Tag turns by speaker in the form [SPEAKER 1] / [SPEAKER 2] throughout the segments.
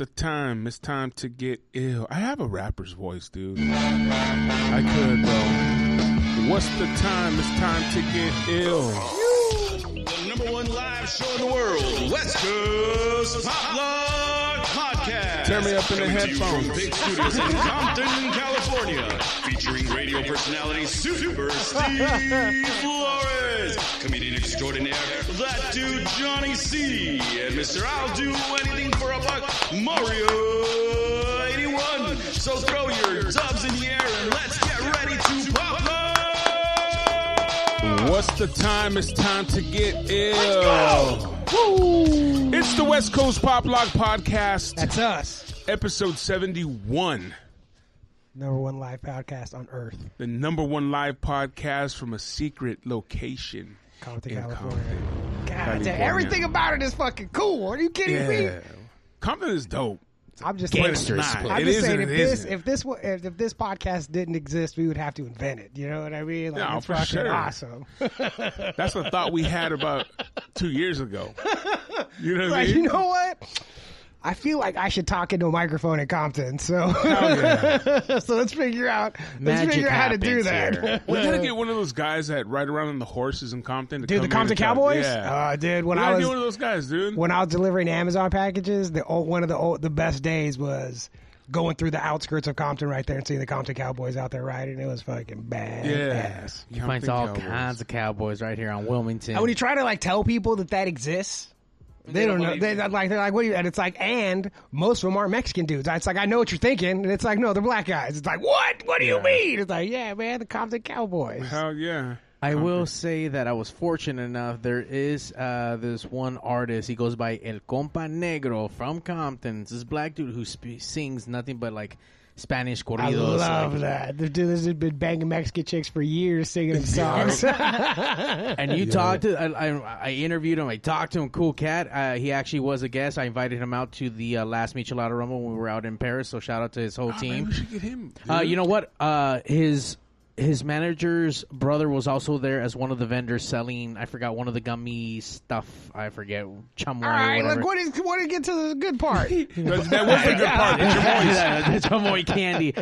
[SPEAKER 1] The time, it's time to get ill. I have a rapper's voice, dude. I could though. What's the time? It's time to get ill.
[SPEAKER 2] The number one live show in the world, West Coast Pop Love Podcast.
[SPEAKER 1] Tear me up in the
[SPEAKER 2] Coming to you
[SPEAKER 1] headphones.
[SPEAKER 2] From big studios in Compton, California, featuring radio personality Super Steve Flores, comedian extraordinaire, that dude Johnny C, and Mr. I'll do anything for a buck, Mario 81. So throw your dubs in the air and let's get ready to pop love.
[SPEAKER 1] What's the time? It's time to get ill. Woo. It's the West Coast Pop Lock Podcast,
[SPEAKER 3] That's us.
[SPEAKER 1] episode 71.
[SPEAKER 3] Number one live podcast on earth.
[SPEAKER 1] The number one live podcast from a secret location.
[SPEAKER 3] Compton,
[SPEAKER 1] in
[SPEAKER 3] California.
[SPEAKER 1] Compton.
[SPEAKER 3] God,
[SPEAKER 1] California.
[SPEAKER 3] damn, everything about it is fucking cool. Are you kidding me?
[SPEAKER 1] Yeah. Compton is dope.
[SPEAKER 3] I'm just
[SPEAKER 1] Gangsters.
[SPEAKER 3] Saying,
[SPEAKER 1] It's not.
[SPEAKER 3] I'm
[SPEAKER 1] It
[SPEAKER 3] just
[SPEAKER 1] is
[SPEAKER 3] saying if
[SPEAKER 1] and it
[SPEAKER 3] this
[SPEAKER 1] isn't.
[SPEAKER 3] if this wa- if, if this podcast didn't exist, we would have to invent it. You know what I mean? Like,
[SPEAKER 1] No,
[SPEAKER 3] it's
[SPEAKER 1] for
[SPEAKER 3] fucking
[SPEAKER 1] sure.
[SPEAKER 3] awesome.
[SPEAKER 1] That's a thought we had about two years ago. You know what I
[SPEAKER 3] like,
[SPEAKER 1] mean?
[SPEAKER 3] you know what? I feel like I should talk into a microphone in Compton. So
[SPEAKER 1] Oh,
[SPEAKER 3] so let's figure out
[SPEAKER 4] Magic
[SPEAKER 3] let's figure out how to do
[SPEAKER 4] happens
[SPEAKER 3] that.
[SPEAKER 4] here.
[SPEAKER 1] We gotta get one of those guys that ride around on the horses in Compton. To come
[SPEAKER 3] Dude, the
[SPEAKER 1] in
[SPEAKER 3] Compton
[SPEAKER 1] and tell-
[SPEAKER 3] Cowboys?
[SPEAKER 1] Yeah.
[SPEAKER 3] Uh, dude,
[SPEAKER 1] we
[SPEAKER 3] when I
[SPEAKER 1] gotta
[SPEAKER 3] was
[SPEAKER 1] get one of those guys, dude.
[SPEAKER 3] when I was delivering Amazon packages, the old, one of the old, the best days was going through the outskirts of Compton right there and seeing the Compton Cowboys out there riding. It was fucking bad.
[SPEAKER 1] yeah,
[SPEAKER 4] He finds all kinds of cowboys right here on Wilmington.
[SPEAKER 3] And when you try to like tell people that that exists, they, don't know. They they're like they're like, what? Are you? And it's like, and most of them are Mexican dudes. It's like I know what you're thinking, and it's like, no, they're black guys. It's like, what? What do
[SPEAKER 1] Yeah.
[SPEAKER 3] you mean? It's like, yeah, man, the Compton Cowboys.
[SPEAKER 1] Hell yeah!
[SPEAKER 4] I will say that I was fortunate enough. There is uh, this one artist. He goes by El Compa Negro from Compton. It's this black dude who sp- sings nothing but like Spanish corridos.
[SPEAKER 3] I love
[SPEAKER 4] like-
[SPEAKER 3] that. The dude has been banging Mexican chicks for years, singing them songs.
[SPEAKER 4] And you talked to I, I, I interviewed him. I talked to him. Cool cat. Uh, he actually was a guest. I invited him out to the uh, last Michelada Rumble when we were out in Paris. So shout out to his whole
[SPEAKER 3] Ah,
[SPEAKER 1] Oh, man,
[SPEAKER 4] team.
[SPEAKER 1] we should get him.
[SPEAKER 4] Uh,
[SPEAKER 1] dude.
[SPEAKER 4] you know what? Uh, his his manager's brother was also there as one of the vendors selling. I forgot one of the gummy stuff. I forget chamoy.
[SPEAKER 3] All right,
[SPEAKER 4] whatever.
[SPEAKER 3] look, what is what did get to the good part?
[SPEAKER 1] that, that was the good part. Get your voice.
[SPEAKER 4] Yeah, the chamoy candy.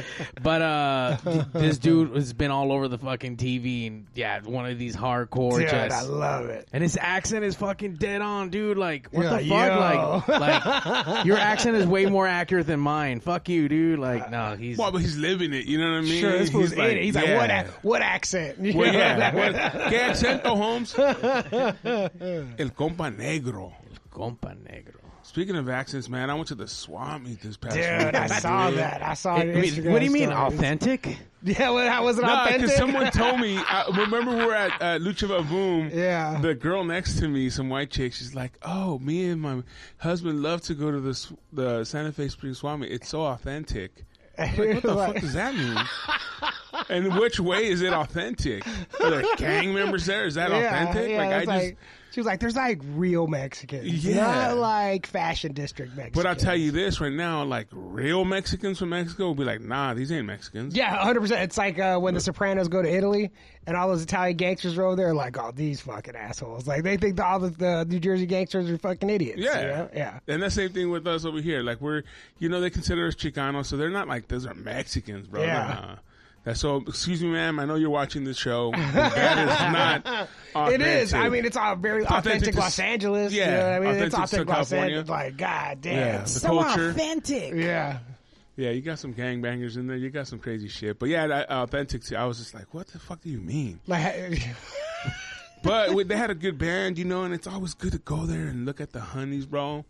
[SPEAKER 4] But uh, th- this dude has been all over the fucking TV, and yeah, one of these hardcore.
[SPEAKER 3] Dude,
[SPEAKER 4] just,
[SPEAKER 3] I love it.
[SPEAKER 4] and his accent is fucking dead on, dude. Like, what
[SPEAKER 3] You're
[SPEAKER 4] the
[SPEAKER 3] like,
[SPEAKER 4] fuck? Like, like, your accent is way more accurate than mine. Fuck you, dude. Like, no, he's
[SPEAKER 1] Well, but he's living it. You know what I mean?
[SPEAKER 3] Sure, this fool's in it. He's like,
[SPEAKER 1] yeah.
[SPEAKER 3] what? ac- What accent? You
[SPEAKER 1] Well,
[SPEAKER 3] know?
[SPEAKER 1] yeah. what- ¿Qué acento, Holmes? El compa negro.
[SPEAKER 4] compa negro.
[SPEAKER 1] Speaking of accents, man, I went to the swap meet this past
[SPEAKER 3] Dude, I
[SPEAKER 1] weekend,
[SPEAKER 3] saw
[SPEAKER 1] dude.
[SPEAKER 3] that. I saw
[SPEAKER 4] Eh, I
[SPEAKER 3] it.
[SPEAKER 4] mean, what do you mean
[SPEAKER 3] Authentic?
[SPEAKER 4] authentic?
[SPEAKER 3] Yeah, well, how was it
[SPEAKER 1] Nah,
[SPEAKER 3] authentic?
[SPEAKER 1] because someone told me. I remember we were at uh, Lucha Vavoom.
[SPEAKER 3] Yeah.
[SPEAKER 1] The girl next to me, some white chick, she's like, "Oh, me and my husband love to go to the s- the Santa Fe Spring Swami. It's so authentic." I'm like, what the fuck does that mean? and which way is it authentic? Are there gang members there? Is that
[SPEAKER 3] Yeah,
[SPEAKER 1] authentic?
[SPEAKER 3] yeah,
[SPEAKER 1] like I
[SPEAKER 3] it's
[SPEAKER 1] just.
[SPEAKER 3] like- she was like, "There's like real Mexicans,
[SPEAKER 1] Yeah.
[SPEAKER 3] not like fashion district Mexicans."
[SPEAKER 1] but I'll tell you this right now, like real Mexicans from Mexico will be like, nah, these ain't Mexicans.
[SPEAKER 3] Yeah, 100%. It's like uh, when the Sopranos go to Italy and all those Italian gangsters are over there, like, oh, these fucking assholes. Like, they think that all the, the New Jersey gangsters are fucking idiots. you
[SPEAKER 1] Yeah.
[SPEAKER 3] know? Yeah.
[SPEAKER 1] And that same thing with us over here. Like we're, you know, they consider us Chicanos, so they're not like those are Mexicans, bro.
[SPEAKER 3] Yeah.
[SPEAKER 1] Nah. That's so. Excuse me, ma'am. I know you're watching this show. but That is not.
[SPEAKER 3] It
[SPEAKER 1] Authentic.
[SPEAKER 3] is. I mean, it's all very authentic,
[SPEAKER 1] authentic to-
[SPEAKER 3] Los Angeles.
[SPEAKER 1] yeah,
[SPEAKER 3] you know what I mean?
[SPEAKER 1] authentic
[SPEAKER 3] it's
[SPEAKER 1] to
[SPEAKER 3] authentic Los
[SPEAKER 1] California.
[SPEAKER 3] Angeles. Like, god damn,
[SPEAKER 1] Yeah,
[SPEAKER 3] it's
[SPEAKER 1] the
[SPEAKER 3] so
[SPEAKER 1] culture.
[SPEAKER 3] authentic. Yeah,
[SPEAKER 1] yeah, you got some gangbangers in there. You got some crazy shit. But yeah, that authentic. I was just like, what the fuck do you mean?
[SPEAKER 3] like
[SPEAKER 1] But we- they had a good band, you know, and it's always good to go there and look at the honeys, bro.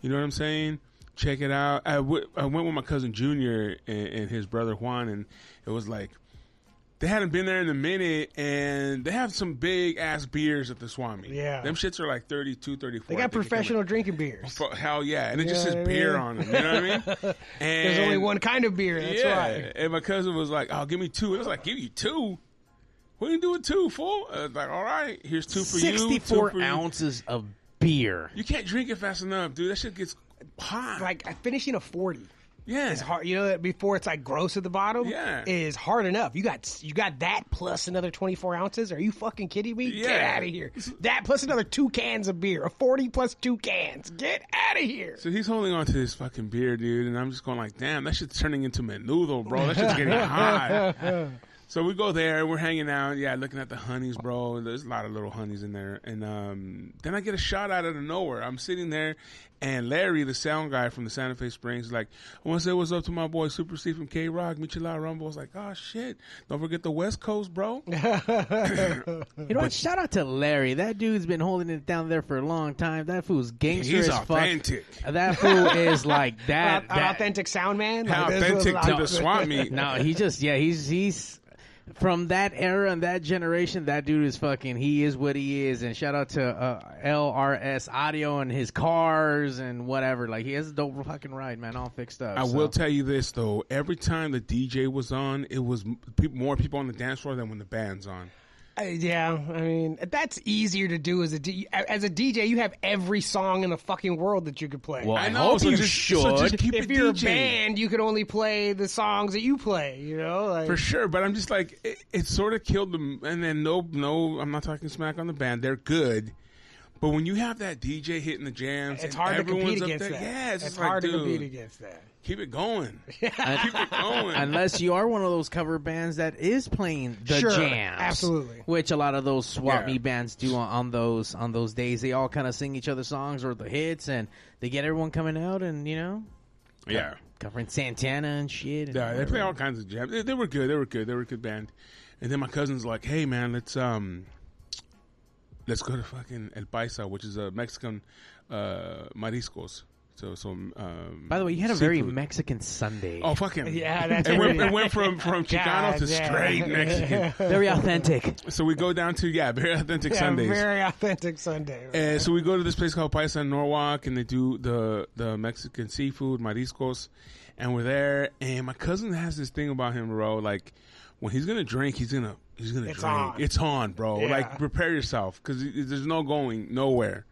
[SPEAKER 1] You know what I'm saying? Check it out. I, w- I went with my cousin Junior and, and his brother Juan, and it was like they hadn't been there in a minute, and they have some big ass beers at the Swami.
[SPEAKER 3] Yeah.
[SPEAKER 1] them shits are like 32, 34.
[SPEAKER 3] they
[SPEAKER 1] I think
[SPEAKER 3] got
[SPEAKER 1] it came
[SPEAKER 3] professional drinking beers.
[SPEAKER 1] out. Fu- Hell yeah, and it just
[SPEAKER 3] Yeah,
[SPEAKER 1] says
[SPEAKER 3] I
[SPEAKER 1] beer
[SPEAKER 3] mean.
[SPEAKER 1] on them. You know what I mean? And
[SPEAKER 3] There's only one kind of beer. That's
[SPEAKER 1] yeah,
[SPEAKER 3] right.
[SPEAKER 1] and my cousin was like, "Oh, give me two. I was like, "Give you two? What are you doing two, fool?" I was like, "All right, here's two for you, two
[SPEAKER 4] Sixty-four
[SPEAKER 1] for you."
[SPEAKER 4] ounces of beer.
[SPEAKER 1] You can't drink it fast enough, dude. That shit gets hot.
[SPEAKER 3] Like finishing a forty.
[SPEAKER 1] Yeah.
[SPEAKER 3] is hard. You know that before it's like gross at the bottom.
[SPEAKER 1] Yeah.
[SPEAKER 3] is hard enough. You got you got that plus another twenty four ounces. Are you fucking kidding me? Get
[SPEAKER 1] Yeah.
[SPEAKER 3] out of here. That plus another two cans of beer, a forty plus two cans. Get out of here.
[SPEAKER 1] So he's holding on to his fucking beer, dude, and I'm just going like, damn, that shit's turning into menudo, bro. That shit's getting hot. So we go there, we're hanging out, yeah, looking at the honeys, bro. There's a lot of little honeys in there, and um, then I get a shot out of the nowhere. I'm sitting there, and Larry, the sound guy from the Santa Fe Springs, is like, I want to say what's up to my boy Super Steve from K Rock, Michela Rumble. I was like, oh shit, don't forget the West Coast, bro.
[SPEAKER 4] You know what? Shout out to Larry. That dude's been holding it down there for a long time. That fool's gangster
[SPEAKER 1] He's
[SPEAKER 4] as fuck.
[SPEAKER 1] authentic.
[SPEAKER 4] That fool is like
[SPEAKER 3] An
[SPEAKER 4] that.
[SPEAKER 3] an
[SPEAKER 4] that-
[SPEAKER 3] authentic sound man.
[SPEAKER 1] How
[SPEAKER 3] Like, this was
[SPEAKER 1] authentic to
[SPEAKER 3] like-
[SPEAKER 1] the swap meet.
[SPEAKER 4] No, he just yeah, he's he's from that era and that generation. That dude is fucking. He is what he is. And shout out to uh, LRS Audio and his cars and whatever. Like he has a dope fucking ride, man. All fixed up.
[SPEAKER 1] I
[SPEAKER 4] so.
[SPEAKER 1] will tell you this though: every time the DJ was on, it was m- peop more people on the dance floor than when the band's on.
[SPEAKER 3] Uh, yeah, I mean that's easier to do as a D- as a DJ. You have every song in the fucking world that you could play.
[SPEAKER 4] Well,
[SPEAKER 1] I
[SPEAKER 4] I,
[SPEAKER 1] know,
[SPEAKER 4] hope
[SPEAKER 1] so
[SPEAKER 4] you
[SPEAKER 1] just-
[SPEAKER 4] should.
[SPEAKER 1] so just keep-
[SPEAKER 3] if
[SPEAKER 1] a
[SPEAKER 3] you're a
[SPEAKER 1] DJ.
[SPEAKER 3] band, you could only play the songs that you play. You know, like
[SPEAKER 1] For sure, but I'm just like it, it sort of killed them. And then no, no, I'm not talking smack on the band; they're good. But when you have that DJ hitting the jams, and
[SPEAKER 3] it's hard to
[SPEAKER 1] everyone's
[SPEAKER 3] compete
[SPEAKER 1] up
[SPEAKER 3] against
[SPEAKER 1] there,
[SPEAKER 3] that.
[SPEAKER 1] Yeah, it's,
[SPEAKER 3] it's
[SPEAKER 1] just
[SPEAKER 3] hard
[SPEAKER 1] like,
[SPEAKER 3] to
[SPEAKER 1] dude,
[SPEAKER 3] compete against that.
[SPEAKER 1] Keep it going. keep it going.
[SPEAKER 4] Unless you are one of those cover bands that is playing the
[SPEAKER 3] Sure,
[SPEAKER 4] jams,
[SPEAKER 3] absolutely.
[SPEAKER 4] which a lot of those swap
[SPEAKER 1] Yeah.
[SPEAKER 4] meet bands do on, on those on those days. They all kind of sing each other's songs or the hits, and they get everyone coming out and you know
[SPEAKER 1] yeah.
[SPEAKER 4] covering Santana and shit. And
[SPEAKER 1] Yeah, they play
[SPEAKER 4] whatever.
[SPEAKER 1] all kinds of jams. They, they were good. They were good. They were a good band. And then my cousin's like, "Hey, man, let's um, let's go to fucking El Paisa, which is a Mexican uh, mariscos. So, so um,
[SPEAKER 4] By the way, you had a very
[SPEAKER 1] seafood.
[SPEAKER 4] Mexican Sunday.
[SPEAKER 1] oh fucking
[SPEAKER 3] Yeah, that's
[SPEAKER 1] it went,
[SPEAKER 3] right.
[SPEAKER 1] it went from from Chicano
[SPEAKER 3] God
[SPEAKER 1] to
[SPEAKER 3] damn.
[SPEAKER 1] straight Mexican.
[SPEAKER 4] Very authentic.
[SPEAKER 1] So we go down to yeah, very authentic
[SPEAKER 3] Yeah,
[SPEAKER 1] Sundays.
[SPEAKER 3] very authentic Sunday. right?
[SPEAKER 1] And Uh, so we go to this place called Paisa in Norwalk, and they do the the Mexican seafood mariscos, and we're there. And my cousin has this thing about him, bro. Like when he's gonna drink, he's gonna he's gonna
[SPEAKER 3] It's
[SPEAKER 1] drink.
[SPEAKER 3] on.
[SPEAKER 1] It's on, bro.
[SPEAKER 3] Yeah.
[SPEAKER 1] Like prepare yourself because there's no going nowhere.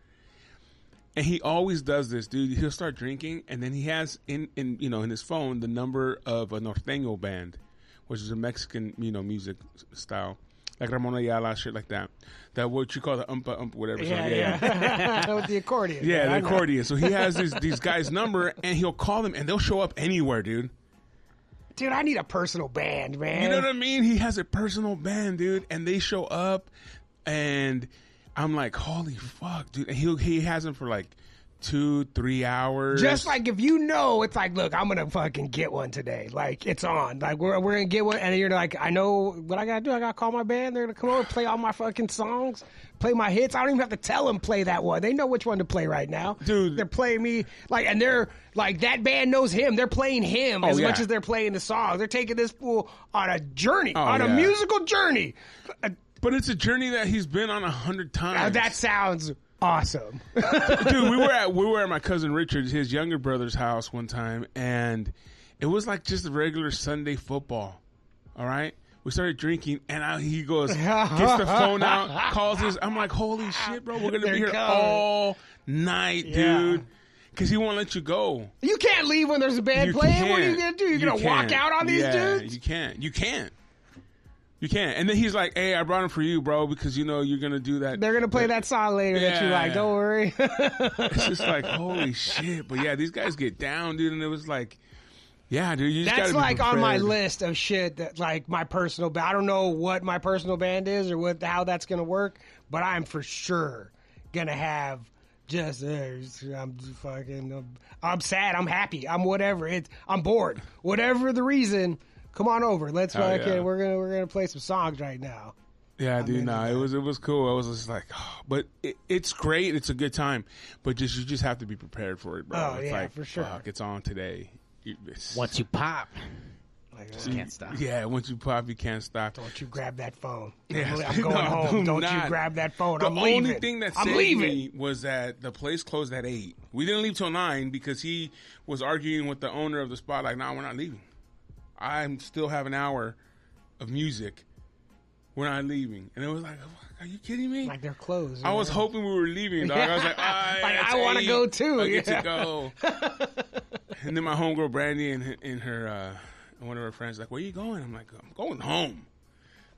[SPEAKER 1] And he always does this, dude. He'll start drinking, and then he has in in you know in his phone the number of a norteño band, which is a Mexican you know music s- style. Like Ramon Ayala, shit like that. That what you call the umpa umpa, whatever. song.
[SPEAKER 3] yeah, yeah, with the accordion.
[SPEAKER 1] Yeah, the
[SPEAKER 3] I know.
[SPEAKER 1] accordion. So he has these these guys' number, and he'll call them, and they'll show up anywhere, dude.
[SPEAKER 3] Dude, I need a personal band, man.
[SPEAKER 1] You know what I mean? He has a personal band, dude, and they show up, and I'm like, holy fuck, dude. And he he has them for like two, three hours.
[SPEAKER 3] Just like if you know, it's like, look, I'm gonna fucking get one today. Like it's on. Like we're we're gonna get one, and you're like, I know what I gotta do. I gotta call my band. They're gonna come over, and play all my fucking songs, play my hits. I don't even have to tell them play that one. They know which one to play right now,
[SPEAKER 1] Dude.
[SPEAKER 3] They're playing me like, and they're like that band knows him. They're playing him as
[SPEAKER 1] Oh, yeah. Oh,
[SPEAKER 3] much as they're playing the songs. They're taking this fool on a journey, on a
[SPEAKER 1] yeah.
[SPEAKER 3] musical journey. Uh,
[SPEAKER 1] but it's a journey that he's been on a hundred
[SPEAKER 3] now
[SPEAKER 1] times.
[SPEAKER 3] Uh, that sounds awesome.
[SPEAKER 1] dude, we were at we were at my cousin Richard's his younger brother's house one time, and it was like just a regular Sunday football. All right, we started drinking, and I, he goes gets the phone out, calls us. I'm like, holy shit, bro, we're gonna
[SPEAKER 3] They're
[SPEAKER 1] be here
[SPEAKER 3] coming.
[SPEAKER 1] all night,
[SPEAKER 3] Yeah.
[SPEAKER 1] dude, because he won't let you go.
[SPEAKER 3] You can't leave when there's a band playing. What are you
[SPEAKER 1] can't.
[SPEAKER 3] gonna do? You're
[SPEAKER 1] You
[SPEAKER 3] gonna walk
[SPEAKER 1] can't.
[SPEAKER 3] out on these
[SPEAKER 1] Yeah,
[SPEAKER 3] dudes?
[SPEAKER 1] You can't. You can't. You can't. And then he's like, "Hey, I brought him for you, bro, because you know you're gonna do that."
[SPEAKER 3] They're gonna play that song later that you
[SPEAKER 1] Yeah.
[SPEAKER 3] like. Don't worry.
[SPEAKER 1] It's just like holy shit. But yeah, these guys get down, dude, and it was like, yeah, dude, you just
[SPEAKER 3] That's
[SPEAKER 1] gotta be
[SPEAKER 3] like on my
[SPEAKER 1] prepared.
[SPEAKER 3] list of shit that like my personal. ba- I don't know what my personal band is or what how that's gonna work, but I'm for sure gonna have just uh, I'm just fucking. I'm, I'm sad. I'm happy. I'm whatever. It's I'm bored. Whatever the reason, come on over. Let's
[SPEAKER 1] Hell
[SPEAKER 3] fucking.
[SPEAKER 1] yeah.
[SPEAKER 3] We're gonna we're gonna play some songs right now.
[SPEAKER 1] Yeah, dude,
[SPEAKER 3] into
[SPEAKER 1] nah, it
[SPEAKER 3] that.
[SPEAKER 1] was it was cool. I was just like, oh, but it, it's great. It's a good time, but just you just have to be prepared for it, bro.
[SPEAKER 3] Oh,
[SPEAKER 1] it's
[SPEAKER 3] yeah,
[SPEAKER 1] like,
[SPEAKER 3] for sure.
[SPEAKER 1] Fuck, it's on today. You- it's-
[SPEAKER 4] Once you pop,
[SPEAKER 3] Like,
[SPEAKER 4] you can't stop.
[SPEAKER 1] yeah, once you pop, you can't stop.
[SPEAKER 3] Don't you grab that phone.
[SPEAKER 1] Yes.
[SPEAKER 3] I'm going
[SPEAKER 1] No,
[SPEAKER 3] home.
[SPEAKER 1] do
[SPEAKER 3] Don't
[SPEAKER 1] not.
[SPEAKER 3] you grab that phone.
[SPEAKER 1] The
[SPEAKER 3] I'm
[SPEAKER 1] only
[SPEAKER 3] leaving.
[SPEAKER 1] thing that
[SPEAKER 3] I'm
[SPEAKER 1] saved
[SPEAKER 3] leaving.
[SPEAKER 1] me was that the place closed at eight. We didn't leave till nine because he was arguing with the owner of the spot. Like, nah, we're not leaving. I'm still have an hour of music. We're not leaving. And it was like, are you kidding me?
[SPEAKER 3] Like they're closed.
[SPEAKER 1] I was
[SPEAKER 3] man.
[SPEAKER 1] hoping we were leaving, dog. I was like,
[SPEAKER 3] Like,
[SPEAKER 1] I
[SPEAKER 3] I wanna go too,
[SPEAKER 1] I get
[SPEAKER 3] yeah.
[SPEAKER 1] to go. and then my homegirl Brandy and her- and her uh, and one of her friends like, "Where you going?" I'm like, "I'm going home."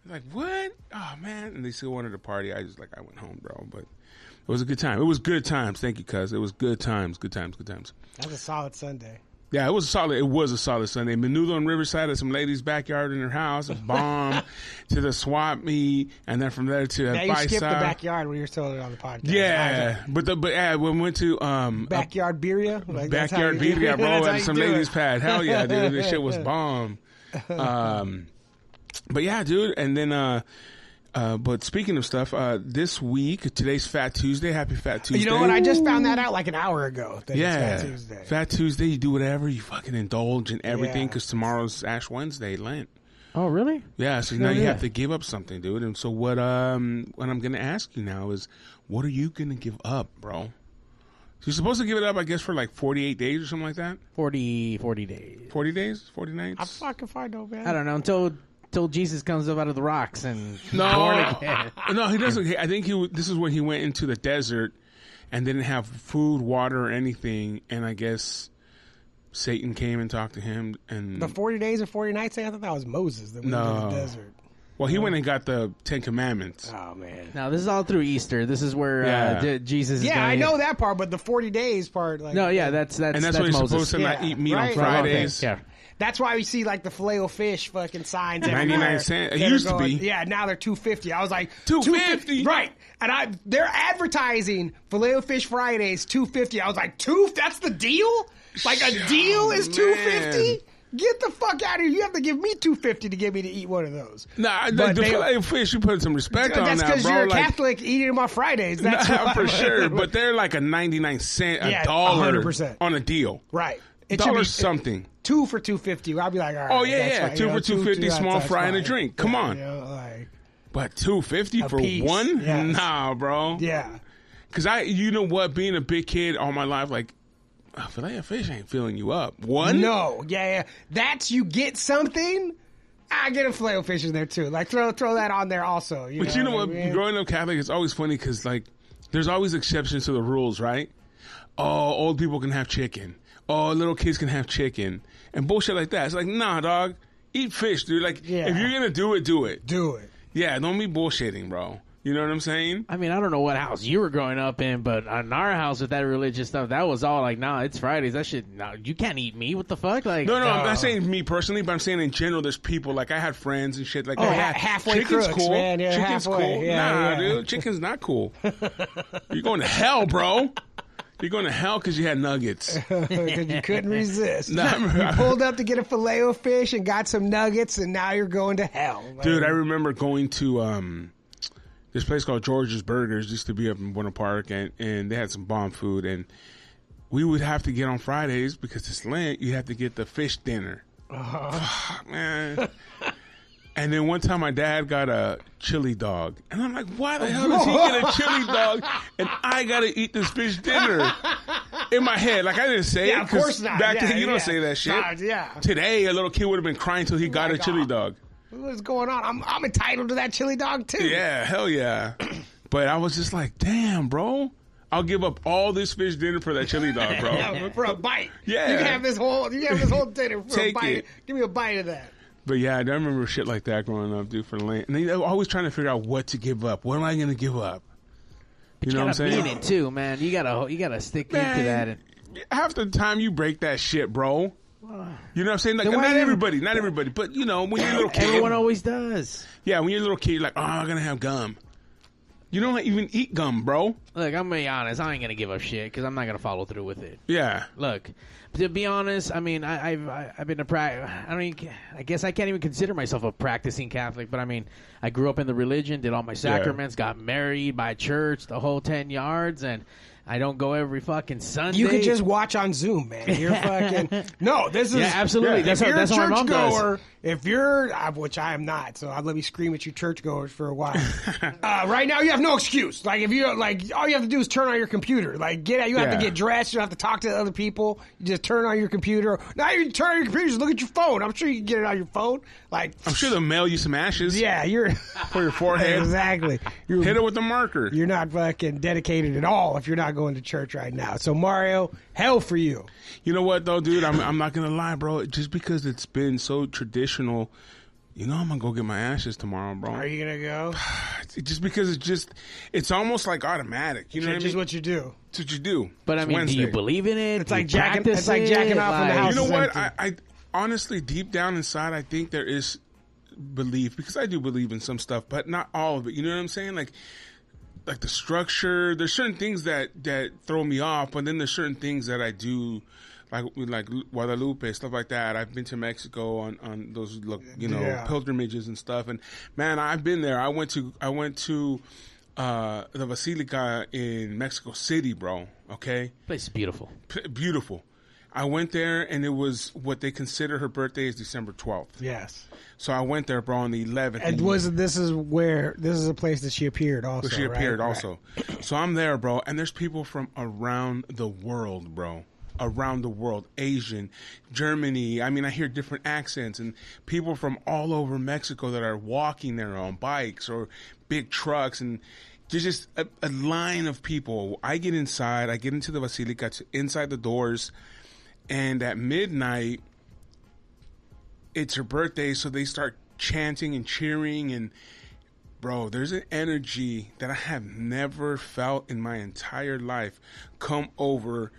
[SPEAKER 1] They're like, "What? Oh man!" And they still wanted to party. I just like, I went home, bro. But it was a good time. It was good times. Thank you, cuz. It was good times. Good times. Good times.
[SPEAKER 3] That's a solid Sunday.
[SPEAKER 1] Yeah, it was a solid. It was a solid Sunday. Menudo on Riverside at some lady's backyard in her house. Bomb to the swap meet, and then from there to
[SPEAKER 3] Yeah,
[SPEAKER 1] a
[SPEAKER 3] you
[SPEAKER 1] bike
[SPEAKER 3] skipped the
[SPEAKER 1] side.
[SPEAKER 3] backyard when you were telling it on the podcast. I was
[SPEAKER 1] Yeah,
[SPEAKER 3] like,
[SPEAKER 1] but the but yeah, when we went to um a
[SPEAKER 3] backyard birria. Like, that's how
[SPEAKER 1] backyard
[SPEAKER 3] you-
[SPEAKER 1] beat got
[SPEAKER 3] that's
[SPEAKER 1] bro
[SPEAKER 3] how
[SPEAKER 1] and
[SPEAKER 3] you
[SPEAKER 1] some
[SPEAKER 3] do it.
[SPEAKER 1] ladies pad. Hell yeah, dude, this shit was bomb. Um, but yeah, dude, and then uh. Uh, but speaking of stuff, uh, this week, today's Fat Tuesday. Happy Fat Tuesday.
[SPEAKER 3] You know what? I just found that out like an hour ago. That
[SPEAKER 1] Yeah.
[SPEAKER 3] it's Fat Tuesday.
[SPEAKER 1] Fat Tuesday, you do whatever, you fucking indulge in everything
[SPEAKER 3] Yeah.
[SPEAKER 1] because tomorrow's Ash Wednesday, Lent.
[SPEAKER 4] Oh, really?
[SPEAKER 1] Yeah, so now you
[SPEAKER 4] yeah.
[SPEAKER 1] have to give up something, dude. And so what um what I'm gonna ask you now is what are you gonna give up, bro? So you're supposed to give it up, I guess, for like forty eight days or something like that?
[SPEAKER 4] 40, 40 days.
[SPEAKER 1] Forty days? Forty
[SPEAKER 3] I
[SPEAKER 1] nights?
[SPEAKER 3] fucking find out, man.
[SPEAKER 4] I don't know until until Jesus comes up out of the rocks and born
[SPEAKER 1] No,
[SPEAKER 4] again.
[SPEAKER 1] no, he doesn't. I think he. This is when he went into the desert and didn't have food, water, or anything. And I guess Satan came and talked to him. And
[SPEAKER 3] The 40 Uh, days or 40 nights, eh? I thought that was Moses that went
[SPEAKER 1] No.
[SPEAKER 3] into the desert.
[SPEAKER 1] well, he went and got the Ten Commandments.
[SPEAKER 3] Oh, man.
[SPEAKER 4] Now this is all through Easter. This is where
[SPEAKER 1] Yeah.
[SPEAKER 4] uh, Je- Jesus. Is
[SPEAKER 3] Yeah,
[SPEAKER 4] gonna-
[SPEAKER 3] I know that part, but the 40 days part, like.
[SPEAKER 4] No, yeah, that's that's
[SPEAKER 1] and that's, when he's
[SPEAKER 4] Moses.
[SPEAKER 1] supposed to not
[SPEAKER 3] Yeah,
[SPEAKER 1] eat meat on
[SPEAKER 3] right.
[SPEAKER 4] Right, okay,
[SPEAKER 1] Fridays.
[SPEAKER 4] Yeah.
[SPEAKER 3] That's why we see like the filet o fish fucking signs. everywhere
[SPEAKER 1] 99 cent. It
[SPEAKER 3] that are
[SPEAKER 1] used to
[SPEAKER 3] going-
[SPEAKER 1] be.
[SPEAKER 3] Yeah, now they're two fifty. I was like
[SPEAKER 1] 250?
[SPEAKER 3] right? And I they're advertising filet o fish Fridays two fifty. I was like two. That's the deal. Like a
[SPEAKER 1] Yeah,
[SPEAKER 3] deal is
[SPEAKER 1] Oh, man.
[SPEAKER 3] two fifty. Get the fuck out of here! You have to give me two fifty to get me to eat one of those.
[SPEAKER 1] Nah, the,
[SPEAKER 3] But
[SPEAKER 1] the
[SPEAKER 3] they-
[SPEAKER 1] filet fish. You put some respect on
[SPEAKER 3] that's
[SPEAKER 1] that,
[SPEAKER 3] because
[SPEAKER 1] bro.
[SPEAKER 3] you're a
[SPEAKER 1] like,
[SPEAKER 3] Catholic eating them on Fridays. That's
[SPEAKER 1] nah,
[SPEAKER 3] why-
[SPEAKER 1] for sure. But they're like a ninety nine cent, a
[SPEAKER 3] Yeah,
[SPEAKER 1] dollar
[SPEAKER 3] 100%.
[SPEAKER 1] on a deal.
[SPEAKER 3] right, it should
[SPEAKER 1] Dollar
[SPEAKER 3] be
[SPEAKER 1] something.
[SPEAKER 3] two for two fifty. I'd be like, all right,
[SPEAKER 1] Oh, yeah,
[SPEAKER 3] that's
[SPEAKER 1] yeah,
[SPEAKER 3] fine,
[SPEAKER 1] two
[SPEAKER 3] you know,
[SPEAKER 1] for 250,
[SPEAKER 3] that's-
[SPEAKER 1] small
[SPEAKER 3] that's
[SPEAKER 1] fry and a
[SPEAKER 3] fine.
[SPEAKER 1] drink. Come
[SPEAKER 3] Yeah,
[SPEAKER 1] on.
[SPEAKER 3] you know, like,
[SPEAKER 1] But two fifty for
[SPEAKER 3] piece,
[SPEAKER 1] one?
[SPEAKER 3] yes.
[SPEAKER 1] Nah, bro.
[SPEAKER 3] yeah.
[SPEAKER 1] Cause I, you know what? Being a big kid all my life, like a fillet of fish ain't filling you up. One?
[SPEAKER 3] No, yeah, yeah. That's you get something. I get a filet fish in there too. Like throw throw that on there also. You
[SPEAKER 1] But you know what?
[SPEAKER 3] I mean?
[SPEAKER 1] Growing up Catholic, it's always funny because like there's always exceptions to the rules, right? Oh, old people can have chicken. Oh, little kids can have chicken and bullshit like that. It's like nah, dog. Eat fish, dude. Like
[SPEAKER 3] Yeah.
[SPEAKER 1] if you're gonna do it, do it.
[SPEAKER 3] do it.
[SPEAKER 1] Yeah, don't be bullshitting, bro. You know what I'm saying?
[SPEAKER 4] I mean, I don't know what house you were growing up in, but in our house with that religious stuff, that was all like, nah, it's Fridays. That shit, no, you can't eat me. What the fuck? Like,
[SPEAKER 1] No, no, I'm not saying me personally, but I'm saying in general, there's people like I had friends and shit like that.
[SPEAKER 3] Oh, ha-
[SPEAKER 1] had-
[SPEAKER 3] halfway
[SPEAKER 1] chicken's
[SPEAKER 3] crooks,
[SPEAKER 1] cool.
[SPEAKER 3] man. You're
[SPEAKER 1] chicken's
[SPEAKER 3] halfway.
[SPEAKER 1] cool.
[SPEAKER 3] Yeah,
[SPEAKER 1] nah,
[SPEAKER 3] yeah.
[SPEAKER 1] dude, chicken's not cool. You're going to hell, bro. You're going to hell because you had nuggets.
[SPEAKER 3] Because you couldn't resist.
[SPEAKER 1] Nah,
[SPEAKER 3] you pulled up to get a filet of fish and got some nuggets, and now you're going to hell. Like,
[SPEAKER 1] dude. I remember going to um, this place called George's Burgers. Used to be up in Buena Park, and and they had some bomb food. And we would have to get on Fridays because it's Lent. You have to get the fish dinner.
[SPEAKER 3] Uh-huh.
[SPEAKER 1] Fuck, man. And then one time my dad got a chili dog. And I'm like, why the hell does he get a chili dog and I gotta eat this fish dinner? In my head. Like I didn't say
[SPEAKER 3] Yeah,
[SPEAKER 1] it,
[SPEAKER 3] of
[SPEAKER 1] 'cause
[SPEAKER 3] course not.
[SPEAKER 1] Back
[SPEAKER 3] Yeah,
[SPEAKER 1] then you
[SPEAKER 3] yeah.
[SPEAKER 1] don't say that shit.
[SPEAKER 3] Nah, yeah. Oh
[SPEAKER 1] Today a little kid would have been crying till he got a
[SPEAKER 3] Like,
[SPEAKER 1] chili
[SPEAKER 3] "Aw."
[SPEAKER 1] dog.
[SPEAKER 3] what's going on? I'm I'm entitled to that chili dog too.
[SPEAKER 1] Yeah, hell yeah. But I was just like, damn, bro. I'll give up all this fish dinner for that chili dog, bro.
[SPEAKER 3] Yeah, for a bite.
[SPEAKER 1] Yeah.
[SPEAKER 3] you can have this whole you can have this whole dinner for
[SPEAKER 1] Take
[SPEAKER 3] a bite.
[SPEAKER 1] it.
[SPEAKER 3] Give me a bite of that.
[SPEAKER 1] but yeah, I don't remember shit like that growing up, dude, for Lent. And they were always trying to figure out what to give up. What am I going to give up? You know what I'm
[SPEAKER 4] gotta mean
[SPEAKER 1] saying?
[SPEAKER 4] it too, man. You gotta, you gotta stick into that. And,
[SPEAKER 1] Man, half the time you break that shit, bro. You know what I'm saying? Like,
[SPEAKER 4] Then why
[SPEAKER 1] not
[SPEAKER 4] you-
[SPEAKER 1] everybody, not everybody, but you know, when you're a little kid,
[SPEAKER 4] everyone always does.
[SPEAKER 1] yeah, when you're a little kid, you're like, oh, I'm gonna have gum. You don't even eat gum, bro.
[SPEAKER 4] Look, I'm gonna be honest. I ain't gonna give up shit because I'm not gonna follow through with it.
[SPEAKER 1] Yeah,
[SPEAKER 4] Look, to be honest, I mean, I, I've I- I've been a pra- I mean, I guess I can't even consider myself a practicing Catholic, but I mean, I grew up in the religion, did all my sacraments, got married by church, the whole ten yards, and I don't go every fucking Sunday.
[SPEAKER 3] You could just watch on Zoom, man. You're fucking no. This is
[SPEAKER 4] Yeah, absolutely. That's
[SPEAKER 3] if
[SPEAKER 4] how-
[SPEAKER 3] you're
[SPEAKER 4] that's
[SPEAKER 3] a
[SPEAKER 4] how my mom does.
[SPEAKER 3] churchgoer, if you're uh, which I am not, so I let me scream at you churchgoers for a while. uh, right now, you have no excuse. Like if you like, all you have to do is turn on your computer. Like get out. You have
[SPEAKER 1] Yeah.
[SPEAKER 3] to get dressed. You don't have to talk to other people. You just turn on your computer. Now you turn on your computer. Just look at your phone. I'm sure you can get it on your phone. Like
[SPEAKER 1] I'm sure they'll mail you some ashes
[SPEAKER 3] yeah, you're
[SPEAKER 1] for your forehead.
[SPEAKER 3] exactly. You're,
[SPEAKER 1] Hit it with a marker.
[SPEAKER 3] you're not fucking dedicated at all if you're not going to church right now. So Mario, hell for you.
[SPEAKER 1] You know what though, dude? I'm I'm not gonna lie, bro. Just because it's been so traditional, you know I'm gonna go get my ashes tomorrow, bro.
[SPEAKER 3] Are you gonna go?
[SPEAKER 1] Just because it's just, it's almost like automatic. You know what I
[SPEAKER 3] Which is
[SPEAKER 1] mean?
[SPEAKER 3] what you do.
[SPEAKER 1] That's what you do.
[SPEAKER 4] But I
[SPEAKER 1] It's
[SPEAKER 4] mean, do you
[SPEAKER 1] Wednesday.
[SPEAKER 4] believe in it?
[SPEAKER 3] It's
[SPEAKER 4] Do you
[SPEAKER 3] like jacking-
[SPEAKER 4] practice
[SPEAKER 3] it's like jacking off in the house.
[SPEAKER 1] You know
[SPEAKER 3] It's
[SPEAKER 1] what? I,
[SPEAKER 3] empty.
[SPEAKER 1] I honestly, deep down inside, I think there is belief because I do believe in some stuff, but not all of it. You know what I'm saying? Like, like the structure. There's certain things that that throw me off, but then there's certain things that I do. Like with, like Guadalupe stuff like that. I've been to Mexico on on those look you know
[SPEAKER 3] Yeah.
[SPEAKER 1] pilgrimages and stuff. And man, I've been there. I went to I went to uh, the Basilica in Mexico City, bro. Okay,
[SPEAKER 4] Place is beautiful.
[SPEAKER 1] p- beautiful. I went there and it was what they consider her birthday is December 12th.
[SPEAKER 3] Yes.
[SPEAKER 1] So I went there, bro, on the 11th.
[SPEAKER 3] And was this is where this is a place that she appeared also.
[SPEAKER 1] she
[SPEAKER 3] right?
[SPEAKER 1] appeared
[SPEAKER 3] Right.
[SPEAKER 1] also. So I'm there, bro, and there's people from around the world, bro. Around the world, Asian, Germany. I mean, I hear different accents and people from all over Mexico that are walking there on bikes or big trucks and there's just a, a line of people. I get inside, I get into the basilica, to, inside the doors, and at midnight, it's her birthday, so they start chanting and cheering and bro there's an energy that i have never felt in my entire life come over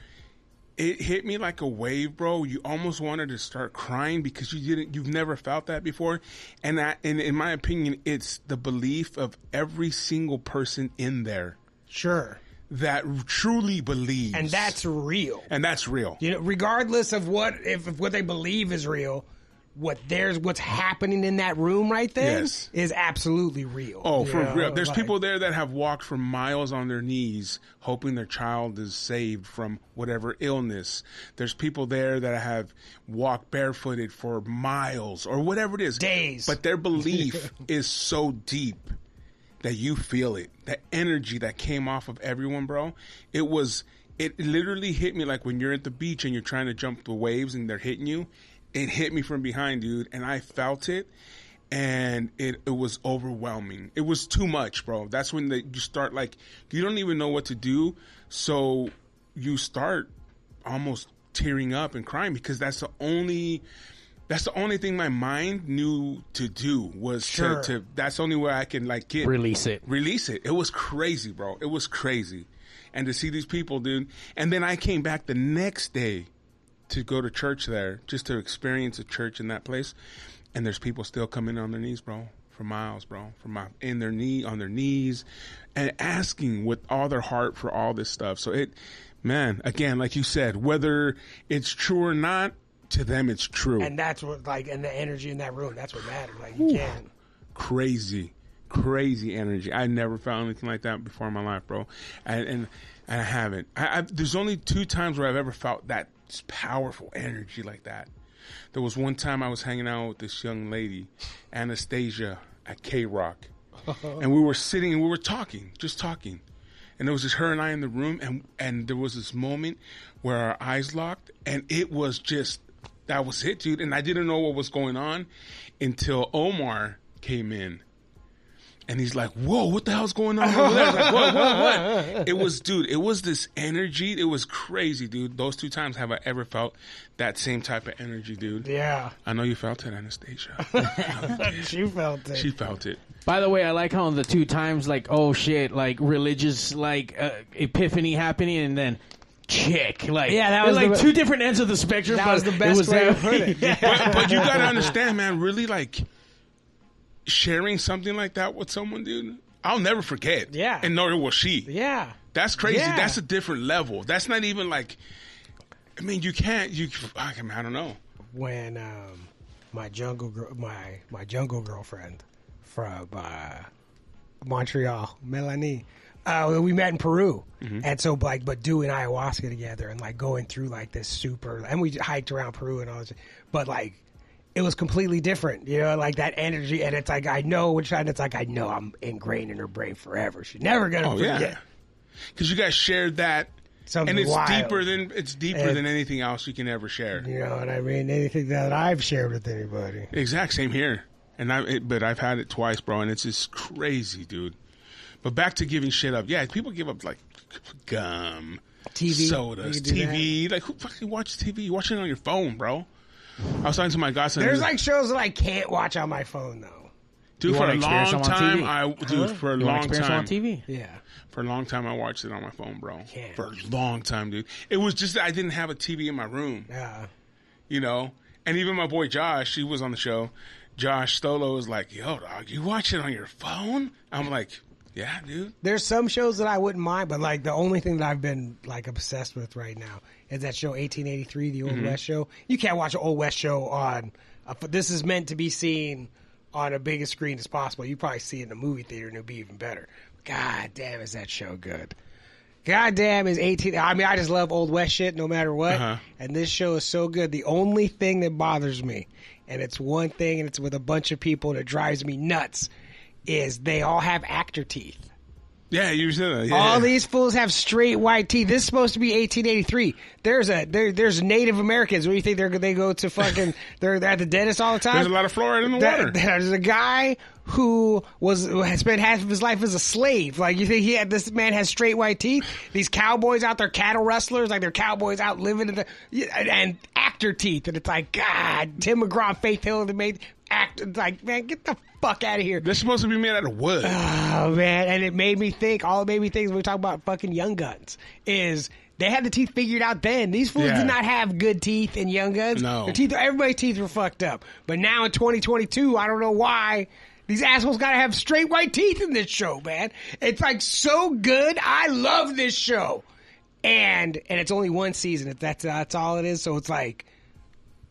[SPEAKER 1] it hit me like a wave bro you almost wanted to start crying because you didn't you've never felt that before and i and in my opinion it's the belief of every single person in there
[SPEAKER 3] Sure.
[SPEAKER 1] that truly believes
[SPEAKER 3] And that's real.
[SPEAKER 1] and that's real
[SPEAKER 3] You know, regardless of what if, if what they believe is real, what there's what's happening in that room right there is
[SPEAKER 1] Yes.
[SPEAKER 3] absolutely real.
[SPEAKER 1] Oh,
[SPEAKER 3] You
[SPEAKER 1] for
[SPEAKER 3] know,
[SPEAKER 1] real. There's
[SPEAKER 3] like-
[SPEAKER 1] people there that have walked for miles on their knees hoping their child is saved from whatever illness. There's people there that have walked barefooted for miles or whatever it is.
[SPEAKER 3] Days.
[SPEAKER 1] But their belief is so deep that you feel it. That energy that came off of everyone, bro. It was it literally hit me like when you're at the beach and you're trying to jump the waves and they're hitting you. It hit me from behind, dude, and I felt it and it, it was overwhelming. It was too much, bro. That's when the, you start like you don't even know what to do, so you start almost tearing up and crying because that's the only that's the only thing my mind knew to do was
[SPEAKER 3] Sure.
[SPEAKER 1] to, to that's the only way I can like get
[SPEAKER 4] Release it.
[SPEAKER 1] release it. It was crazy, bro. It was crazy. And to see these people, dude. And then I came back the next day to go to church there, just to experience a church in that place. And there's people still coming on their knees, bro, for miles, bro, for my in their knee on their knees, and asking with all their heart for all this stuff. So it, man, again, like you said, whether it's true or not, to them it's true.
[SPEAKER 3] and that's what like and the energy in that room, that's what matters. Like you can
[SPEAKER 1] crazy, crazy energy. I never felt anything like that before in my life, bro. And and, and I haven't. I, I, there's only two times where I've ever felt that powerful energy like that. There was one time I was hanging out with this young lady, Anastasia, at K Rock, and we were sitting and we were talking, just talking. And it was just her and I in the room, and and there was this moment where our eyes locked, and it was just that was it, dude. And I didn't know what was going on until Omar came in. And he's like, "Whoa, what the hell's going on over there?" I was like, "Whoa, what, what?" It was, dude. It was this energy. It was crazy, dude. Those two times have I ever felt that same type of energy, dude.
[SPEAKER 3] Yeah.
[SPEAKER 1] I know you felt it, Anastasia.
[SPEAKER 3] She felt it.
[SPEAKER 1] she felt it.
[SPEAKER 4] By the way, I like how the two times, like, oh shit, like religious, like uh, epiphany happening, and then chick, like,
[SPEAKER 3] Yeah, that
[SPEAKER 4] it
[SPEAKER 3] was
[SPEAKER 4] like
[SPEAKER 3] the-
[SPEAKER 4] two different ends of the spectrum.
[SPEAKER 3] that
[SPEAKER 4] but
[SPEAKER 3] was the best
[SPEAKER 4] was
[SPEAKER 3] way to
[SPEAKER 4] that-
[SPEAKER 3] put it.
[SPEAKER 1] But, but you gotta understand, man. Really, like sharing something like that with someone, dude. I'll never forget.
[SPEAKER 3] Yeah.
[SPEAKER 1] And nor will she.
[SPEAKER 3] Yeah.
[SPEAKER 1] That's crazy.
[SPEAKER 3] Yeah.
[SPEAKER 1] That's a different level. That's not even like. I mean, you can't. You. I mean, I don't know.
[SPEAKER 3] When um my jungle girl my my jungle girlfriend from uh Montreal, Melanie. Uh, we met in Peru,
[SPEAKER 1] Mm-hmm.
[SPEAKER 3] and so like, but doing ayahuasca together and like going through like this super, and we hiked around Peru and all this, but like, it was completely different, you know, like that energy, and it's like I know which side, it's like I know I'm ingrained in her brain forever. She's never gonna
[SPEAKER 1] Oh
[SPEAKER 3] forget
[SPEAKER 1] yeah. Because you guys shared that,
[SPEAKER 3] something
[SPEAKER 1] and it's
[SPEAKER 3] wild.
[SPEAKER 1] deeper than it's deeper
[SPEAKER 3] And-
[SPEAKER 1] than anything else you can ever share.
[SPEAKER 3] you know what I mean? Anything that I've shared with anybody,
[SPEAKER 1] Exact same here. And I, it, but I've had it twice, bro, and it's just crazy, dude. But back to giving shit up. Yeah, people give up like gum,
[SPEAKER 3] TV.
[SPEAKER 1] sodas,
[SPEAKER 3] You can do that.
[SPEAKER 1] TV. Like who fucking watches TV? You watch it on your phone, bro. I was talking to my godson.
[SPEAKER 3] There's
[SPEAKER 1] he's
[SPEAKER 3] like shows that I can't watch on my phone though.
[SPEAKER 1] dude
[SPEAKER 4] You
[SPEAKER 1] for
[SPEAKER 4] wanna
[SPEAKER 1] a
[SPEAKER 4] experience
[SPEAKER 1] long
[SPEAKER 4] them on
[SPEAKER 1] time.
[SPEAKER 4] TV?
[SPEAKER 1] I dude for a
[SPEAKER 4] You wanna
[SPEAKER 1] long
[SPEAKER 4] experience it
[SPEAKER 1] time
[SPEAKER 4] on TV.
[SPEAKER 3] Yeah.
[SPEAKER 1] for a long time I watched it on my phone, bro.
[SPEAKER 3] Yeah.
[SPEAKER 1] For a long time, dude. It was just that I didn't have a TV in my room.
[SPEAKER 3] Yeah.
[SPEAKER 1] you know. And even my boy Josh, he was on the show. Josh Stolo was like, "Yo, dog, you watch it on your phone?" I'm like, "Yeah, dude."
[SPEAKER 3] There's some shows that I wouldn't mind, but like the only thing that I've been like obsessed with right now is that show 1883, the Old West show. You can't watch an Old West show on. Uh, but this is meant to be seen on a biggest screen as possible. You probably see it in a movie theater and it'll be even better. God damn, is that show good? God damn is 18. I mean, I just love Old West shit no matter what.
[SPEAKER 1] Uh-huh.
[SPEAKER 3] And this show is so good. The only thing that bothers me, and it's one thing, and it's with a bunch of people, and it drives me nuts, is they all have actor teeth.
[SPEAKER 1] Yeah, you said that. Yeah.
[SPEAKER 3] All these fools have straight white teeth. This is supposed to be 1883. There's a there, there's Native Americans. What do you think they're they go to fucking they're, they're at the dentist all the time?
[SPEAKER 1] There's a lot of fluoride in the
[SPEAKER 3] That-
[SPEAKER 1] water.
[SPEAKER 3] there's a guy who was who had spent half of his life as a slave. Like you think he had this man has straight white teeth? These cowboys out there, cattle rustlers, like they're cowboys out living in the yeah, and, and actor teeth. And it's like God, Tim McGraw, Faith Hill, the made act. It's like man, get the fuck out of here.
[SPEAKER 1] They're supposed to be made out of wood.
[SPEAKER 3] Oh man, and it made me think. All it made me think when we talk about fucking Young Guns is they had the teeth figured out then. These fools
[SPEAKER 1] Yeah.
[SPEAKER 3] did not have good teeth in Young Guns.
[SPEAKER 1] No.
[SPEAKER 3] their teeth, everybody's teeth were fucked up. But now in 2022, I don't know why these assholes got to have straight white teeth in this show, man. It's like so good. I love this show, and and it's only one season. If that's that's all it is, so it's like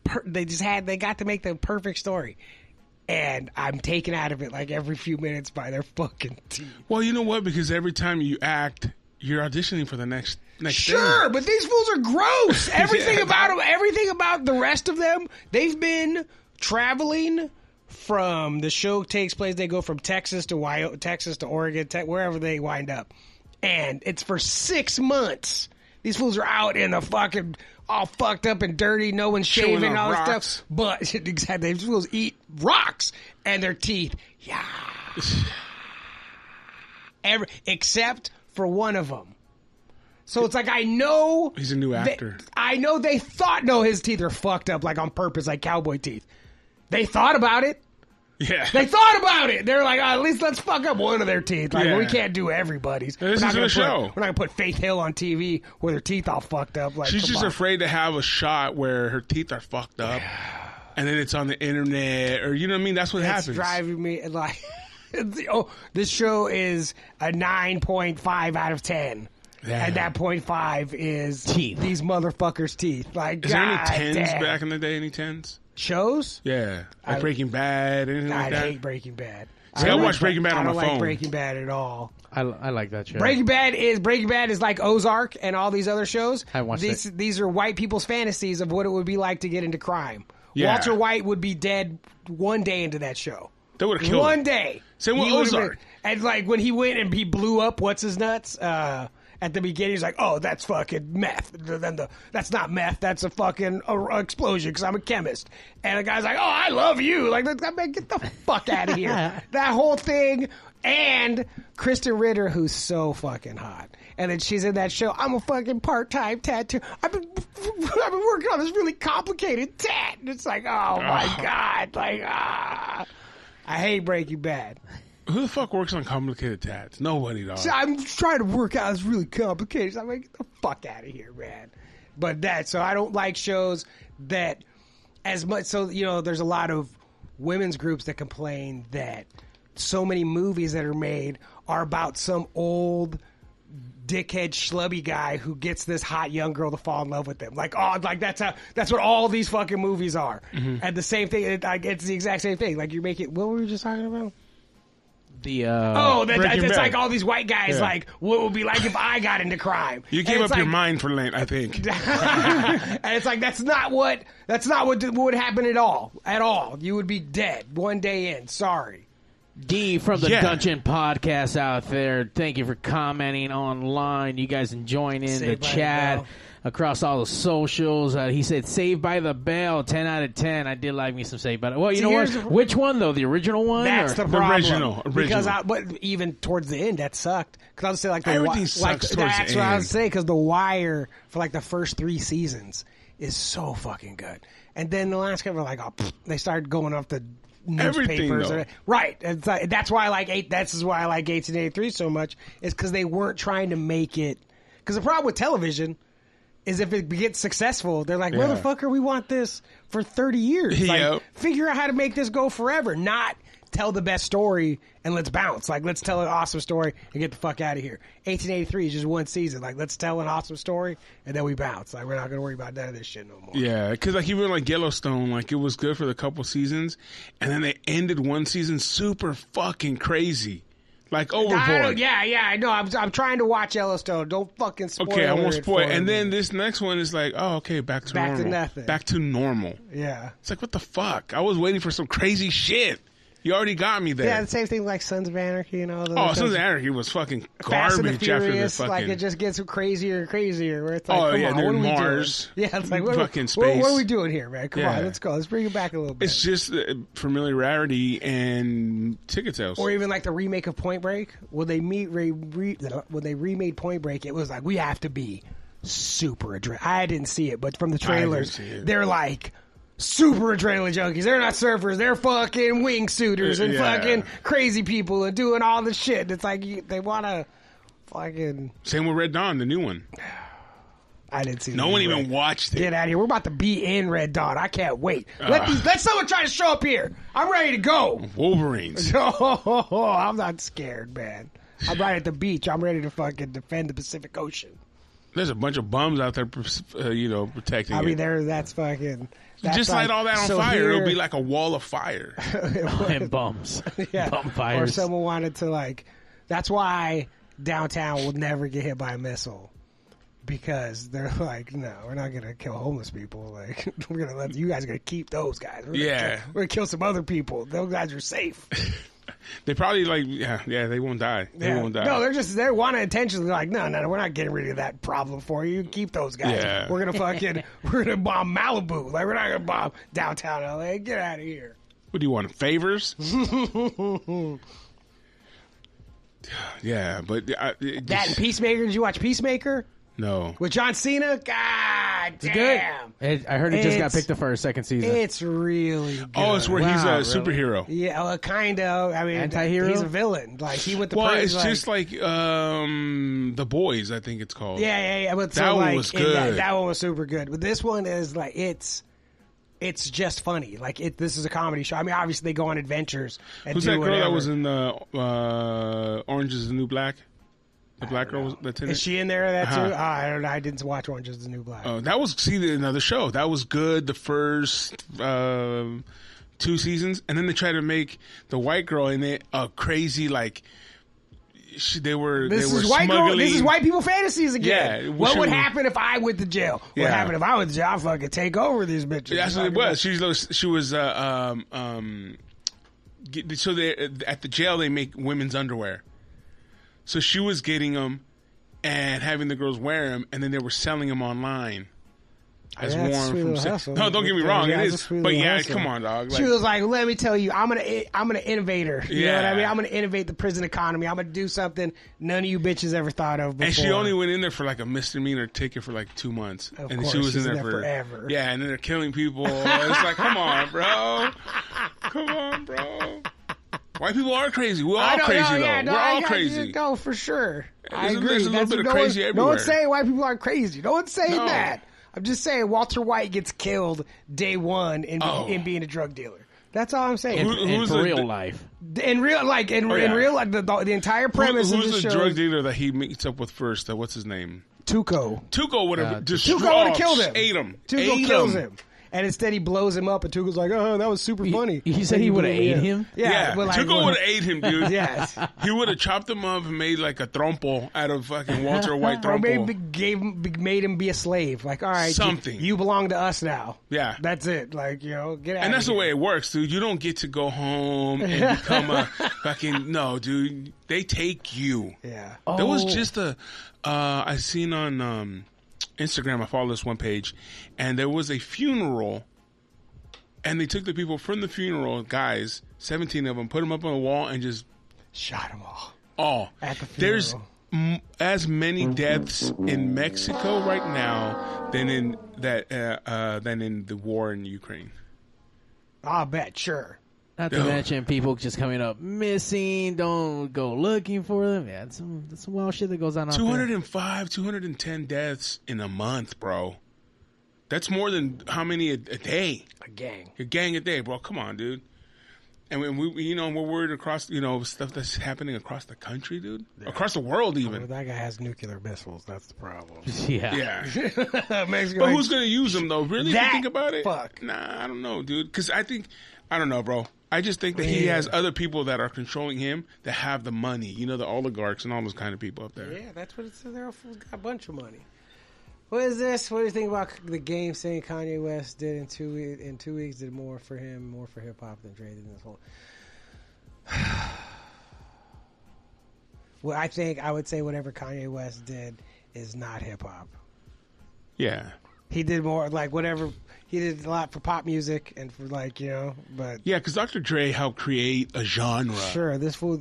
[SPEAKER 3] per- they just had they got to make the perfect story. And I'm taken out of it like every few minutes by their fucking teeth.
[SPEAKER 1] well, you know what? Because every time you act, you're auditioning for the next next.
[SPEAKER 3] Sure,
[SPEAKER 1] thing.
[SPEAKER 3] but these fools are gross. Everything
[SPEAKER 1] Yeah.
[SPEAKER 3] about them, everything about the rest of them, they've been traveling from the show takes place. They go from Texas to Wyoming, Texas to Oregon, te- wherever they wind up, and it's for six months. These fools are out in the fucking all fucked up and dirty, no one's
[SPEAKER 1] Chewing
[SPEAKER 3] shaving and all
[SPEAKER 1] on
[SPEAKER 3] this
[SPEAKER 1] rocks.
[SPEAKER 3] stuff. But exactly, these fools eat rocks and their teeth. Yeah, every except for one of them. So it's like I know
[SPEAKER 1] He's a new
[SPEAKER 3] they-
[SPEAKER 1] actor.
[SPEAKER 3] I know they thought no, his teeth are fucked up like on purpose, like cowboy teeth. They thought about it.
[SPEAKER 1] yeah.
[SPEAKER 3] They thought about it. They're like, oh, at least let's fuck up one of their teeth. Like
[SPEAKER 1] Yeah.
[SPEAKER 3] we can't do everybody's.
[SPEAKER 1] This
[SPEAKER 3] we're not
[SPEAKER 1] is
[SPEAKER 3] gonna
[SPEAKER 1] a
[SPEAKER 3] put,
[SPEAKER 1] show.
[SPEAKER 3] We're not gonna put Faith Hill on TV with her teeth all fucked up. Like
[SPEAKER 1] She's
[SPEAKER 3] come
[SPEAKER 1] just
[SPEAKER 3] on.
[SPEAKER 1] afraid to have a shot where her teeth are fucked up, and then it's on the internet, or you know what I mean. That's what
[SPEAKER 3] It's
[SPEAKER 1] happens.
[SPEAKER 3] driving me like. it's- oh, this show is a nine point five out of ten.
[SPEAKER 1] Yeah.
[SPEAKER 3] And that point five is
[SPEAKER 4] Teeth.
[SPEAKER 3] These motherfuckers' teeth. Like,
[SPEAKER 1] Is there
[SPEAKER 3] God
[SPEAKER 1] any tens
[SPEAKER 3] damn.
[SPEAKER 1] back in the day? Any tens?
[SPEAKER 3] shows?
[SPEAKER 1] Yeah, like
[SPEAKER 3] I-
[SPEAKER 1] Breaking Bad, anything like
[SPEAKER 3] I
[SPEAKER 1] that.
[SPEAKER 3] hate Breaking Bad.
[SPEAKER 1] See, I
[SPEAKER 3] don't
[SPEAKER 1] watch
[SPEAKER 3] like-
[SPEAKER 1] Breaking Bad on
[SPEAKER 3] I don't
[SPEAKER 1] my
[SPEAKER 3] like
[SPEAKER 1] phone.
[SPEAKER 3] Breaking Bad at all.
[SPEAKER 4] I, I like that show.
[SPEAKER 3] Breaking Bad is Breaking Bad is like Ozark and all these other shows.
[SPEAKER 4] I watched
[SPEAKER 3] these. These are white people's fantasies of what it would be like to get into crime.
[SPEAKER 1] Yeah.
[SPEAKER 3] Walter White would be dead one day into that show.
[SPEAKER 1] They would have killed
[SPEAKER 3] one
[SPEAKER 1] him.
[SPEAKER 3] day.
[SPEAKER 1] Same with
[SPEAKER 3] He would've
[SPEAKER 1] Ozark.
[SPEAKER 3] been- and like when he went and he blew up what's his nuts uh, at the beginning, he's like, "Oh, that's fucking meth." Then the that's not meth. That's a fucking uh, explosion because I'm a chemist. And the guy's like, "Oh, I love you." Like, that- man, get the fuck out of here. that whole thing. And Kristen Ritter, who's so fucking hot, and then she's in that show. I'm a fucking part time tattoo. I've been I've been working on this really complicated tat. And it's like, oh my god, like ah. I hate Breaking Bad.
[SPEAKER 1] Who the fuck works on complicated tats? Nobody, dog.
[SPEAKER 3] I'm trying to work out. It's really complicated. So I'm like, get the fuck out of here, man. But that, so I don't like shows that as much. So, you know, there's a lot of women's groups that complain that so many movies that are made are about some old dickhead schlubby guy who gets this hot young girl to fall in love with him. Like, oh, like that's how that's what all these fucking movies are. And the same thing, it, like, it's the exact same thing. Like, you're making what were we just talking about?
[SPEAKER 4] The uh,
[SPEAKER 3] Oh, that,
[SPEAKER 1] Breaking
[SPEAKER 3] that's it's
[SPEAKER 1] Bad.
[SPEAKER 3] like all these white guys.
[SPEAKER 1] Yeah.
[SPEAKER 3] Like, what would be like if I got into crime?
[SPEAKER 1] You
[SPEAKER 3] And
[SPEAKER 1] gave up
[SPEAKER 3] it's
[SPEAKER 1] your
[SPEAKER 3] like-
[SPEAKER 1] mind for Lent, I think.
[SPEAKER 3] and it's like that's not what that's not what d- would happen at all. At all, you would be dead one day in. Sorry.
[SPEAKER 4] D from the
[SPEAKER 1] Yeah.
[SPEAKER 4] Dungeon Podcast out there. Thank you for commenting online. You guys enjoying in
[SPEAKER 3] Say
[SPEAKER 4] the
[SPEAKER 3] bye,
[SPEAKER 4] chat. across all the socials. Uh, he said Saved by the Bell, ten out of ten. I did like me some Saved by the. Well, you
[SPEAKER 3] See,
[SPEAKER 4] know what?
[SPEAKER 3] here's the-
[SPEAKER 4] Which one though? The original one?
[SPEAKER 3] That's the
[SPEAKER 4] or-
[SPEAKER 1] The
[SPEAKER 3] problem.
[SPEAKER 1] original, original.
[SPEAKER 3] Because I, but even towards the end, that sucked. Because I was say like the wi-
[SPEAKER 1] Everything sucks
[SPEAKER 3] like,
[SPEAKER 1] towards
[SPEAKER 3] That's
[SPEAKER 1] the
[SPEAKER 3] what I
[SPEAKER 1] end.
[SPEAKER 3] was saying. Because the Wire for like the first three seasons is so fucking good, and then the last couple, like oh, pfft, they started going off the
[SPEAKER 1] Everything,
[SPEAKER 3] newspapers.
[SPEAKER 1] though.
[SPEAKER 3] right. It's like, that's why I like eight. That's why I like eighteen eighty three so much. Is because they weren't trying to make it. Because the problem with television. Is if it gets successful, they're like,
[SPEAKER 1] Yeah.
[SPEAKER 3] motherfucker, we want this for 30 years. Like,
[SPEAKER 1] Yep.
[SPEAKER 3] figure out how to make this go forever, not tell the best story and let's bounce. Like, let's tell an awesome story and get the fuck out of here. 1883 is just one season. Like, let's tell an awesome story and then we bounce. Like, we're not going to worry about none of this shit no more.
[SPEAKER 1] Yeah, because like even like Yellowstone, like it was good for the couple seasons, and then they ended one season super fucking crazy, like
[SPEAKER 3] I don't-
[SPEAKER 1] overboard.
[SPEAKER 3] yeah, yeah, I know. I'm, I'm trying to watch Yellowstone. Don't fucking spoil
[SPEAKER 1] Okay, I won't
[SPEAKER 3] it
[SPEAKER 1] spoil.
[SPEAKER 3] for
[SPEAKER 1] And
[SPEAKER 3] me.
[SPEAKER 1] then this next one is like, oh, okay, back to
[SPEAKER 3] Back to
[SPEAKER 1] normal.
[SPEAKER 3] nothing.
[SPEAKER 1] Back to normal.
[SPEAKER 3] yeah,
[SPEAKER 1] It's like what the fuck? I was waiting for some crazy shit. You already got me there.
[SPEAKER 3] yeah, the same thing like Sons of Anarchy and all those.
[SPEAKER 1] oh,
[SPEAKER 3] things.
[SPEAKER 1] Sons of Anarchy was fucking
[SPEAKER 3] Fast and the
[SPEAKER 1] garbage after the
[SPEAKER 3] Furious,
[SPEAKER 1] fucking.
[SPEAKER 3] like it just gets crazier and crazier. Where it's like,
[SPEAKER 1] Oh,
[SPEAKER 3] come
[SPEAKER 1] yeah,
[SPEAKER 3] on,
[SPEAKER 1] they're
[SPEAKER 3] what are
[SPEAKER 1] in
[SPEAKER 3] we
[SPEAKER 1] Mars,
[SPEAKER 3] doing? Yeah, it's like, what,
[SPEAKER 1] fucking
[SPEAKER 3] what, what,
[SPEAKER 1] space.
[SPEAKER 3] are we doing here, man? Come
[SPEAKER 1] Yeah.
[SPEAKER 3] on, let's go. Let's bring it back a little bit.
[SPEAKER 1] it's just uh, familiarity and ticket sales.
[SPEAKER 3] or even like the remake of Point Break. When they meet re, re, when they remade Point Break, it was like we have to be super adrenaline. I didn't see it, but from the
[SPEAKER 1] didn't
[SPEAKER 3] trailers,
[SPEAKER 1] see it.
[SPEAKER 3] they're like super adrenaline junkies. They're not surfers. They're fucking wingsuiters and
[SPEAKER 1] Uh, Yeah.
[SPEAKER 3] fucking crazy people and doing all this shit. It's like you, they want to fucking.
[SPEAKER 1] Same with Red Dawn, the new one.
[SPEAKER 3] I didn't see.
[SPEAKER 1] No
[SPEAKER 3] the
[SPEAKER 1] one
[SPEAKER 3] remake.
[SPEAKER 1] even watched it.
[SPEAKER 3] Get out of here. We're about to be in Red Dawn. I can't wait.
[SPEAKER 1] Ah.
[SPEAKER 3] Let these, let someone try to show up here. I'm ready to go.
[SPEAKER 1] Wolverines.
[SPEAKER 3] Oh, I'm not scared, man. I'm right at the beach. I'm ready to fucking defend the Pacific Ocean.
[SPEAKER 1] There's a bunch of bums out there, uh, you know, protecting
[SPEAKER 3] I
[SPEAKER 1] it.
[SPEAKER 3] mean, there. That's fucking. That's
[SPEAKER 1] Just light all that on
[SPEAKER 3] so
[SPEAKER 1] fire.
[SPEAKER 3] here-
[SPEAKER 1] It'll be like a wall of fire.
[SPEAKER 4] and bums,
[SPEAKER 3] yeah,
[SPEAKER 4] bum
[SPEAKER 3] or
[SPEAKER 4] fires.
[SPEAKER 3] someone wanted to like. That's why downtown will never get hit by a missile because they're like, no, we're not gonna kill homeless people. Like, we're gonna let you guys are gonna keep those guys. We're gonna
[SPEAKER 1] Yeah.
[SPEAKER 3] kill- we're gonna kill some other people. Those guys are safe.
[SPEAKER 1] they probably like, yeah, yeah, they won't die. They
[SPEAKER 3] Yeah.
[SPEAKER 1] won't die.
[SPEAKER 3] No, they're just they want to intentionally like, no, no, no, we're not getting rid of that problem for you. Keep those guys.
[SPEAKER 1] Yeah.
[SPEAKER 3] We're gonna fucking we're gonna bomb Malibu. Like we're not gonna bomb downtown LA. Get out of here.
[SPEAKER 1] what do you want? Favors? yeah, but I, it
[SPEAKER 3] That and
[SPEAKER 1] just-
[SPEAKER 3] Peacemaker. Did you watch Peacemaker
[SPEAKER 1] no.
[SPEAKER 3] with John Cena? God
[SPEAKER 4] Good.
[SPEAKER 3] damn,
[SPEAKER 4] It- I heard it just got
[SPEAKER 3] It's-
[SPEAKER 4] picked up for a second season.
[SPEAKER 3] it's really good.
[SPEAKER 1] Oh, it's where
[SPEAKER 4] Wow,
[SPEAKER 1] he's a
[SPEAKER 4] really?
[SPEAKER 1] superhero.
[SPEAKER 3] yeah, well, kind of. I mean,
[SPEAKER 4] Anti-hero?
[SPEAKER 3] He's a villain. Like he went the
[SPEAKER 1] Well,
[SPEAKER 3] praise,
[SPEAKER 1] it's just like um, the boys. I think it's called.
[SPEAKER 3] Yeah, yeah, yeah. But so,
[SPEAKER 1] That one
[SPEAKER 3] like,
[SPEAKER 1] was
[SPEAKER 3] in That,
[SPEAKER 1] good.
[SPEAKER 3] that one was super good. But this one is like it's it's just funny. Like it, this is a comedy show. I mean, obviously they go on adventures. And
[SPEAKER 1] Who's
[SPEAKER 3] do
[SPEAKER 1] that girl
[SPEAKER 3] whatever.
[SPEAKER 1] that was in the uh, Orange Is the New Black? The black girl was- that's in it.
[SPEAKER 3] Uh, Is she in there? That's
[SPEAKER 1] Uh-huh.
[SPEAKER 3] uh I don't know. I didn't watch Orange Is the New Black.
[SPEAKER 1] Oh, that was see the- another show. That was good. The first um, two seasons, and then they tried to make the white girl in it a crazy like. She, they were.
[SPEAKER 3] this
[SPEAKER 1] they were
[SPEAKER 3] is white girl,
[SPEAKER 1] smuggling-
[SPEAKER 3] This is white people fantasies
[SPEAKER 1] Yeah,
[SPEAKER 3] again.
[SPEAKER 1] we
[SPEAKER 3] what would
[SPEAKER 1] should've-
[SPEAKER 3] happen if I went to jail?
[SPEAKER 1] Yeah.
[SPEAKER 3] What happened if I went to jail? I fucking take over these bitches.
[SPEAKER 1] That's what it
[SPEAKER 3] Fucking-
[SPEAKER 1] was. She was. She was. Uh, um, um, get, so they at the jail they make women's underwear. So she was getting them and having the girls wear them, and then they were selling them online. As
[SPEAKER 3] Yeah, that's
[SPEAKER 1] warm
[SPEAKER 3] Sweet
[SPEAKER 1] from
[SPEAKER 3] Little
[SPEAKER 1] se-
[SPEAKER 3] Hustle.
[SPEAKER 1] no, don't get me
[SPEAKER 3] Yeah,
[SPEAKER 1] wrong,
[SPEAKER 3] yeah,
[SPEAKER 1] it
[SPEAKER 3] it's a
[SPEAKER 1] is.
[SPEAKER 3] Sweet
[SPEAKER 1] But
[SPEAKER 3] Little
[SPEAKER 1] yeah,
[SPEAKER 3] Hustle.
[SPEAKER 1] come on, dog.
[SPEAKER 3] she was like, "Let me tell you, I'm gonna, I'm gonna innovator. You know what I
[SPEAKER 1] Yeah.
[SPEAKER 3] mean? I'm gonna innovate the prison economy. I'm gonna do something none of you bitches ever thought of before."
[SPEAKER 1] And she only went in there for like a misdemeanor ticket for like two months,
[SPEAKER 3] Of
[SPEAKER 1] and
[SPEAKER 3] course,
[SPEAKER 1] she was
[SPEAKER 3] she's
[SPEAKER 1] in
[SPEAKER 3] in
[SPEAKER 1] there
[SPEAKER 3] there
[SPEAKER 1] for
[SPEAKER 3] forever.
[SPEAKER 1] Yeah, and then they're killing people. it's like, come on, bro, come on, bro. White people are crazy. We're all
[SPEAKER 3] I don't
[SPEAKER 1] crazy
[SPEAKER 3] know,
[SPEAKER 1] though.
[SPEAKER 3] yeah, no,
[SPEAKER 1] We're
[SPEAKER 3] I
[SPEAKER 1] all
[SPEAKER 3] got-
[SPEAKER 1] crazy.
[SPEAKER 3] No, for sure. I
[SPEAKER 1] There's a-
[SPEAKER 3] agree.
[SPEAKER 1] there's a little
[SPEAKER 3] That's
[SPEAKER 1] bit of
[SPEAKER 3] no
[SPEAKER 1] crazy
[SPEAKER 3] one, No
[SPEAKER 1] everywhere.
[SPEAKER 3] one's saying white people aren't crazy. No one's saying
[SPEAKER 1] No.
[SPEAKER 3] that. I'm just saying Walter White gets killed day one in,
[SPEAKER 1] Oh.
[SPEAKER 3] in being a drug dealer. That's all I'm saying.
[SPEAKER 1] Who-
[SPEAKER 4] And
[SPEAKER 1] who's
[SPEAKER 4] for
[SPEAKER 1] the-
[SPEAKER 4] real life.
[SPEAKER 3] in real, like in, in
[SPEAKER 1] yeah.
[SPEAKER 3] real, like the, the entire
[SPEAKER 1] Who-
[SPEAKER 3] premise of
[SPEAKER 1] who's
[SPEAKER 3] this
[SPEAKER 1] the
[SPEAKER 3] show,
[SPEAKER 1] drug
[SPEAKER 3] is
[SPEAKER 1] dealer that he meets up with first? Uh, what's his name?
[SPEAKER 3] Tuco.
[SPEAKER 1] Tuco would have destroyed.
[SPEAKER 3] Uh, Tuco would have killed him.
[SPEAKER 1] oh, Ate him.
[SPEAKER 3] Tuco
[SPEAKER 1] Ate
[SPEAKER 3] kills him. And instead, he blows him up, and Tuco's like, "Oh, that was super funny."
[SPEAKER 4] he said he would've ate him?
[SPEAKER 3] Yeah,
[SPEAKER 1] Yeah,
[SPEAKER 3] but like,
[SPEAKER 1] Tuco would have ate him, dude.
[SPEAKER 3] Yes.
[SPEAKER 1] he would have chopped him up and made like a trompo out of fucking Walter White
[SPEAKER 3] Or
[SPEAKER 1] trompo.
[SPEAKER 3] maybe gave him- made him be a slave. Like, all right, you-
[SPEAKER 1] Something.
[SPEAKER 3] You, belong to us now.
[SPEAKER 1] Yeah.
[SPEAKER 3] that's it. Like, you know, get out.
[SPEAKER 1] And that's
[SPEAKER 3] here.
[SPEAKER 1] the way it works, dude. You don't get to go home and become a fucking no, dude. They take you.
[SPEAKER 3] Yeah.
[SPEAKER 1] There was
[SPEAKER 4] Oh.
[SPEAKER 1] just a uh, I seen on um, Instagram. I follow this one page, and there was a funeral, and they took the people from the funeral, guys, seventeen of them, put them up on the wall, and just
[SPEAKER 3] Shot them all.
[SPEAKER 1] all.
[SPEAKER 3] At the
[SPEAKER 1] There's
[SPEAKER 3] funeral.
[SPEAKER 1] m- as many deaths in Mexico right now than in that uh, uh, than in the war in Ukraine.
[SPEAKER 3] I'll bet, sure.
[SPEAKER 4] Not to
[SPEAKER 1] Yeah.
[SPEAKER 4] mention people just coming up missing. Don't go looking for them. Yeah, it's some that's some wild shit that goes on. out there.
[SPEAKER 1] 205, 210 deaths in a month, bro. That's more than how many a, a day?
[SPEAKER 3] A gang.
[SPEAKER 1] A gang a day, bro. Come on, dude. And we, we, you know, we're worried across, you know, stuff that's happening across the country, dude. Across the world,
[SPEAKER 3] But
[SPEAKER 1] even.
[SPEAKER 3] that guy has nuclear missiles. That's the problem.
[SPEAKER 4] Yeah.
[SPEAKER 1] Yeah.
[SPEAKER 3] Mexico
[SPEAKER 1] But
[SPEAKER 3] ain't
[SPEAKER 1] who's gonna use them though? Really, if you
[SPEAKER 3] That
[SPEAKER 1] think about it.
[SPEAKER 3] fuck.
[SPEAKER 1] Nah, I don't know, dude. Because I think, I don't know, bro. I just think that he
[SPEAKER 3] Yeah.
[SPEAKER 1] has other people that are controlling him that have the money. You know, the oligarchs and all those kind of people up there.
[SPEAKER 3] Yeah, that's what it says. They're fools got a bunch of money. What is this? What do you think about the game saying Kanye West did in two we- in two weeks did more for him, more for hip hop than Dre did in this whole? well, I think I would say whatever Kanye West did is not hip hop.
[SPEAKER 1] Yeah,
[SPEAKER 3] He did more like whatever he did a lot for pop music and for like you know, but
[SPEAKER 1] yeah. Because Dr. Dre helped create a genre.
[SPEAKER 3] sure, this fool.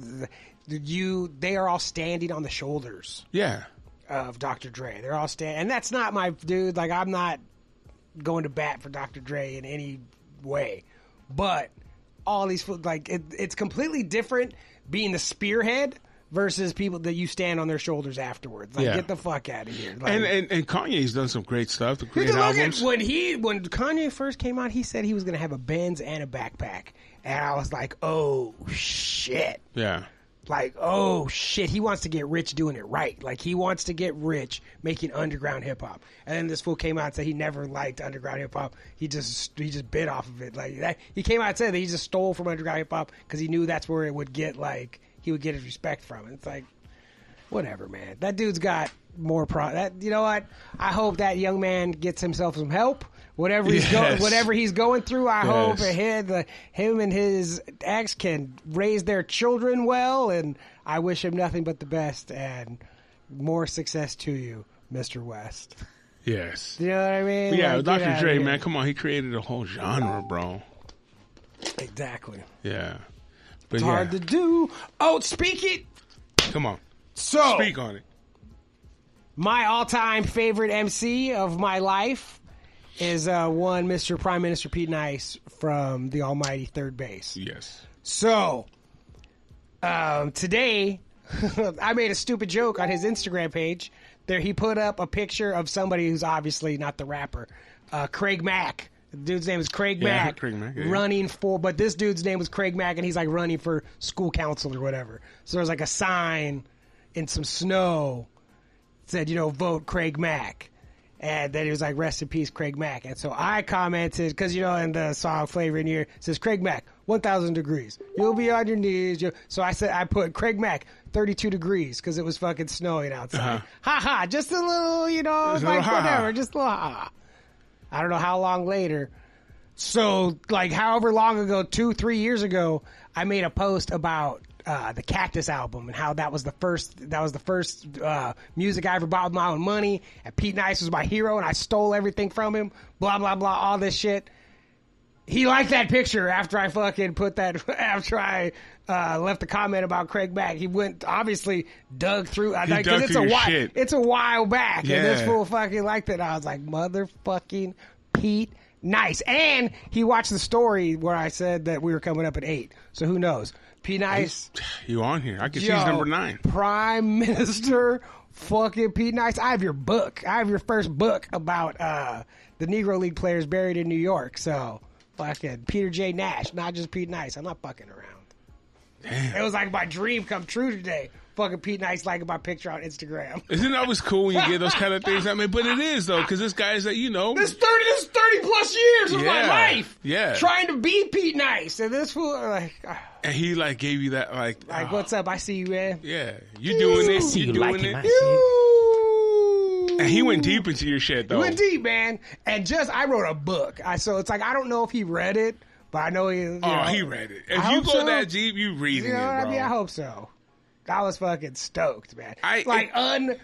[SPEAKER 3] Did you? They are all standing on the shoulders.
[SPEAKER 1] Yeah,
[SPEAKER 3] of Dr. Dre. They're all stand, and that's not my dude. Like I'm not going to bat for Dr. Dre in any way, but all these fo- like it, it's completely different being the spearhead versus people that you stand on their shoulders afterwards. Like
[SPEAKER 1] Yeah.
[SPEAKER 3] get the fuck out of here. Like,
[SPEAKER 1] and, and and Kanye's done some great stuff to
[SPEAKER 3] you
[SPEAKER 1] create
[SPEAKER 3] can look at
[SPEAKER 1] albums.
[SPEAKER 3] when he when Kanye first came out, he said he was going to have a Benz and a backpack, and I was like, oh shit
[SPEAKER 1] yeah,
[SPEAKER 3] like oh shit he wants to get rich doing it right like he wants to get rich making underground hip hop and then this fool came out and said he never liked underground hip hop he just he just bit off of it like that he came out and said that he just stole from underground hip hop because he knew that's where it would get like he would get his respect from it's like whatever man that dude's got more pro that you know what i hope that young man gets himself some help whatever he's going
[SPEAKER 1] Yes.
[SPEAKER 3] whatever he's going through i hope
[SPEAKER 1] Yes.
[SPEAKER 3] it him, the, him and his ex can raise their children well, and I wish him nothing but the best and more success to you, Mr. West.
[SPEAKER 1] yes,
[SPEAKER 3] You know what I mean?
[SPEAKER 1] yeah.
[SPEAKER 3] Like, get
[SPEAKER 1] Dr.
[SPEAKER 3] outta
[SPEAKER 1] Dre,
[SPEAKER 3] here.
[SPEAKER 1] man, come on, he created a whole genre, bro.
[SPEAKER 3] Exactly. It's
[SPEAKER 1] Yeah, but yeah,
[SPEAKER 3] hard to do. Oh, speak it.
[SPEAKER 1] come on,
[SPEAKER 3] So,
[SPEAKER 1] speak on it.
[SPEAKER 3] my all-time favorite MC of my life is uh, one Mr. Prime Minister Pete Nice from the Almighty Third Base.
[SPEAKER 1] Yes,
[SPEAKER 3] So, um, today, I made a stupid joke on his Instagram page. There, he put up a picture of somebody who's obviously not the rapper, uh, Craig Mack. The dude's name is Craig
[SPEAKER 1] Yeah, I heard
[SPEAKER 3] Mack.
[SPEAKER 1] Craig Mack, yeah.
[SPEAKER 3] Running for, but this dude's name was Craig Mack, and he's like running for school council or whatever. So there's like a sign in some snow said, you know, vote Craig Mack. And then he was like, rest in peace, Craig Mack. And so I commented, because, you know, in the song Flavor in Here, it says, Craig Mack, 1,000 degrees. You'll be on your knees. You'll... So I said, I put Craig Mack, 32 degrees, because it was fucking snowing outside. Ha ha, just a little, you know,
[SPEAKER 1] Uh-huh. Just a
[SPEAKER 3] like
[SPEAKER 1] little ha-ha.
[SPEAKER 3] whatever, just a little ha ha. I don't know how long later. So, like, however long ago, two, three years ago, I made a post about uh, the Cactus album and how that was the first that was the first uh, music I ever bought with my own money. And Pete Nice was my hero, and I stole everything from him. Blah blah blah, all this shit. He liked that picture after I fucking put that after I uh, left the comment about Craig Mack. He went obviously dug through because
[SPEAKER 1] dug
[SPEAKER 3] it's
[SPEAKER 1] through
[SPEAKER 3] a
[SPEAKER 1] your
[SPEAKER 3] while
[SPEAKER 1] shit.
[SPEAKER 3] it's a while back, and this
[SPEAKER 1] Yeah.
[SPEAKER 3] fool fucking liked it. And I was like, motherfucking Pete, nice. And he watched the story where I said that we were coming up at eight. So who knows? Pete Nice,
[SPEAKER 1] you on here? I can see
[SPEAKER 3] yo,
[SPEAKER 1] he's number nine.
[SPEAKER 3] Prime Minister, fucking Pete Nice. I have your book. I have your first book about uh, the Negro League players buried in New York. So fucking Peter J. Nash, not just Pete Nice. I'm not fucking around. It was like my dream come true today. Fucking Pete Nice liking my picture on Instagram.
[SPEAKER 1] Isn't it always cool when you get those kind of things? I mean, but it is though, because this guy's that you know,
[SPEAKER 3] This thirty, this is thirty plus years of my
[SPEAKER 1] Yeah,
[SPEAKER 3] life.
[SPEAKER 1] yeah.
[SPEAKER 3] trying to be Pete Nice, and this fool like, ah,
[SPEAKER 1] and he like gave you that like,
[SPEAKER 3] like
[SPEAKER 1] ah,
[SPEAKER 3] what's up? I see you, man.
[SPEAKER 1] yeah, you doing this,
[SPEAKER 4] See
[SPEAKER 1] you
[SPEAKER 4] you
[SPEAKER 1] doing
[SPEAKER 4] liking my
[SPEAKER 1] it,
[SPEAKER 4] shit.
[SPEAKER 1] and he went deep into your shit though.
[SPEAKER 3] Went deep, man, and just I wrote a book, I, so it's like I don't know if he read it, but I know he. You
[SPEAKER 1] Oh,
[SPEAKER 3] know,
[SPEAKER 1] he read it. If
[SPEAKER 3] I
[SPEAKER 1] you
[SPEAKER 3] hope
[SPEAKER 1] go
[SPEAKER 3] so.
[SPEAKER 1] that deep, you reading
[SPEAKER 3] You know
[SPEAKER 1] it,
[SPEAKER 3] what
[SPEAKER 1] bro.
[SPEAKER 3] I mean? I hope so. I was fucking stoked, man.
[SPEAKER 1] I-
[SPEAKER 3] like
[SPEAKER 1] it-
[SPEAKER 3] un.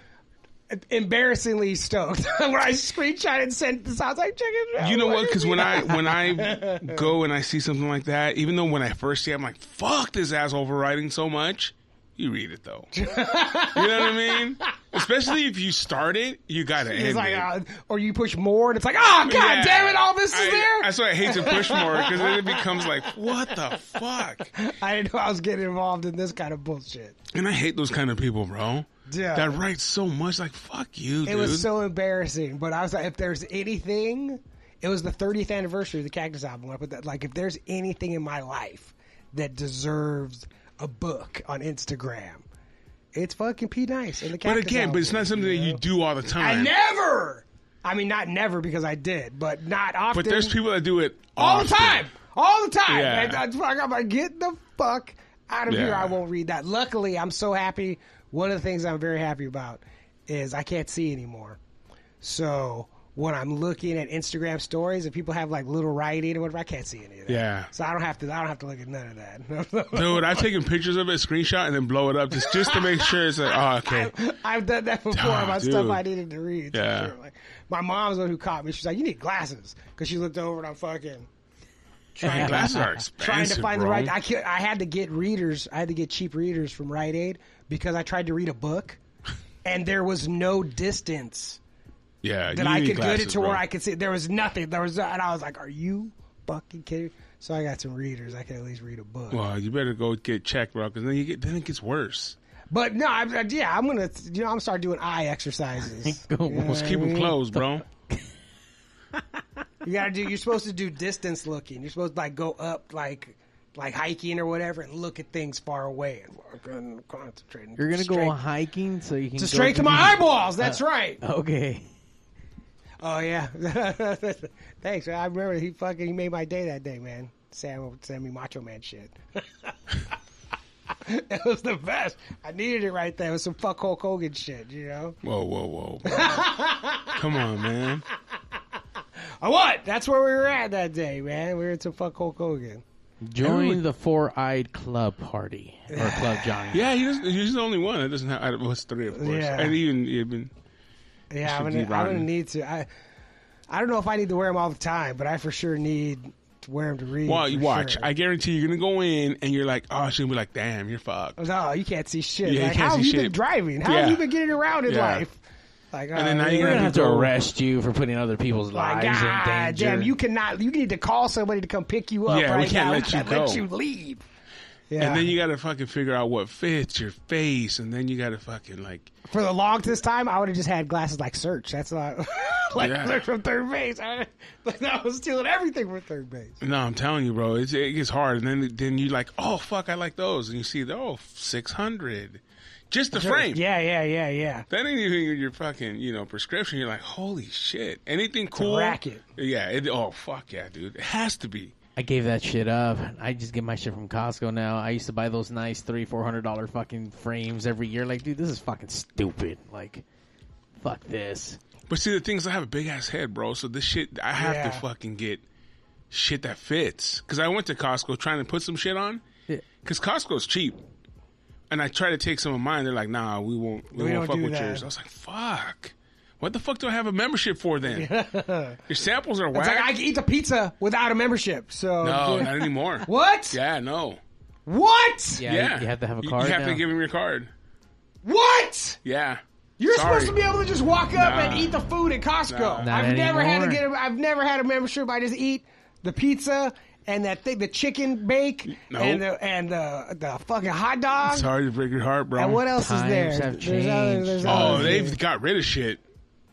[SPEAKER 3] embarrassingly stoked when I screenshot and sent this. I was like, check it out.
[SPEAKER 1] You know what? Because when I when I go and I see something like that, even though when I first see, it, I'm like, "Fuck this asshole for writing so much." You read it though. you know what I mean? Especially if you start it, you gotta end
[SPEAKER 3] It's like,
[SPEAKER 1] it.
[SPEAKER 3] uh, or you push more, and it's like, oh god
[SPEAKER 1] Yeah.
[SPEAKER 3] damn it, all this is
[SPEAKER 1] I,
[SPEAKER 3] there.
[SPEAKER 1] That's why I hate to push more because then it becomes like, what the fuck?
[SPEAKER 3] I didn't know I was getting involved in this kind of bullshit.
[SPEAKER 1] And I hate those kind of people, bro.
[SPEAKER 3] Yeah.
[SPEAKER 1] That write so much. Like, fuck you,
[SPEAKER 3] It
[SPEAKER 1] dude.
[SPEAKER 3] was so embarrassing. But I was like, if there's anything, it was the 30th anniversary of the Cactus album. When I put that, like, if there's anything in my life that deserves a book on Instagram, it's fucking P Nice and the
[SPEAKER 1] but
[SPEAKER 3] Cactus.
[SPEAKER 1] again, but it's
[SPEAKER 3] Album,
[SPEAKER 1] not something that you
[SPEAKER 3] know?
[SPEAKER 1] do all the time.
[SPEAKER 3] I never. I mean, not never because I did, but not often.
[SPEAKER 1] But there's people that do it
[SPEAKER 3] all the
[SPEAKER 1] often.
[SPEAKER 3] time, all the time.
[SPEAKER 1] Yeah.
[SPEAKER 3] And that's why I'm like, get the fuck out of here.
[SPEAKER 1] Yeah.
[SPEAKER 3] I won't read that. Luckily, I'm so happy. One of the things I'm very happy about is I can't see anymore. So when I'm looking at Instagram stories and people have like little writing or whatever, I can't see any of that.
[SPEAKER 1] Yeah.
[SPEAKER 3] So I don't have to. I don't have to look at none of that.
[SPEAKER 1] Dude, I've taken pictures of it, screenshot, and then blow it up just, just to make sure it's like, oh, okay.
[SPEAKER 3] I've done that before
[SPEAKER 1] Ah,
[SPEAKER 3] about
[SPEAKER 1] dude.
[SPEAKER 3] stuff I needed to read. for
[SPEAKER 1] Yeah.
[SPEAKER 3] sure. Like, my mom's the one who caught me. She's like, "You need glasses," because she looked over and I'm fucking
[SPEAKER 1] My glasses are expensive.
[SPEAKER 3] trying to find
[SPEAKER 1] bro.
[SPEAKER 3] the right. I can't, I had to get readers. I had to get cheap readers from Rite Aid because I tried to read a book, and there was no distance
[SPEAKER 1] yeah,
[SPEAKER 3] that
[SPEAKER 1] you
[SPEAKER 3] I
[SPEAKER 1] need
[SPEAKER 3] could get it
[SPEAKER 1] glasses,
[SPEAKER 3] to
[SPEAKER 1] bro.
[SPEAKER 3] where I could see. There was nothing. There was, and I was like, "Are you fucking kidding?" So I got some readers. I could at least read a book.
[SPEAKER 1] Well, you better go get checked, bro, because then you get then it gets worse.
[SPEAKER 3] But no, I, I- yeah, I'm gonna. You know, I'm gonna start doing eye exercises.
[SPEAKER 4] Go-
[SPEAKER 3] You know
[SPEAKER 4] let's
[SPEAKER 3] what I
[SPEAKER 1] Keep them
[SPEAKER 3] mean?
[SPEAKER 1] closed, bro.
[SPEAKER 3] You gotta do. You're supposed to do distance looking. You're supposed to like go up like. Like hiking or whatever, and look at things far away and fucking concentrate. and
[SPEAKER 4] You're gonna go Uh,
[SPEAKER 3] straight-
[SPEAKER 4] hiking so you can
[SPEAKER 3] to
[SPEAKER 4] go
[SPEAKER 3] straight to my eyeballs. That's right.
[SPEAKER 4] Okay.
[SPEAKER 3] Oh yeah. Thanks. man. I remember he fucking he made my day that day, man. Sam send me Macho Man shit. it was the best. I needed it right there. It was some fuck Hulk Hogan shit, you know.
[SPEAKER 1] Whoa, whoa, whoa. bro. Come on, man.
[SPEAKER 3] I what? That's where we were at that day, man. We were at some fuck Hulk Hogan.
[SPEAKER 4] Join the four-eyed club party or club Johnny.
[SPEAKER 1] Yeah, he doesn't, he's the only one that doesn't have. I, well, it's three, of course.
[SPEAKER 3] Yeah.
[SPEAKER 1] And even even
[SPEAKER 3] Yeah, I'm
[SPEAKER 1] should
[SPEAKER 3] gonna,
[SPEAKER 1] be
[SPEAKER 3] I'm gonna
[SPEAKER 1] rotten.
[SPEAKER 3] need to. I I don't know if I need to wear them all the time, but I for sure need to wear them to read.
[SPEAKER 1] well, you
[SPEAKER 3] for
[SPEAKER 1] watch.
[SPEAKER 3] sure.
[SPEAKER 1] I guarantee you're gonna go in and you're like, oh, she'll be like, damn, you're fucked.
[SPEAKER 3] No, "Oh, you can't see shit.
[SPEAKER 1] Yeah, you
[SPEAKER 3] like,
[SPEAKER 1] can't
[SPEAKER 3] how have
[SPEAKER 1] see
[SPEAKER 3] you been
[SPEAKER 1] shit.
[SPEAKER 3] driving? How have
[SPEAKER 1] Yeah.
[SPEAKER 3] you been getting around in
[SPEAKER 1] Yeah.
[SPEAKER 3] life? Like, oh,
[SPEAKER 1] And then now
[SPEAKER 4] We're
[SPEAKER 1] you're
[SPEAKER 4] gonna
[SPEAKER 1] gonna
[SPEAKER 4] have to arrest you for putting other people's
[SPEAKER 3] like,
[SPEAKER 4] lives in
[SPEAKER 3] God
[SPEAKER 4] danger.
[SPEAKER 3] damn, you cannot. You need to call somebody to come pick you up.
[SPEAKER 1] Yeah, we
[SPEAKER 3] right
[SPEAKER 1] can't
[SPEAKER 3] now.
[SPEAKER 1] let you
[SPEAKER 3] can't let
[SPEAKER 1] go.
[SPEAKER 3] you leave. Yeah.
[SPEAKER 1] And then you gotta fucking figure out what fits your face, and then you gotta fucking like,
[SPEAKER 3] for the longest time, I would have just had glasses like search. That's not like
[SPEAKER 1] Yeah.
[SPEAKER 3] search from third base. I, like I was stealing everything from third base.
[SPEAKER 1] no, I'm telling you, bro, it's, it gets hard. And then then you like, oh fuck, I like those, and you see, oh, six hundred, just the frame.
[SPEAKER 3] Yeah, yeah, yeah, yeah.
[SPEAKER 1] That ain't even your fucking, you know, prescription. You're like, holy shit. Anything cool?
[SPEAKER 3] racket.
[SPEAKER 1] Yeah. It, oh, fuck yeah, dude. It has to be.
[SPEAKER 4] I gave that shit up. I just get my shit from Costco now. I used to buy those nice three, four hundred dollar fucking frames every year. Like, dude, this is fucking stupid. Like, fuck this.
[SPEAKER 1] But see, the thing is, I have a big ass head, bro. So this shit, I have
[SPEAKER 3] Yeah.
[SPEAKER 1] to fucking get shit that fits. Because I went to Costco trying to put some shit on.
[SPEAKER 4] Yeah.
[SPEAKER 1] Because Costco's cheap. And I try to take some of mine. They're like, nah, we won't, we,
[SPEAKER 3] We
[SPEAKER 1] won't
[SPEAKER 3] don't
[SPEAKER 1] fuck
[SPEAKER 3] do
[SPEAKER 1] with
[SPEAKER 3] that.
[SPEAKER 1] yours. I was like, fuck. What the fuck do I have a membership for then? Your samples are
[SPEAKER 3] It's
[SPEAKER 1] whack.
[SPEAKER 3] like I can eat the pizza without a membership. So
[SPEAKER 1] no, not anymore.
[SPEAKER 3] what?
[SPEAKER 1] Yeah, no.
[SPEAKER 3] What?
[SPEAKER 4] Yeah,
[SPEAKER 1] Yeah.
[SPEAKER 4] You, you have to have a
[SPEAKER 1] You-
[SPEAKER 4] card.
[SPEAKER 1] You have
[SPEAKER 4] now.
[SPEAKER 1] to give him your card.
[SPEAKER 3] What?
[SPEAKER 1] Yeah.
[SPEAKER 3] You're
[SPEAKER 1] Sorry.
[SPEAKER 3] supposed to be able to just walk up and
[SPEAKER 1] Nah.
[SPEAKER 3] eat the food at Costco.
[SPEAKER 1] Nah.
[SPEAKER 4] Not
[SPEAKER 3] I've never had to get. A,
[SPEAKER 4] anymore.
[SPEAKER 3] I've never had a membership. I just eat the pizza and that thing, the chicken bake,
[SPEAKER 1] No.
[SPEAKER 3] and the and the, the fucking hot dog.
[SPEAKER 1] Sorry to break your heart, bro.
[SPEAKER 3] And what else
[SPEAKER 4] Times
[SPEAKER 3] is there?
[SPEAKER 4] have
[SPEAKER 3] other,
[SPEAKER 4] changed.
[SPEAKER 3] there's
[SPEAKER 1] Oh,
[SPEAKER 3] other
[SPEAKER 1] they've
[SPEAKER 3] things.
[SPEAKER 1] got rid of shit.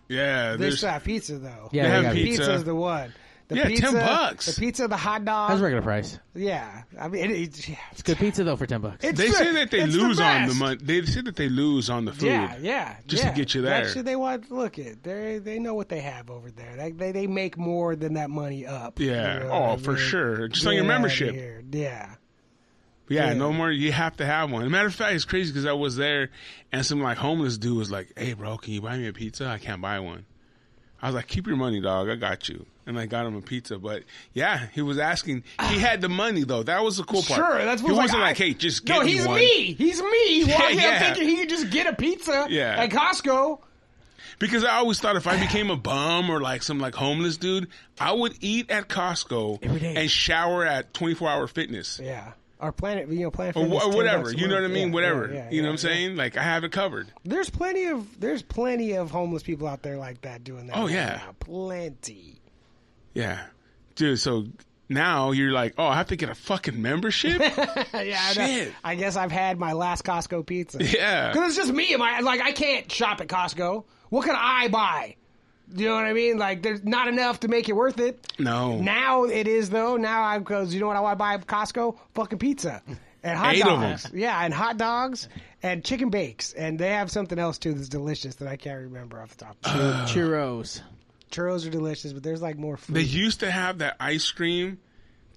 [SPEAKER 1] Yeah,
[SPEAKER 3] They
[SPEAKER 1] there's
[SPEAKER 3] still have pizza though.
[SPEAKER 4] Yeah,
[SPEAKER 1] They
[SPEAKER 4] they
[SPEAKER 1] have
[SPEAKER 4] got
[SPEAKER 1] pizza.
[SPEAKER 3] pizza's the one. The
[SPEAKER 1] Yeah, 10
[SPEAKER 3] pizza,
[SPEAKER 1] bucks.
[SPEAKER 3] The pizza, the hot dog.
[SPEAKER 4] That's regular price.
[SPEAKER 3] Yeah, I mean, it, it, yeah.
[SPEAKER 4] It's good pizza though for ten bucks.
[SPEAKER 3] It's
[SPEAKER 1] they
[SPEAKER 3] the-
[SPEAKER 1] say that they
[SPEAKER 3] it's
[SPEAKER 1] lose on the
[SPEAKER 3] best.
[SPEAKER 1] money. They say that they lose on the food.
[SPEAKER 3] Yeah, yeah.
[SPEAKER 1] Just
[SPEAKER 3] yeah.
[SPEAKER 1] to get you there.
[SPEAKER 3] That shit they want. Look it. They they know what they have over there. They they, they make more than that money up.
[SPEAKER 1] Yeah.
[SPEAKER 3] You know what
[SPEAKER 1] oh,
[SPEAKER 3] I
[SPEAKER 1] for
[SPEAKER 3] mean?
[SPEAKER 1] sure. Just
[SPEAKER 3] Get
[SPEAKER 1] on your
[SPEAKER 3] outta
[SPEAKER 1] membership.
[SPEAKER 3] here. Yeah.
[SPEAKER 1] Yeah,
[SPEAKER 3] Yeah.
[SPEAKER 1] no more. You have to have one. matter of fact, it's crazy because I was there, and some like homeless dude was like, "Hey, bro, can you buy me a pizza? I can't buy one." I was like, "Keep your money, dog. I got you." And I got him a pizza, but yeah, he was asking. He had the money though. That was the cool part.
[SPEAKER 3] Sure, that's what
[SPEAKER 1] he wasn't
[SPEAKER 3] I-
[SPEAKER 1] like, "Hey, just get
[SPEAKER 3] no.
[SPEAKER 1] me
[SPEAKER 3] He's
[SPEAKER 1] one."
[SPEAKER 3] me. He's me. Walking
[SPEAKER 1] yeah.
[SPEAKER 3] up thinking he could just get a pizza
[SPEAKER 1] Yeah.
[SPEAKER 3] at Costco.
[SPEAKER 1] Because I always thought if I became a bum or like some like homeless dude, I would eat at Costco
[SPEAKER 3] Every day.
[SPEAKER 1] and shower at 24 hour fitness
[SPEAKER 3] Yeah. Our planet, you know, planet
[SPEAKER 1] or,
[SPEAKER 3] Fitness,
[SPEAKER 1] wh-
[SPEAKER 3] 10
[SPEAKER 1] whatever.
[SPEAKER 3] bucks a
[SPEAKER 1] You know what I
[SPEAKER 3] month.
[SPEAKER 1] mean?
[SPEAKER 3] Yeah,
[SPEAKER 1] whatever.
[SPEAKER 3] yeah, yeah,
[SPEAKER 1] you know what
[SPEAKER 3] yeah.
[SPEAKER 1] I'm saying? Like I have it covered.
[SPEAKER 3] There's plenty of there's plenty of homeless people out there like that doing that.
[SPEAKER 1] Oh,
[SPEAKER 3] right
[SPEAKER 1] yeah.
[SPEAKER 3] now. plenty.
[SPEAKER 1] Yeah. Dude, so now you're like, oh, I have to get a fucking membership?
[SPEAKER 3] yeah, I, know.
[SPEAKER 1] Shit.
[SPEAKER 3] I guess I've had my last Costco pizza.
[SPEAKER 1] yeah.
[SPEAKER 3] Because it's just me. and My, like, I can't shop at Costco. What can I buy? You know what I mean? Like, there's not enough to make it worth it.
[SPEAKER 1] No.
[SPEAKER 3] Now it is, though. Now I'm, because you know what I want to buy at Costco? Fucking pizza. And hot
[SPEAKER 1] Eight of
[SPEAKER 3] dogs. Yeah, and hot dogs and chicken bakes. And they have something else, too, that's delicious that I can't remember off the top.
[SPEAKER 1] Uh.
[SPEAKER 4] Churros.
[SPEAKER 3] Churros are delicious, but there's like more food.
[SPEAKER 1] They used to have that ice cream,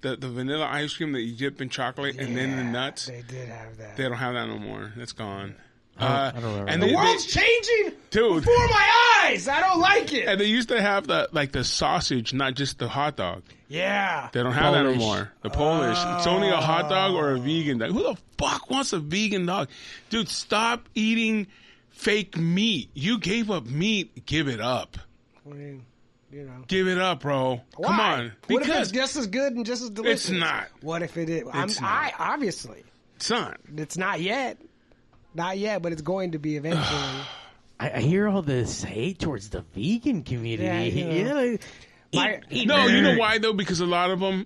[SPEAKER 1] the, the vanilla ice cream that you dip in chocolate and then the
[SPEAKER 3] Yeah,
[SPEAKER 1] nuts.
[SPEAKER 3] They did have that.
[SPEAKER 1] They don't have that no more. That's gone. Uh,
[SPEAKER 4] I don't remember
[SPEAKER 1] and
[SPEAKER 4] that.
[SPEAKER 1] they,
[SPEAKER 3] the
[SPEAKER 1] they-
[SPEAKER 3] world's changing
[SPEAKER 1] dude,
[SPEAKER 3] before my eyes. I don't like it.
[SPEAKER 1] and they used to have the like the sausage, not just the hot dog.
[SPEAKER 3] Yeah.
[SPEAKER 1] They don't have that
[SPEAKER 4] Polish.
[SPEAKER 1] anymore. The Polish.
[SPEAKER 3] Oh.
[SPEAKER 1] It's only a hot dog or a vegan dog. Who the fuck wants a vegan dog? Dude, stop eating fake meat. You gave up meat. Give it up.
[SPEAKER 3] I mean, you know.
[SPEAKER 1] Give it up, bro. Come
[SPEAKER 3] Why?
[SPEAKER 1] on.
[SPEAKER 3] what if it's
[SPEAKER 1] Because
[SPEAKER 3] just as good and just as delicious?
[SPEAKER 1] not.
[SPEAKER 3] What if it is? I'm,
[SPEAKER 1] It's not.
[SPEAKER 3] I obviously
[SPEAKER 1] son,
[SPEAKER 3] it's not yet, not yet, but it's going to be eventually.
[SPEAKER 4] I, I hear all this hate towards the vegan community.
[SPEAKER 3] Yeah, I know.
[SPEAKER 4] you know, eat-
[SPEAKER 3] My-
[SPEAKER 4] eat
[SPEAKER 1] No, you know
[SPEAKER 4] dirt.
[SPEAKER 1] why though? Because a lot of them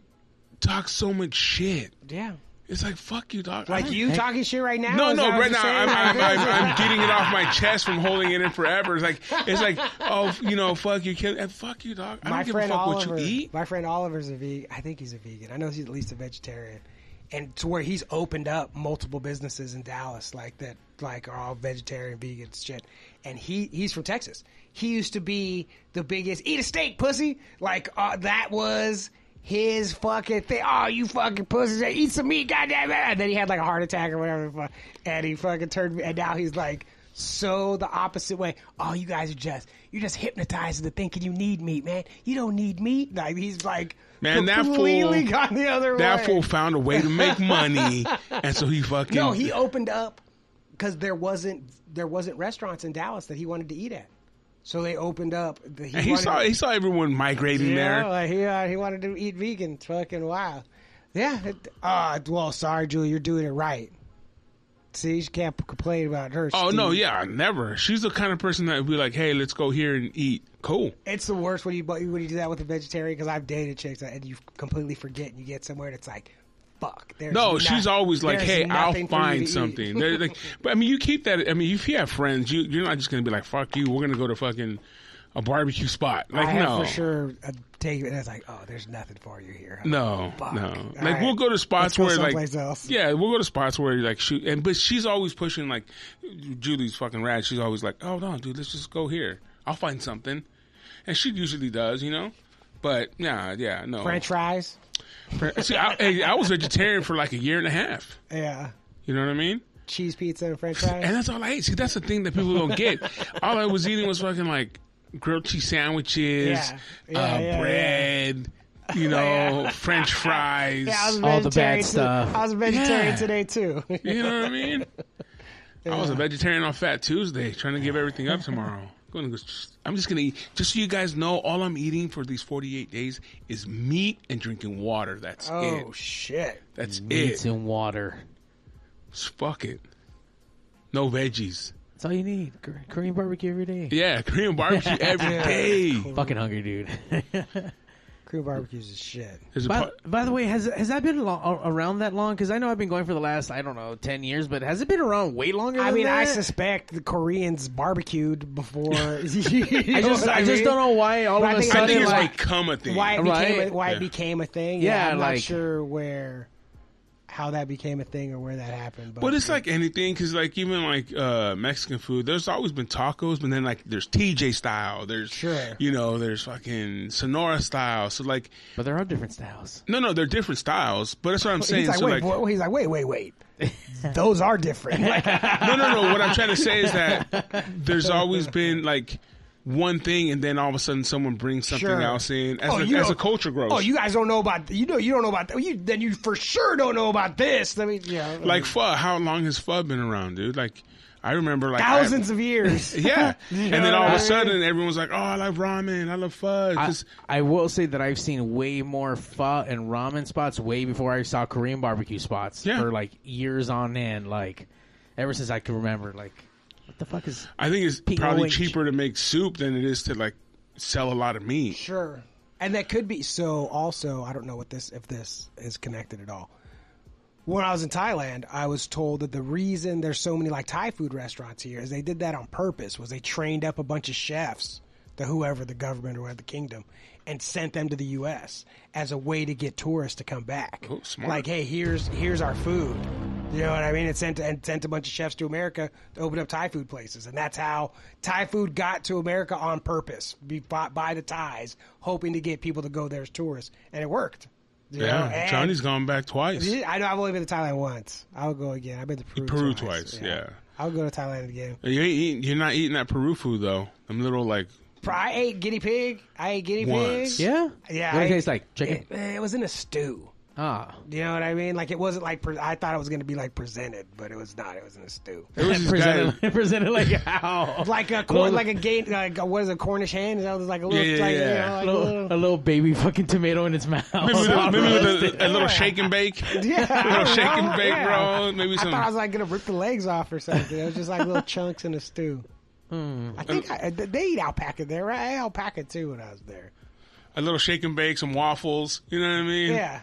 [SPEAKER 1] talk so much shit.
[SPEAKER 3] yeah,
[SPEAKER 1] It's like fuck you, dog.
[SPEAKER 3] like
[SPEAKER 1] I-
[SPEAKER 3] you talking shit right now.
[SPEAKER 1] No,
[SPEAKER 3] Is
[SPEAKER 1] no.
[SPEAKER 3] that what
[SPEAKER 1] Right
[SPEAKER 3] you're
[SPEAKER 1] now, I'm,
[SPEAKER 3] saying?
[SPEAKER 1] I'm, I'm, I'm getting it off my chest from holding it in forever. It's like it's like oh, you know, fuck you, kid, and fuck you, dog. I
[SPEAKER 3] my
[SPEAKER 1] don't give a
[SPEAKER 3] friend
[SPEAKER 1] fuck
[SPEAKER 3] Oliver.
[SPEAKER 1] what you eat.
[SPEAKER 3] My friend Oliver's a vegan. I think he's a vegan. I know he's at least a vegetarian, and to where he's opened up multiple businesses in Dallas like that, like are all vegetarian, vegan shit. And he he's from Texas. He used to be the biggest eat a steak, pussy. Like uh, that was. His fucking thing. Oh, you fucking pussies! Eat some meat, goddamn it! And then he had like a heart attack or whatever, the fuck, and he fucking turned. And now he's like so the opposite way. Oh, you guys are just you're just hypnotized into thinking you need meat, man. You don't need meat. Like he's like
[SPEAKER 1] Man, that
[SPEAKER 3] completely
[SPEAKER 1] fool-
[SPEAKER 3] gone the other way.
[SPEAKER 1] That fool found a way to make money, and so he fucking
[SPEAKER 3] No, he opened up because there wasn't there wasn't restaurants in Dallas that he wanted to eat at, so they opened up. The,
[SPEAKER 1] and he
[SPEAKER 3] wanted-
[SPEAKER 1] saw he saw everyone migrating
[SPEAKER 3] yeah,
[SPEAKER 1] there.
[SPEAKER 3] like he uh, he wanted to eat vegan. It's Fucking wild. Yeah. It, uh, well, sorry, Julie, you're doing it right. See, she can't complain about her.
[SPEAKER 1] Oh no,
[SPEAKER 3] Steve.
[SPEAKER 1] yeah, never. She's the kind of person that would be like, "Hey, let's go here and eat." Cool.
[SPEAKER 3] It's the worst when you bu- when you do that with a vegetarian because I've dated chicks and you completely forget and you get somewhere and it's like, fuck. There's
[SPEAKER 1] No,
[SPEAKER 3] not-
[SPEAKER 1] she's always like,
[SPEAKER 3] there's
[SPEAKER 1] "Hey, I'll
[SPEAKER 3] nothing for you to
[SPEAKER 1] find
[SPEAKER 3] eat."
[SPEAKER 1] something." They're like, but I mean, you keep that. I mean, if you have friends, you you're not just gonna be like, "Fuck you," we're gonna go to fucking a barbecue spot. Like,
[SPEAKER 3] I
[SPEAKER 1] no,
[SPEAKER 3] have for sure uh, take it as like, oh, there's nothing for you here. huh?
[SPEAKER 1] no,
[SPEAKER 3] Fuck.
[SPEAKER 1] no.
[SPEAKER 3] All
[SPEAKER 1] like,
[SPEAKER 3] right.
[SPEAKER 1] we'll go to spots
[SPEAKER 3] Let's go
[SPEAKER 1] where
[SPEAKER 3] someplace
[SPEAKER 1] like,
[SPEAKER 3] else.
[SPEAKER 1] yeah, we'll go to spots where like shoot. And but she's always pushing like Julie's fucking rad. She's always like, "Oh no, dude, let's just go here. I'll find something," and she usually does, you know. But yeah, yeah, no.
[SPEAKER 3] French fries.
[SPEAKER 1] Fr- See, I, hey, I was vegetarian for like a year and a half.
[SPEAKER 3] Yeah,
[SPEAKER 1] You know what I mean?
[SPEAKER 3] cheese pizza and French fries.
[SPEAKER 1] And that's all I ate. See, that's the thing that people don't get. all I was eating was fucking like grilled cheese sandwiches,
[SPEAKER 3] Yeah. Yeah,
[SPEAKER 1] uh,
[SPEAKER 3] yeah,
[SPEAKER 1] bread, you know, French fries.
[SPEAKER 3] yeah, I was a
[SPEAKER 4] All the
[SPEAKER 3] vegetarian
[SPEAKER 4] bad
[SPEAKER 3] to-
[SPEAKER 4] stuff.
[SPEAKER 3] I was a vegetarian
[SPEAKER 1] Yeah.
[SPEAKER 3] today too.
[SPEAKER 1] you know what I mean? I was a vegetarian on Fat Tuesday, trying to give everything up tomorrow. Gonna go- I'm just gonna eat. Just so you guys know, all I'm eating for these 48 days is meat and drinking water. That's
[SPEAKER 3] oh
[SPEAKER 1] it.
[SPEAKER 3] shit!
[SPEAKER 1] That's
[SPEAKER 4] Meats
[SPEAKER 1] it.
[SPEAKER 4] and water.
[SPEAKER 1] Fuck it. No veggies.
[SPEAKER 4] That's all you need. Kor- Korean barbecue every day.
[SPEAKER 1] Yeah, Korean barbecue every day.
[SPEAKER 4] Fucking hungry, dude.
[SPEAKER 3] Korean barbecues is shit.
[SPEAKER 1] There's a
[SPEAKER 4] By,
[SPEAKER 1] part-
[SPEAKER 4] by the way, has has that been lo- a- around that long? Because I know I've been going for the last I don't know ten years, but has it been around way longer?
[SPEAKER 3] I
[SPEAKER 4] than
[SPEAKER 3] mean, I
[SPEAKER 4] that?
[SPEAKER 3] suspect the Koreans barbecued before. I just,
[SPEAKER 4] I just I, just don't know why all
[SPEAKER 3] But I
[SPEAKER 4] of a
[SPEAKER 3] think-
[SPEAKER 1] I
[SPEAKER 4] sudden
[SPEAKER 1] think it's
[SPEAKER 4] like
[SPEAKER 1] become a thing.
[SPEAKER 3] why it
[SPEAKER 4] Right.
[SPEAKER 3] became a, why
[SPEAKER 1] Yeah.
[SPEAKER 3] it became a thing. Yeah,
[SPEAKER 4] Yeah,
[SPEAKER 3] I'm
[SPEAKER 4] like-
[SPEAKER 3] not sure where how that became a thing or where that happened. But,
[SPEAKER 1] But it's like anything, because like even like uh, Mexican food, there's always been tacos, but then like there's TJ style, there's
[SPEAKER 3] Sure.
[SPEAKER 1] you know, there's fucking Sonora style. So like,
[SPEAKER 4] but there are different styles.
[SPEAKER 1] no, no, they're different styles. But that's what I'm saying.
[SPEAKER 3] he's like,
[SPEAKER 1] so
[SPEAKER 3] wait,
[SPEAKER 1] like,
[SPEAKER 3] wait, he's like, wait, wait, wait. Those are different. Like, oh,
[SPEAKER 1] no, no, no. What I'm trying to say is that there's always been like one thing, and then all of a sudden someone brings something
[SPEAKER 3] Sure.
[SPEAKER 1] else in as,
[SPEAKER 3] Oh,
[SPEAKER 1] the,
[SPEAKER 3] you
[SPEAKER 1] as the
[SPEAKER 3] don't-
[SPEAKER 1] culture grows.
[SPEAKER 3] oh, you guys don't know about you know you don't know about that. You then you for sure don't know about this. I mean, yeah,
[SPEAKER 1] like pho? How long has pho been around, dude? Like. I remember like I-
[SPEAKER 3] Thousands of years.
[SPEAKER 1] yeah, and then all of
[SPEAKER 4] I-
[SPEAKER 1] a sudden everyone's like, "Oh, I love ramen. I love fudge."
[SPEAKER 4] I,
[SPEAKER 1] 'Cause-
[SPEAKER 4] I will say that I've seen way more pho and ramen spots way before I saw Korean barbecue spots
[SPEAKER 1] Yeah.
[SPEAKER 4] for like years on end, like ever since I can remember. Like, what the fuck is?
[SPEAKER 1] I think it's probably
[SPEAKER 4] POH.
[SPEAKER 1] cheaper to make soup than it is to like sell a lot of meat.
[SPEAKER 3] Sure. And that could be so also I don't know what this if this is connected at all. When I was in Thailand, I was told that the reason there's so many like Thai food restaurants here is they did that on purpose was they trained up a bunch of chefs to whoever the government or the kingdom and sent them to the US as a way to get tourists to come back.
[SPEAKER 1] Oh, smart.
[SPEAKER 3] Like, hey, here's here's our food. You know what I mean? It sent and sent a bunch of chefs to America to open up Thai food places, and that's how Thai food got to America on purpose, be bought by the Thais, hoping to get people to go there as tourists, and it worked. You know,
[SPEAKER 1] Yeah,
[SPEAKER 3] and-
[SPEAKER 1] Johnny's gone back twice.
[SPEAKER 3] I know I've only been to Thailand once. I'll go again. I've been to Peru,
[SPEAKER 1] Peru twice, yeah.
[SPEAKER 3] I'll go to Thailand again.
[SPEAKER 1] You ain't eating, you're not eating that Peru food though. Them little like
[SPEAKER 3] I ate guinea pig. I ate guinea
[SPEAKER 1] Once.
[SPEAKER 3] pig.
[SPEAKER 4] Yeah,
[SPEAKER 3] Yeah,
[SPEAKER 4] What
[SPEAKER 3] I-
[SPEAKER 4] it tastes like chicken.
[SPEAKER 3] It, it was in a stew.
[SPEAKER 4] Ah,
[SPEAKER 3] You know what I mean? Like it wasn't like pre- I thought it was going to be like presented, but it was not. It was in a stew.
[SPEAKER 1] it was this guy.
[SPEAKER 4] presented, presented like how?
[SPEAKER 3] Like a cor- like a gate like a, what is a Cornish hen? Is that like a little
[SPEAKER 1] Yeah, yeah,
[SPEAKER 3] like,
[SPEAKER 1] yeah.
[SPEAKER 3] You know, like a
[SPEAKER 4] a little,
[SPEAKER 3] little-
[SPEAKER 4] a little baby fucking tomato in its mouth.
[SPEAKER 3] Oh,
[SPEAKER 1] Maybe with, a,
[SPEAKER 4] All
[SPEAKER 1] maybe with a-
[SPEAKER 4] roasted.
[SPEAKER 1] a little shake and bake, a
[SPEAKER 3] yeah,
[SPEAKER 1] little shake and
[SPEAKER 3] Yeah.
[SPEAKER 1] bake, bro. Maybe
[SPEAKER 3] I
[SPEAKER 1] some.
[SPEAKER 3] thought I was like gonna rip the legs off or something. It was just like little chunks in a stew.
[SPEAKER 1] Hmm.
[SPEAKER 3] I think I, they eat alpaca there, right? I ate alpaca too when I was there.
[SPEAKER 1] a little shake and bake, some waffles. You know what I mean?
[SPEAKER 3] Yeah,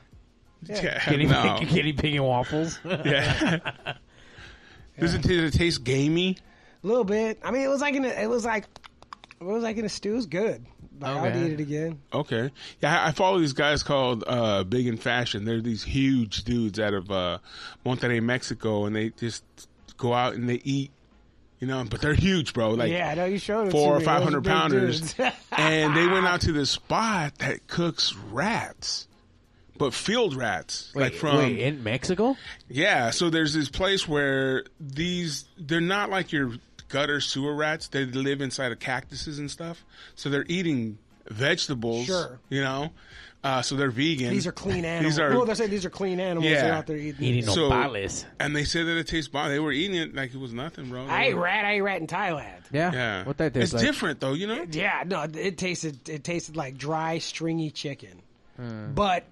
[SPEAKER 1] Yeah,
[SPEAKER 4] guinea,
[SPEAKER 1] no.
[SPEAKER 4] pig, guinea pig and waffles.
[SPEAKER 1] Yeah. Does it, does it taste gamey?
[SPEAKER 3] a little bit. I mean, it was like in a, it was like it was like in a stew. It was good. Like, I would
[SPEAKER 4] Okay.
[SPEAKER 3] eat it again.
[SPEAKER 1] Okay. Yeah, I- I follow these guys called uh, Big in Fashion. They're these huge dudes out of uh, Monterrey, Mexico, and they just go out and they eat, you know, but they're huge, bro. Like,
[SPEAKER 3] yeah, I know you showed it. to
[SPEAKER 1] four or
[SPEAKER 3] me.
[SPEAKER 1] five
[SPEAKER 3] Those are
[SPEAKER 1] hundred
[SPEAKER 3] big
[SPEAKER 1] pounders,
[SPEAKER 3] dudes.
[SPEAKER 1] and they went out to this spot that cooks rats, but field rats, like from
[SPEAKER 4] Wait, in Mexico?
[SPEAKER 1] yeah. So there's this place where these they're not like your gutter sewer rats. They live inside of cactuses and stuff, so they're eating vegetables.
[SPEAKER 3] Sure.
[SPEAKER 1] you know, uh, so they're vegan.
[SPEAKER 3] these are clean animals.
[SPEAKER 1] These are
[SPEAKER 3] well, they're saying these are clean animals.
[SPEAKER 1] Yeah.
[SPEAKER 3] They're out there eating.
[SPEAKER 4] Eating
[SPEAKER 1] So-
[SPEAKER 4] nopales.
[SPEAKER 1] and they said that it tastes bomb. They were eating it like it was nothing, bro. They
[SPEAKER 3] I ate
[SPEAKER 1] were-
[SPEAKER 3] rat. I ate rat in Thailand.
[SPEAKER 4] Yeah.
[SPEAKER 1] Yeah,
[SPEAKER 4] What that
[SPEAKER 1] It's
[SPEAKER 4] tastes like?
[SPEAKER 1] different though, you know.
[SPEAKER 3] Yeah, no, it tasted it tasted like dry, stringy chicken.
[SPEAKER 1] Hmm.
[SPEAKER 3] But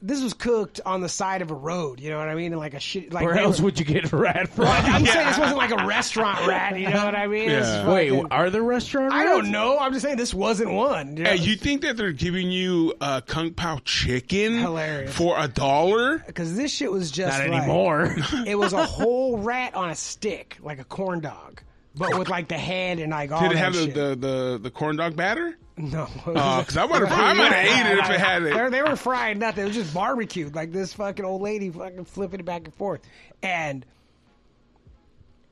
[SPEAKER 3] this was cooked on the side of a road. You know what I mean? And like a shit. Like
[SPEAKER 4] Where
[SPEAKER 3] they
[SPEAKER 4] else
[SPEAKER 3] were-
[SPEAKER 4] would you get rat from?
[SPEAKER 3] I'm saying this wasn't like a restaurant rat. You know what I mean? This
[SPEAKER 1] Yeah.
[SPEAKER 3] is
[SPEAKER 4] Wait,
[SPEAKER 3] fucking-
[SPEAKER 4] are there restaurants?
[SPEAKER 3] I don't know. I'm just saying this wasn't one. You know?
[SPEAKER 1] Hey, you think that they're giving you uh, kung pao chicken
[SPEAKER 3] Hilarious.
[SPEAKER 1] for a dollar?
[SPEAKER 3] Because this shit was just
[SPEAKER 4] Not
[SPEAKER 3] like-
[SPEAKER 4] anymore.
[SPEAKER 3] It was a whole rat on a stick, like a corn dog, but with like the head and like all
[SPEAKER 1] Did it
[SPEAKER 3] that
[SPEAKER 1] have the,
[SPEAKER 3] shit. Mm-hmm.
[SPEAKER 1] the, the, the corn dog batter?
[SPEAKER 3] no,
[SPEAKER 1] Oh, because I would have I might have ate it if it had
[SPEAKER 3] They,
[SPEAKER 1] it.
[SPEAKER 3] they were fried nothing. It was just barbecued. Like this fucking old lady fucking flipping it back and forth. And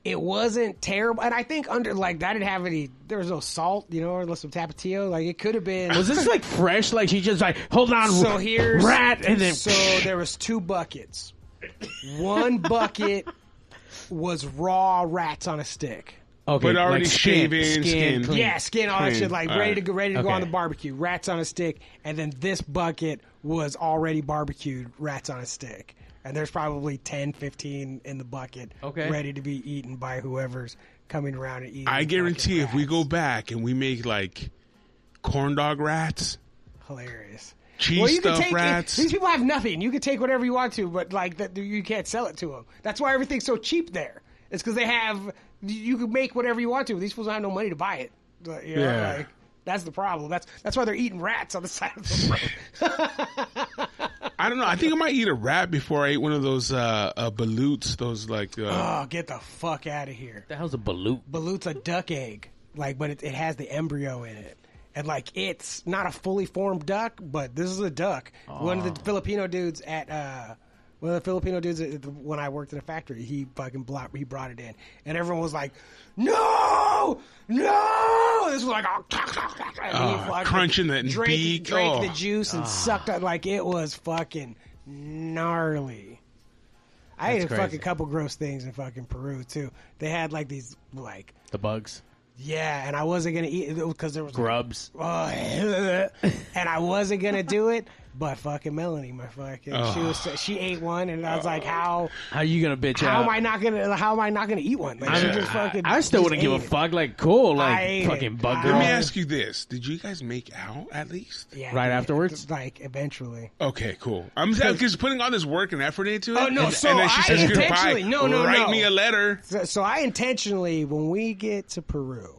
[SPEAKER 3] it wasn't terrible. And I think under like I didn't have any. There was no salt, you know, or some tapatio. Like it could have been.
[SPEAKER 4] Was this like fresh? Like she just like hold on,
[SPEAKER 3] so here's
[SPEAKER 4] rat, and then
[SPEAKER 3] so there was two buckets. One bucket was raw rats on a stick.
[SPEAKER 4] okay,
[SPEAKER 1] But already
[SPEAKER 4] like skin,
[SPEAKER 1] shaven, skin.
[SPEAKER 4] clean.
[SPEAKER 3] Yeah, skin, all that
[SPEAKER 1] Clean.
[SPEAKER 3] shit, like
[SPEAKER 1] All
[SPEAKER 3] ready
[SPEAKER 1] right.
[SPEAKER 3] to go, ready to go
[SPEAKER 4] Okay.
[SPEAKER 3] on the barbecue. Rats on a stick, and then this bucket was already barbecued. Rats on a stick, and there's probably 10, 15 in the bucket,
[SPEAKER 4] Okay.
[SPEAKER 3] ready to be eaten by whoever's coming around and eating.
[SPEAKER 1] I
[SPEAKER 3] fucking
[SPEAKER 1] guarantee if we
[SPEAKER 3] rats.
[SPEAKER 1] go back and we make like corn dog rats,
[SPEAKER 3] hilarious.
[SPEAKER 1] cheese
[SPEAKER 3] Well, you can
[SPEAKER 1] stuffed
[SPEAKER 3] take
[SPEAKER 1] rats.
[SPEAKER 3] these people have nothing. You can take whatever you want to, but like that, you can't sell it to them. That's why everything's so cheap there. It's because they have you can make whatever you want to. These fools don't have no money to buy it. But, you know,
[SPEAKER 1] Yeah.
[SPEAKER 3] like, that's the problem. That's that's why they're eating rats on the side of the road.
[SPEAKER 1] I don't know. I think I might eat a rat before I eat one of those uh, uh balutes. Those like uh,
[SPEAKER 3] oh, get the fuck out of here.
[SPEAKER 4] That was a balut.
[SPEAKER 3] Balut's a duck egg, like, but it, it has the embryo in it. And like it's not a fully formed duck, but this is a duck. One of the Filipino dudes at uh, one of the Filipino dudes at the, when I worked in a factory, he fucking brought he brought it in, and everyone was like, "No, no!" This was like, oh,
[SPEAKER 1] Oh, crunching that
[SPEAKER 3] drank,
[SPEAKER 1] beak.
[SPEAKER 3] drank
[SPEAKER 1] Oh.
[SPEAKER 3] the juice and sucked it like it was fucking gnarly. I ate a
[SPEAKER 4] That's crazy.
[SPEAKER 3] fucking couple gross things in fucking Peru too. They had like these like
[SPEAKER 4] The bugs,
[SPEAKER 3] yeah, and I wasn't gonna eat it because there was
[SPEAKER 4] grubs.
[SPEAKER 3] Oh, and I wasn't gonna do it, But fucking Melanie, my fucking, she
[SPEAKER 1] Oh.
[SPEAKER 3] was she ate one, and I was like, how
[SPEAKER 4] How you gonna bitch
[SPEAKER 3] how
[SPEAKER 4] out?
[SPEAKER 3] am I not gonna how am I not gonna eat one? Like she
[SPEAKER 1] I'm-
[SPEAKER 3] just fucking.
[SPEAKER 4] I still
[SPEAKER 3] just
[SPEAKER 4] wouldn't give
[SPEAKER 3] ate
[SPEAKER 4] a
[SPEAKER 3] it.
[SPEAKER 4] fuck. Like, cool.
[SPEAKER 3] I ate
[SPEAKER 4] Like,
[SPEAKER 3] it.
[SPEAKER 4] fucking bug
[SPEAKER 3] I-
[SPEAKER 1] Let
[SPEAKER 4] girl.
[SPEAKER 1] me ask you this: Did you guys make out at least?
[SPEAKER 3] Yeah,
[SPEAKER 4] Right
[SPEAKER 3] dude,
[SPEAKER 4] afterwards?
[SPEAKER 3] like eventually.
[SPEAKER 1] Okay, cool. I'm just putting all this work and effort into it.
[SPEAKER 3] Oh, no,
[SPEAKER 1] and,
[SPEAKER 3] so
[SPEAKER 1] and then she
[SPEAKER 3] I
[SPEAKER 1] says goodbye.
[SPEAKER 3] intentionally- no, no,
[SPEAKER 1] write
[SPEAKER 3] no.
[SPEAKER 1] me a letter.
[SPEAKER 3] So, so I intentionally, when we get to Peru,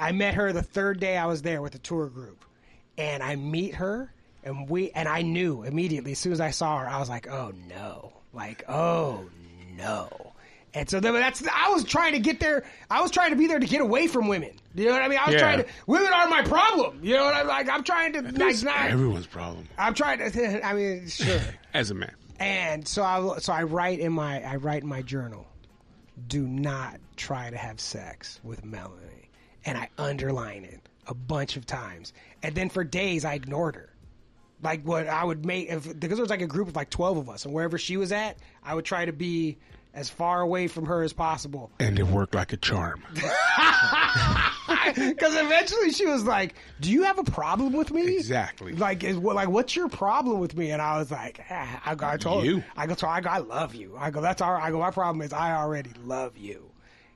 [SPEAKER 3] I met her the third day I was there with the tour group, and I meet her, and we, and I knew immediately as soon as I saw her, I was like, oh no, like oh no. And so then that's I was trying to get there. I was trying to be there to get away from women. You know what I mean? I was
[SPEAKER 1] Yeah.
[SPEAKER 3] trying to. Women are my problem. You know what I'm like? I'm trying to like
[SPEAKER 1] That's
[SPEAKER 3] not.
[SPEAKER 1] everyone's problem
[SPEAKER 3] I'm trying to. I mean, sure.
[SPEAKER 1] as a man.
[SPEAKER 3] And so I so I write in my I write in my journal, do not try to have sex with Melanie, and I underline it a bunch of times. And then for days I ignored her. Like what I would make if because there was like a group of like twelve of us, and wherever she was at, I would try to be as far away from her as possible.
[SPEAKER 1] And it worked like a charm.
[SPEAKER 3] Because eventually she was like, "Do you have a problem with me?"
[SPEAKER 1] Exactly.
[SPEAKER 3] Like, is what? Like, what's your problem with me? And I was like, ah, I, go- I told
[SPEAKER 1] You.
[SPEAKER 3] I go, so I go, I love you. I go, that's all. I go, my problem is I already love you.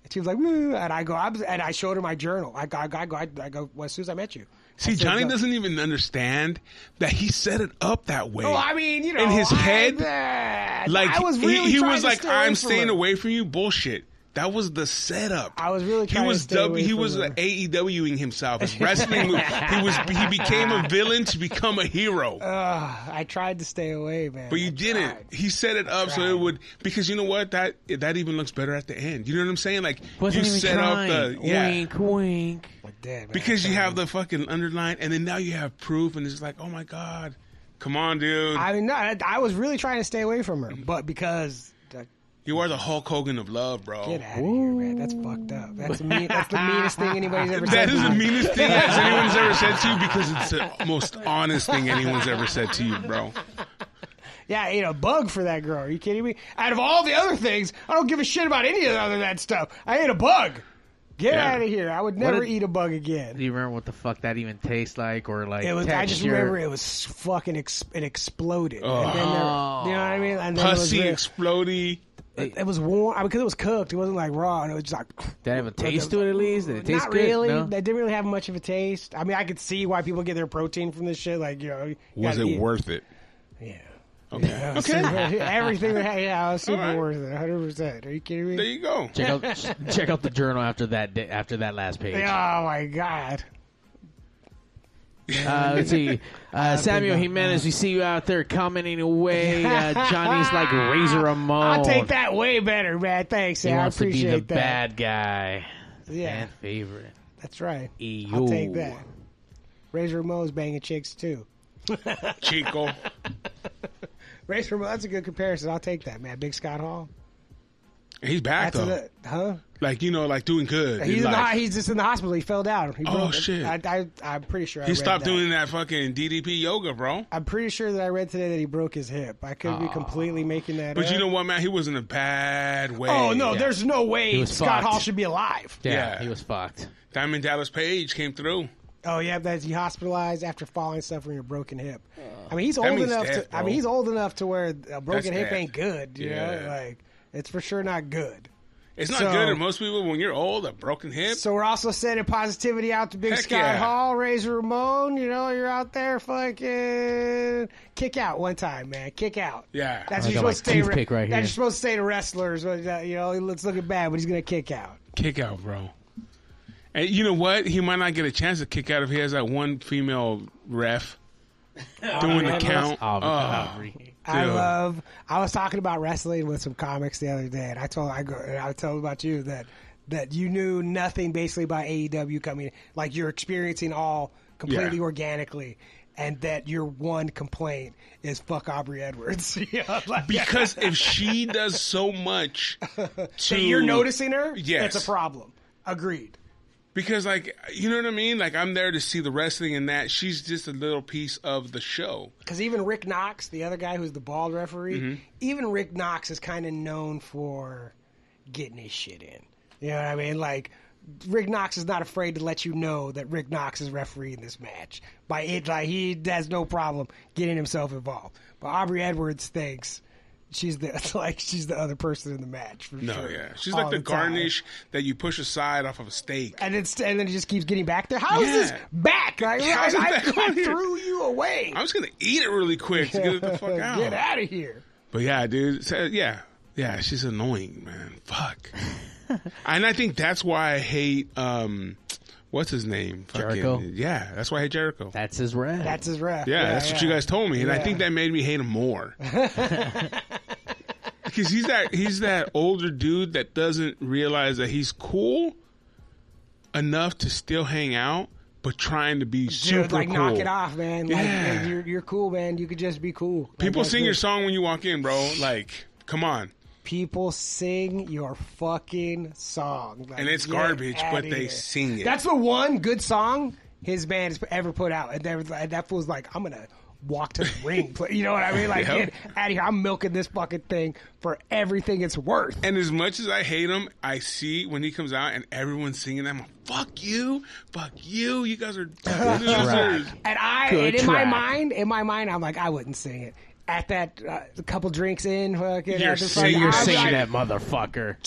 [SPEAKER 3] And she was like, "Woo," and I go, I was, and I showed her my journal. I go, I go, I go, I, I go well, as soon as I met you.
[SPEAKER 1] See,
[SPEAKER 3] I said,
[SPEAKER 1] Johnny
[SPEAKER 3] "Look."
[SPEAKER 1] doesn't even understand that he set it up that way.
[SPEAKER 3] Oh, I mean, you know,
[SPEAKER 1] in his
[SPEAKER 3] I-
[SPEAKER 1] head,
[SPEAKER 3] eh,
[SPEAKER 1] like
[SPEAKER 3] I was
[SPEAKER 1] he-
[SPEAKER 3] really
[SPEAKER 1] he,
[SPEAKER 3] trying
[SPEAKER 1] was
[SPEAKER 3] to
[SPEAKER 1] like,
[SPEAKER 3] stay
[SPEAKER 1] "I'm
[SPEAKER 3] from
[SPEAKER 1] staying
[SPEAKER 3] her."
[SPEAKER 1] away from you." Bullshit. That was the setup.
[SPEAKER 3] I was really
[SPEAKER 1] He
[SPEAKER 3] trying to
[SPEAKER 1] was
[SPEAKER 3] stay away
[SPEAKER 1] He
[SPEAKER 3] from
[SPEAKER 1] was uh,
[SPEAKER 3] her.
[SPEAKER 1] like AEWing himself. His wrestling move. He was. He became a villain to become a hero.
[SPEAKER 3] Oh Ugh, I tried to stay away, man.
[SPEAKER 1] But you
[SPEAKER 3] I
[SPEAKER 1] didn't.
[SPEAKER 3] tried.
[SPEAKER 1] He set it up so
[SPEAKER 3] tried.
[SPEAKER 1] it would because you know what that that even looks better at the end. You know what I'm saying? Like
[SPEAKER 4] Wasn't
[SPEAKER 1] you
[SPEAKER 4] even
[SPEAKER 1] set
[SPEAKER 4] trying.
[SPEAKER 1] up the yeah
[SPEAKER 4] Wink, wink.
[SPEAKER 3] I did, man.
[SPEAKER 1] because you
[SPEAKER 3] I
[SPEAKER 1] have the fucking underline and then now you have proof and it's like oh my god, come on dude,
[SPEAKER 3] I mean, no, I, I was really trying to stay away from her,
[SPEAKER 1] Mm-hmm.
[SPEAKER 3] but because like,
[SPEAKER 1] you are the Hulk Hogan of love, bro.
[SPEAKER 3] get out of here, man, that's fucked up. That's the mean, that's the meanest thing anybody's ever said.
[SPEAKER 1] That is
[SPEAKER 3] to
[SPEAKER 1] the
[SPEAKER 3] me.
[SPEAKER 1] meanest thing as anyone's ever said to you because it's the most honest thing anyone's ever said to you, bro.
[SPEAKER 3] Yeah, I ate a bug for that girl. Are you kidding me? Out of all the other things, I don't give a shit about any of the other that stuff. I ate a bug. Get
[SPEAKER 1] Yeah.
[SPEAKER 3] out of here. I would never
[SPEAKER 4] did-
[SPEAKER 3] eat a bug again.
[SPEAKER 4] Do you remember what the fuck that even tastes like, or like
[SPEAKER 3] It was. I just
[SPEAKER 4] texture?
[SPEAKER 3] remember it was fucking. Ex- it exploded. And then there, you know
[SPEAKER 4] Oh.
[SPEAKER 3] what I mean? And then it was
[SPEAKER 1] Pussy
[SPEAKER 3] real-
[SPEAKER 1] explody.
[SPEAKER 3] it, it was warm I mean, because it was cooked. It wasn't like raw, and it was just like
[SPEAKER 4] Did it have a taste to it at least? Did it taste
[SPEAKER 3] Not
[SPEAKER 4] good?
[SPEAKER 3] really.
[SPEAKER 4] No?
[SPEAKER 3] They didn't really have much of a taste. I mean, I could see why people get their protein from this shit. Like, you know, you
[SPEAKER 1] Was
[SPEAKER 3] gotta
[SPEAKER 1] it
[SPEAKER 3] eat-
[SPEAKER 1] worth it?
[SPEAKER 3] Yeah.
[SPEAKER 1] Okay.
[SPEAKER 3] Yeah,
[SPEAKER 1] okay.
[SPEAKER 3] super- everything. that- Yeah, it was super
[SPEAKER 1] All right.
[SPEAKER 3] worth it. Hundred percent. Are you kidding
[SPEAKER 1] There
[SPEAKER 3] me?
[SPEAKER 1] you go.
[SPEAKER 4] Check out check out the journal after that day, after that last page.
[SPEAKER 3] Oh my god.
[SPEAKER 4] Uh, let's see. Uh, Samuel Jimenez, we see you out there commenting away. Uh, Johnny's like Razor Ramon.
[SPEAKER 3] I'll take that way better, man. Thanks,
[SPEAKER 4] Oh. He
[SPEAKER 3] man. I
[SPEAKER 4] wants to be the
[SPEAKER 3] appreciate that.
[SPEAKER 4] bad guy.
[SPEAKER 3] Yeah,
[SPEAKER 4] Fan favorite. E
[SPEAKER 3] that's right.
[SPEAKER 4] Ew.
[SPEAKER 3] I'll take that. Razor Ramon's banging chicks too.
[SPEAKER 1] Chico.
[SPEAKER 3] Razor Ramon, that's a good comparison. I'll take that, man. Big Scott Hall.
[SPEAKER 1] He's back
[SPEAKER 3] That's
[SPEAKER 1] though.
[SPEAKER 3] a, huh?
[SPEAKER 1] like you know, like doing good.
[SPEAKER 3] He's, in the,
[SPEAKER 1] like,
[SPEAKER 3] he's just in the hospital. He fell down. He
[SPEAKER 1] Oh,
[SPEAKER 3] broke it.
[SPEAKER 1] shit.
[SPEAKER 3] I, I, I'm pretty sure. I
[SPEAKER 1] he
[SPEAKER 3] read
[SPEAKER 1] stopped
[SPEAKER 3] that.
[SPEAKER 1] doing that fucking DDP yoga, bro.
[SPEAKER 3] I'm pretty sure that I read today that he broke his hip. I could be completely making that
[SPEAKER 1] But
[SPEAKER 3] up.
[SPEAKER 1] you know what, man? He was in a bad way.
[SPEAKER 3] oh no, there's no way
[SPEAKER 4] was
[SPEAKER 3] Scott
[SPEAKER 4] fucked.
[SPEAKER 3] Hall should be alive.
[SPEAKER 4] Yeah,
[SPEAKER 1] Yeah.
[SPEAKER 4] he was fucked.
[SPEAKER 1] Diamond Dallas Page came through.
[SPEAKER 3] Oh yeah, that's he hospitalized after falling suffering a broken hip. I mean, he's old
[SPEAKER 1] means
[SPEAKER 3] enough
[SPEAKER 1] death,
[SPEAKER 3] to. I
[SPEAKER 1] bro.
[SPEAKER 3] mean, he's old enough to where a broken hip
[SPEAKER 1] death.
[SPEAKER 3] ain't good. You
[SPEAKER 1] Yeah.
[SPEAKER 3] know, like it's for sure not good.
[SPEAKER 1] It's not
[SPEAKER 3] So-
[SPEAKER 1] good to most people when you're old. A broken hip.
[SPEAKER 3] So we're also sending positivity out to Big
[SPEAKER 1] Heck
[SPEAKER 3] Scott
[SPEAKER 1] yeah.
[SPEAKER 3] Hall, Razor Ramon. You know, you're out there fucking kick out one time, man. Kick out.
[SPEAKER 1] Yeah.
[SPEAKER 3] That's
[SPEAKER 4] I
[SPEAKER 3] what you're
[SPEAKER 4] got my
[SPEAKER 3] supposed to say.
[SPEAKER 4] toothpick
[SPEAKER 3] Right that's
[SPEAKER 4] right here.
[SPEAKER 3] you're supposed to say to wrestlers. but, uh, You know, he looks looking bad, but he's gonna kick out.
[SPEAKER 1] kick out, bro. And you know what? He might not get a chance to kick out if he has that one female ref doing the count.
[SPEAKER 4] Aubrey.
[SPEAKER 1] Oh,
[SPEAKER 4] Aubrey.
[SPEAKER 3] I
[SPEAKER 1] Dude.
[SPEAKER 3] love. I was talking about wrestling with some comics the other day, and I told I go and I told about you that that you knew nothing basically about AEW coming, like you're experiencing all completely
[SPEAKER 1] Yeah.
[SPEAKER 3] organically, and that your one complaint is fuck Aubrey Edwards. You know, like,
[SPEAKER 1] because if she does so much, to,
[SPEAKER 3] that you're noticing her,
[SPEAKER 1] Yes.
[SPEAKER 3] it's a problem. Agreed.
[SPEAKER 1] Because like you know what I mean? Like I'm there to see the wrestling and that she's just a little piece of the show.
[SPEAKER 3] Because even Rick Knox, the other guy who's the bald referee,
[SPEAKER 1] Mm-hmm.
[SPEAKER 3] even Rick Knox is kind of known for getting his shit in. You know what I mean? Like Rick Knox is not afraid to let you know that Rick Knox is refereeing this match. By it, like he has no problem getting himself involved. But Aubrey Edwards thinks she's the it's like she's the other person in the match. For
[SPEAKER 1] No,
[SPEAKER 3] sure,
[SPEAKER 1] yeah. She's
[SPEAKER 3] all
[SPEAKER 1] like the,
[SPEAKER 3] time.
[SPEAKER 1] garnish that you push aside off of a steak.
[SPEAKER 3] And it's and then it just keeps getting back there. How is this
[SPEAKER 1] Yeah.
[SPEAKER 3] back? Like,
[SPEAKER 1] How is it
[SPEAKER 3] I, I-
[SPEAKER 1] back
[SPEAKER 3] I
[SPEAKER 1] on here?
[SPEAKER 3] threw you away.
[SPEAKER 1] I'm just gonna eat it really quick to get it the fuck out.
[SPEAKER 3] Get out of here.
[SPEAKER 1] But yeah, dude. So, yeah, yeah. She's annoying, man. Fuck. and I think that's why I hate. um What's his name?
[SPEAKER 4] Jericho.
[SPEAKER 1] Yeah, that's why I hate Jericho.
[SPEAKER 4] That's his rap.
[SPEAKER 3] That's his ref.
[SPEAKER 1] yeah, that's what you guys told me, and I
[SPEAKER 3] Yeah.
[SPEAKER 1] think that made me hate him more. Because he's that he's that older dude that doesn't realize that he's cool enough to still hang out, but trying to be super
[SPEAKER 3] Dude, like
[SPEAKER 1] cool.
[SPEAKER 3] knock it off, man. Like,
[SPEAKER 1] Yeah.
[SPEAKER 3] man, you're you're cool, man. You could just be cool. Like,
[SPEAKER 1] People
[SPEAKER 3] that's
[SPEAKER 1] sing
[SPEAKER 3] it.
[SPEAKER 1] your song when you walk in, bro. Like, come on.
[SPEAKER 3] people sing your fucking song. Like,
[SPEAKER 1] And it's
[SPEAKER 3] get
[SPEAKER 1] garbage,
[SPEAKER 3] outta
[SPEAKER 1] but they
[SPEAKER 3] here.
[SPEAKER 1] sing it.
[SPEAKER 3] That's the one good song his band has ever put out. And, there was, and that fool's like, I'm going to walk to the ring. Play. You know what I mean? Like,
[SPEAKER 1] Yep.
[SPEAKER 3] get out of here. I'm milking this fucking thing for everything it's worth.
[SPEAKER 1] And as much as I hate him, I see when he comes out and everyone's singing that. I'm like, fuck you, fuck you. You guys are fucking losers.
[SPEAKER 3] And I,
[SPEAKER 4] Good
[SPEAKER 3] and in my
[SPEAKER 4] track.
[SPEAKER 3] mind, in my mind, I'm like, I wouldn't sing it. At that, uh, a couple drinks in, fucking,
[SPEAKER 1] You're
[SPEAKER 3] at the
[SPEAKER 1] singing-
[SPEAKER 3] fucking-
[SPEAKER 4] You're
[SPEAKER 1] I'm like-
[SPEAKER 4] singing that motherfucker.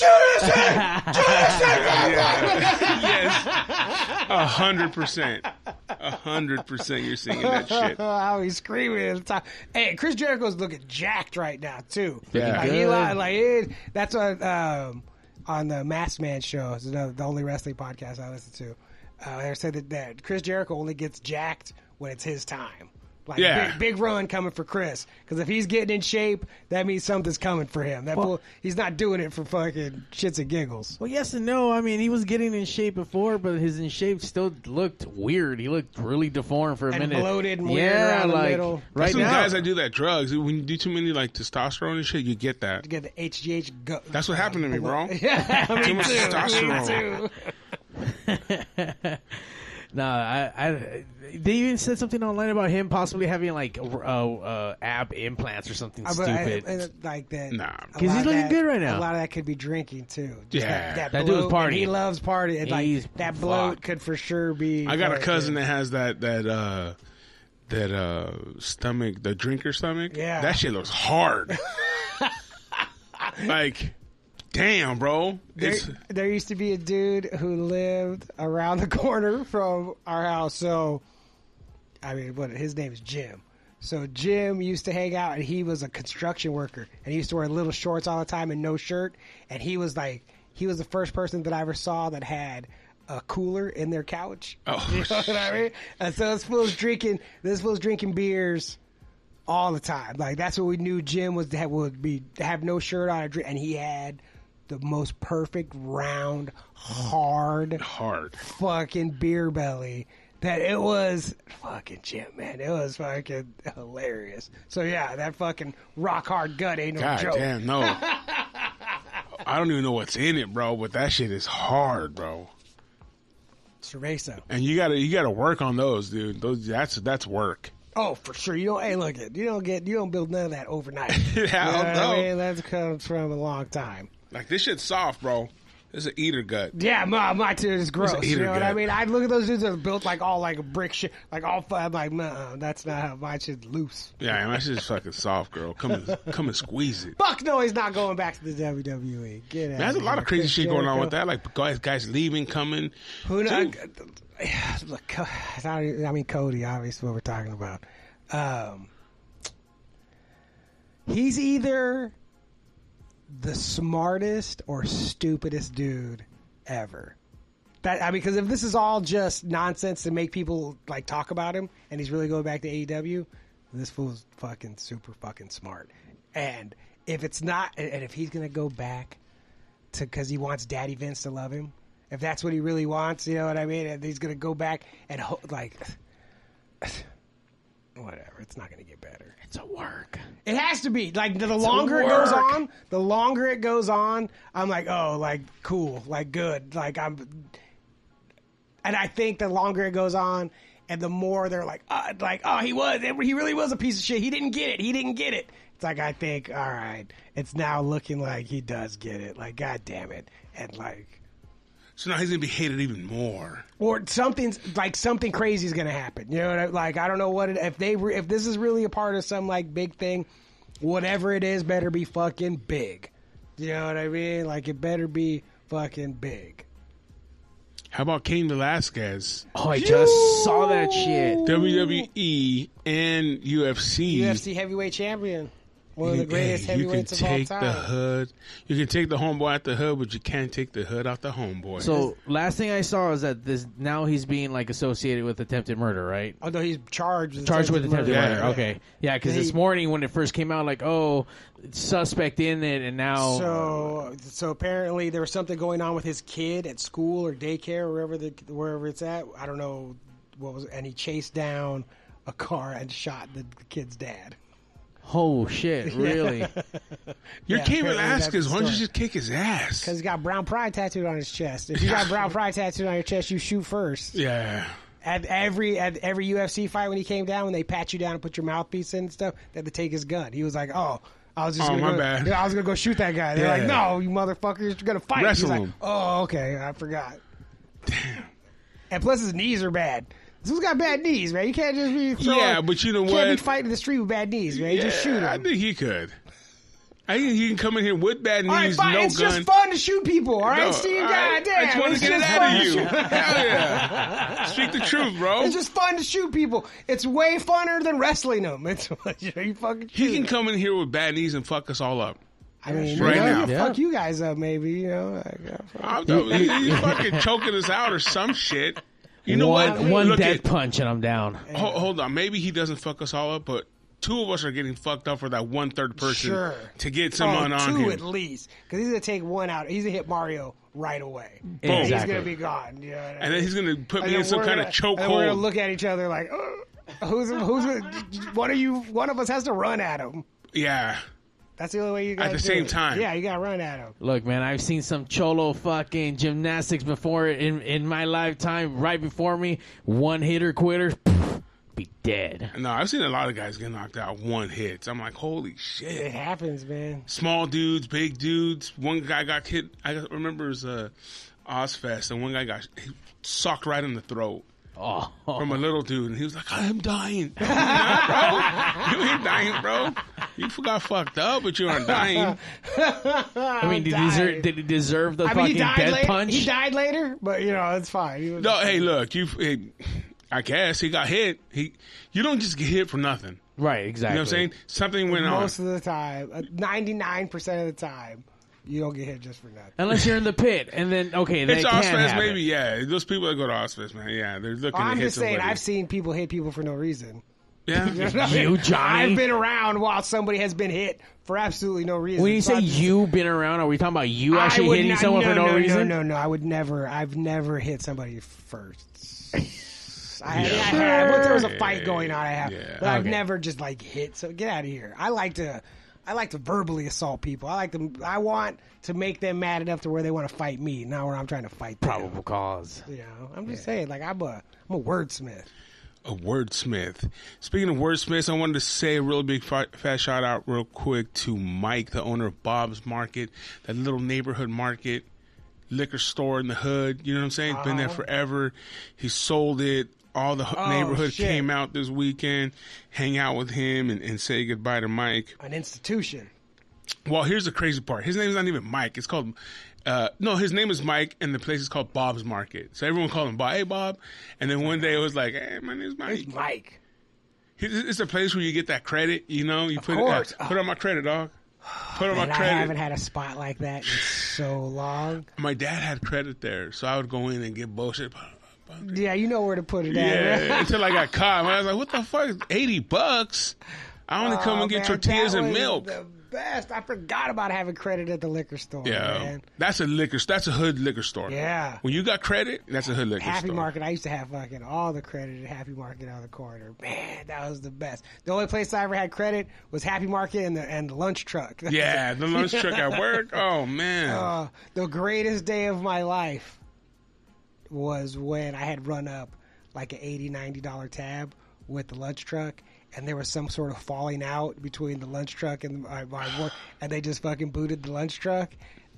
[SPEAKER 1] yes, a hundred percent, a hundred percent. You're singing that shit.
[SPEAKER 3] I was screaming at the time. Hey, Chris Jericho's looking jacked right now too.
[SPEAKER 1] Yeah.
[SPEAKER 3] like, he
[SPEAKER 4] Good.
[SPEAKER 3] li- like it, that's on um, on the Mass Man show. It's another, the only wrestling podcast I listen to. Uh, they said that, that Chris Jericho only gets jacked when it's his time. Like
[SPEAKER 1] Yeah.
[SPEAKER 3] big, big run coming for Chris because if he's getting in shape, that means something's coming for him. That fool, he's not doing it for fucking shits and giggles.
[SPEAKER 4] Well, yes and no. I mean, he was getting in shape before, but his in shape still looked weird. He looked really deformed for a
[SPEAKER 3] And
[SPEAKER 4] minute.
[SPEAKER 3] bloated and weird
[SPEAKER 4] yeah,
[SPEAKER 3] around the
[SPEAKER 4] like
[SPEAKER 3] middle.
[SPEAKER 4] right
[SPEAKER 1] Some
[SPEAKER 4] now.
[SPEAKER 1] guys that do that drugs, when you do too many like testosterone and shit, you get that.
[SPEAKER 3] To get the HGH go.
[SPEAKER 1] That's what happened to me, bro.
[SPEAKER 3] yeah, me
[SPEAKER 1] Too much
[SPEAKER 3] too, me
[SPEAKER 1] testosterone.
[SPEAKER 3] too.
[SPEAKER 4] No, I, I, they even said something online about him possibly having like uh, uh, ab implants or something
[SPEAKER 3] Uh, but I-
[SPEAKER 4] stupid.
[SPEAKER 3] uh, like that.
[SPEAKER 1] Nah.
[SPEAKER 3] a
[SPEAKER 1] 'Cause
[SPEAKER 4] he's
[SPEAKER 3] lot of
[SPEAKER 4] looking
[SPEAKER 3] that-
[SPEAKER 4] good right now.
[SPEAKER 3] A lot of that could be drinking too. Just
[SPEAKER 1] Yeah.
[SPEAKER 3] that,
[SPEAKER 4] That
[SPEAKER 3] bloat,
[SPEAKER 4] dude's partying.
[SPEAKER 3] and He loves party. And
[SPEAKER 4] He's
[SPEAKER 3] like that bloat
[SPEAKER 4] fucked.
[SPEAKER 3] could for sure be.
[SPEAKER 1] I got a
[SPEAKER 3] like,
[SPEAKER 1] cousin that has that that uh that uh stomach, the drinker stomach.
[SPEAKER 3] Yeah.
[SPEAKER 1] that shit looks hard. like, damn, bro.
[SPEAKER 3] There,
[SPEAKER 1] It's
[SPEAKER 3] there used to be a dude who lived around the corner from our house. So, I mean, what his name is Jim. So Jim used to hang out, and he was a construction worker, and he used to wear little shorts all the time and no shirt. And he was like, he was the first person that I ever saw that had a cooler in their couch.
[SPEAKER 1] Oh,
[SPEAKER 3] you know what I mean? And so this fool's drinking, this fool's drinking beers all the time. Like that's what we knew Jim was to have, would be to have no shirt on, a drink, and he had the most perfect round, hard,
[SPEAKER 1] hard.
[SPEAKER 3] fucking beer belly. That it was fucking Jim, man. It was fucking hilarious. So yeah, that fucking rock hard gut ain't no
[SPEAKER 1] God
[SPEAKER 3] joke.
[SPEAKER 1] damn, no. I don't even know what's in it, bro, but that shit is hard, bro.
[SPEAKER 3] Cerveza.
[SPEAKER 1] And you gotta you gotta work on those, dude. Those that's that's work.
[SPEAKER 3] Oh, for sure. You don't. Hey, look it. You don't get. You don't build none of that overnight.
[SPEAKER 1] Yeah, I
[SPEAKER 3] You know
[SPEAKER 1] don't
[SPEAKER 3] what I
[SPEAKER 1] know.
[SPEAKER 3] mean? That comes from a long time.
[SPEAKER 1] Like this shit's soft, bro. This is an eater gut.
[SPEAKER 3] Yeah, my, my dude is gross.
[SPEAKER 1] It's a
[SPEAKER 3] You know
[SPEAKER 1] eater
[SPEAKER 3] what I
[SPEAKER 1] gut.
[SPEAKER 3] mean? I look at those dudes that are built like all like brick shit, like all. fu- I'm like, nah, that's not how my shit's loose.
[SPEAKER 1] Yeah, man, that shit's fucking soft, girl. Come and come and squeeze it.
[SPEAKER 3] Fuck no, he's not going back to the WWE. Get out.
[SPEAKER 1] Man, there's a lot of crazy shit going on with that. Like guys guys leaving, coming.
[SPEAKER 3] Who knows?
[SPEAKER 1] Dude.
[SPEAKER 3] Look, Co- I don't- I mean Cody. Obviously, what we're talking about. Um, he's either the smartest or stupidest dude ever. That I mean, because if this is all just nonsense to make people like talk about him, and he's really going back to AEW, this fool's fucking super fucking smart. And if it's not, and and if he's gonna go back to because he wants Daddy Vince to love him. If that's what he really wants, you know what I mean. And he's gonna go back and ho- like, whatever. It's not gonna get better.
[SPEAKER 4] it's a work.
[SPEAKER 3] It has to be like the, the longer it goes on, the longer it goes on. I'm like, oh, like cool, like good, like I'm. And I think the longer it goes on, and the more they're like, uh, like oh, he was, he really was a piece of shit. He didn't get it. He didn't get it. It's like I think, all right, it's now looking like he does get it. Like, god damn it, and like.
[SPEAKER 1] So now he's gonna be hated even more.
[SPEAKER 3] or something's like something crazy is going to happen. You know, what I, like I don't know what it, if they re, if this is really a part of some like big thing, whatever it is, better be fucking big. You know what I mean? Like it better be fucking big.
[SPEAKER 1] How about Cain Velasquez?
[SPEAKER 4] Oh, I just saw that shit.
[SPEAKER 1] WWE E and UFC.
[SPEAKER 3] UFC heavyweight champion, one of the
[SPEAKER 1] Hey,
[SPEAKER 3] greatest heavyweights
[SPEAKER 1] you
[SPEAKER 3] of
[SPEAKER 1] can
[SPEAKER 3] all
[SPEAKER 1] take the
[SPEAKER 3] time.
[SPEAKER 1] hood. You can take the homeboy out the hood, but you can't take the hood out the homeboy.
[SPEAKER 4] So last thing I saw is that this now he's being like associated with attempted murder, right?
[SPEAKER 3] Although he's charged with
[SPEAKER 4] Charged with attempted
[SPEAKER 1] Yeah.
[SPEAKER 4] murder. Okay, yeah, because this
[SPEAKER 3] They-
[SPEAKER 4] morning when it first came out, like, oh, suspect in it, and now
[SPEAKER 3] So, so apparently there was something going on with his kid at school or daycare or wherever the wherever it's at. I don't know what was, and he chased down a car and shot the kid's dad.
[SPEAKER 4] oh shit, really?
[SPEAKER 1] You're
[SPEAKER 3] yeah,
[SPEAKER 1] Cain
[SPEAKER 3] apparently that's
[SPEAKER 1] Velasquez.
[SPEAKER 3] the
[SPEAKER 1] Why don't you
[SPEAKER 3] story.
[SPEAKER 1] just kick his ass?
[SPEAKER 3] Because he's got brown pride tattooed on his chest. If you got brown pride tattooed on your chest, you shoot first.
[SPEAKER 1] Yeah.
[SPEAKER 3] At every at every UFC fight when he came down, when they pat you down and put your mouthpiece in and stuff, they had to take his gun. He was like, "Oh, I was just
[SPEAKER 1] Oh,
[SPEAKER 3] gonna
[SPEAKER 1] my
[SPEAKER 3] go,
[SPEAKER 1] bad.
[SPEAKER 3] I was gonna go shoot that guy." They're
[SPEAKER 1] Yeah.
[SPEAKER 3] like, "No, you motherfuckers, you're gonna fight."
[SPEAKER 1] Wrestle
[SPEAKER 3] He's like,
[SPEAKER 1] him.
[SPEAKER 3] "Oh, okay, I forgot." Damn. And plus, his knees are bad. This has got bad knees, man. You can't just be throwing,
[SPEAKER 1] Yeah, but you know
[SPEAKER 3] can't be
[SPEAKER 1] what?
[SPEAKER 3] fighting the street with bad knees, man. You just
[SPEAKER 1] Yeah,
[SPEAKER 3] shoot him.
[SPEAKER 1] I think he could. I think he can come in here with bad
[SPEAKER 3] all right,
[SPEAKER 1] knees,
[SPEAKER 3] fine.
[SPEAKER 1] no
[SPEAKER 3] it's
[SPEAKER 1] gun.
[SPEAKER 3] just fun to shoot people. All right,
[SPEAKER 1] No,
[SPEAKER 3] Steve.
[SPEAKER 1] all right.
[SPEAKER 3] Goddamn,
[SPEAKER 1] I just want
[SPEAKER 3] it's
[SPEAKER 1] to get it
[SPEAKER 3] just
[SPEAKER 1] out
[SPEAKER 3] fun
[SPEAKER 1] of
[SPEAKER 3] to
[SPEAKER 1] you.
[SPEAKER 3] shoot-
[SPEAKER 1] Hell yeah. Speak the truth, bro.
[SPEAKER 3] It's just fun to shoot people. It's way funner than wrestling them. It's you fucking.
[SPEAKER 1] he can
[SPEAKER 3] shoot them.
[SPEAKER 1] come in here with bad knees and fuck us all up.
[SPEAKER 3] I mean,
[SPEAKER 1] right
[SPEAKER 3] you know,
[SPEAKER 1] now.
[SPEAKER 3] you
[SPEAKER 4] Yeah.
[SPEAKER 3] fuck you guys up, maybe. You know, like, uh,
[SPEAKER 1] I'm, he- he's fucking choking us out or some shit. You know
[SPEAKER 4] one
[SPEAKER 1] what?
[SPEAKER 4] one
[SPEAKER 1] Look
[SPEAKER 4] dead
[SPEAKER 1] at-
[SPEAKER 4] punch and I'm down.
[SPEAKER 1] Ho- hold on. Maybe he doesn't fuck us all up, but two of us are getting fucked up for that one third person
[SPEAKER 3] Sure.
[SPEAKER 1] to get
[SPEAKER 3] oh,
[SPEAKER 1] someone on
[SPEAKER 3] two
[SPEAKER 1] him.
[SPEAKER 3] at least, because he's gonna take one out. He's gonna hit Mario right away.
[SPEAKER 1] Boom.
[SPEAKER 3] He's
[SPEAKER 4] Exactly.
[SPEAKER 3] gonna be gone. You know what I
[SPEAKER 1] and then
[SPEAKER 3] mean?
[SPEAKER 1] he's gonna put
[SPEAKER 3] And
[SPEAKER 1] me
[SPEAKER 3] then
[SPEAKER 1] in some
[SPEAKER 3] we're
[SPEAKER 1] kind of
[SPEAKER 3] gonna- And we're gonna
[SPEAKER 1] chokehold.
[SPEAKER 3] look at each other like, "Ugh, who's who's one of you? One of us has to run at him.
[SPEAKER 1] yeah,
[SPEAKER 3] That's the only way you got
[SPEAKER 1] the same time.
[SPEAKER 3] Yeah, you gotta run at him.
[SPEAKER 4] Look, man, I've seen some cholo fucking gymnastics before in in my lifetime. Right before me, one hitter quitter, be dead.
[SPEAKER 1] no, I've seen a lot of guys get knocked out one hits. I'm like, holy
[SPEAKER 3] It
[SPEAKER 1] shit!
[SPEAKER 3] happens, man.
[SPEAKER 1] Small dudes, big dudes. One guy got hit. I remember it was uh, Ozfest, and one guy got he socked right in the throat.
[SPEAKER 4] Oh,
[SPEAKER 1] From a little dude, and he was like, "I am dying, No, bro. You ain't dying, bro. You got fucked up, but you aren't dying."
[SPEAKER 4] I mean, did he, deserve, did he deserve the
[SPEAKER 3] I mean,
[SPEAKER 4] fucking
[SPEAKER 3] he died
[SPEAKER 4] dead
[SPEAKER 3] later.
[SPEAKER 4] punch?
[SPEAKER 3] He died later, but you know, it's fine. He was,
[SPEAKER 1] No, hey, look, you. Hey, I guess he got hit. He, you don't just get hit for nothing.
[SPEAKER 4] Right, exactly.
[SPEAKER 1] You know what I'm saying? Something went on.
[SPEAKER 3] most of the time, ninety nine percent of the time, you don't get hit just for nothing.
[SPEAKER 4] Unless you're in the pit, and then okay, that
[SPEAKER 1] It's Ozfest,
[SPEAKER 4] can happen.
[SPEAKER 1] maybe. Yeah, those people that go to Ozfest, man. Yeah, they're looking. to
[SPEAKER 3] I'm
[SPEAKER 1] hit
[SPEAKER 3] just saying,
[SPEAKER 1] somebody.
[SPEAKER 3] I've seen people hit people for no reason.
[SPEAKER 1] Yeah,
[SPEAKER 4] You, Johnny?
[SPEAKER 3] I've been around while somebody has been hit for absolutely no reason.
[SPEAKER 4] When you
[SPEAKER 3] So
[SPEAKER 4] say
[SPEAKER 3] I'm-
[SPEAKER 4] you been around, are we talking about you
[SPEAKER 3] I
[SPEAKER 4] actually
[SPEAKER 3] would
[SPEAKER 4] hitting
[SPEAKER 3] not-
[SPEAKER 4] someone for no, reason?
[SPEAKER 3] No, no, no. I would never. I've never hit somebody first. I, have. I
[SPEAKER 1] Sure.
[SPEAKER 3] have. Once there was a fight going on, I have.
[SPEAKER 1] Yeah.
[SPEAKER 3] But I've
[SPEAKER 4] Okay.
[SPEAKER 3] never just like hit. So get out of here. I like to. I like to verbally assault people. I like to. I want to make them mad enough to where they want to fight me, not where I'm trying to fight. Them.
[SPEAKER 4] Probable cause.
[SPEAKER 3] You know. I'm just saying. Like I'm a. I'm a wordsmith.
[SPEAKER 1] a wordsmith. Speaking of wordsmiths, I wanted to say a real big fi- fat shout out, real quick, to Mike, the owner of Bob's Market, that little neighborhood market, liquor store in the hood. You know what I'm saying? Been there forever. He sold it. All the h- neighborhood
[SPEAKER 3] shit.
[SPEAKER 1] came out this weekend. Hang out with him and, and say goodbye to Mike.
[SPEAKER 3] An institution.
[SPEAKER 1] Well, here's the crazy part. His name's not even Mike. It's called uh, no. His name is Mike, and the place is called Bob's Market. So everyone called him Bob. Hey, Bob. And then one day it was like, Hey, my name's Mike.
[SPEAKER 3] Mike.
[SPEAKER 1] It's it's a place where you get that credit. You know, you put it,
[SPEAKER 3] course.
[SPEAKER 1] uh, put on my credit, dog. Put on my
[SPEAKER 3] And I haven't
[SPEAKER 1] credit.
[SPEAKER 3] had a spot like that in so long.
[SPEAKER 1] my dad had credit there, so I would go in and get bullshit.
[SPEAKER 3] Yeah, you know where to put it at. right?
[SPEAKER 1] Yeah, until I got caught. I was like, "What the fuck? Eighty bucks? I only come
[SPEAKER 3] Oh,
[SPEAKER 1] and get
[SPEAKER 3] man,
[SPEAKER 1] tortillas
[SPEAKER 3] that
[SPEAKER 1] and
[SPEAKER 3] was
[SPEAKER 1] milk."
[SPEAKER 3] The best. I forgot about having credit at the liquor store.
[SPEAKER 1] Yeah,
[SPEAKER 3] man.
[SPEAKER 1] that's a liquor. That's a hood liquor store.
[SPEAKER 3] Yeah.
[SPEAKER 1] when you got credit, that's a hood liquor
[SPEAKER 3] Happy
[SPEAKER 1] store.
[SPEAKER 3] Market. I used to have fucking all the credit at Happy Market on the corner. Man, that was the best. The only place I ever had credit was Happy Market and the and the lunch truck.
[SPEAKER 1] Yeah, the lunch truck at work. Oh man,
[SPEAKER 3] Uh, the greatest day of my life was when I had run up like an 80 90 dollar tab with the lunch truck and there was some sort of falling out between the lunch truck and my, my work and they just fucking booted the lunch truck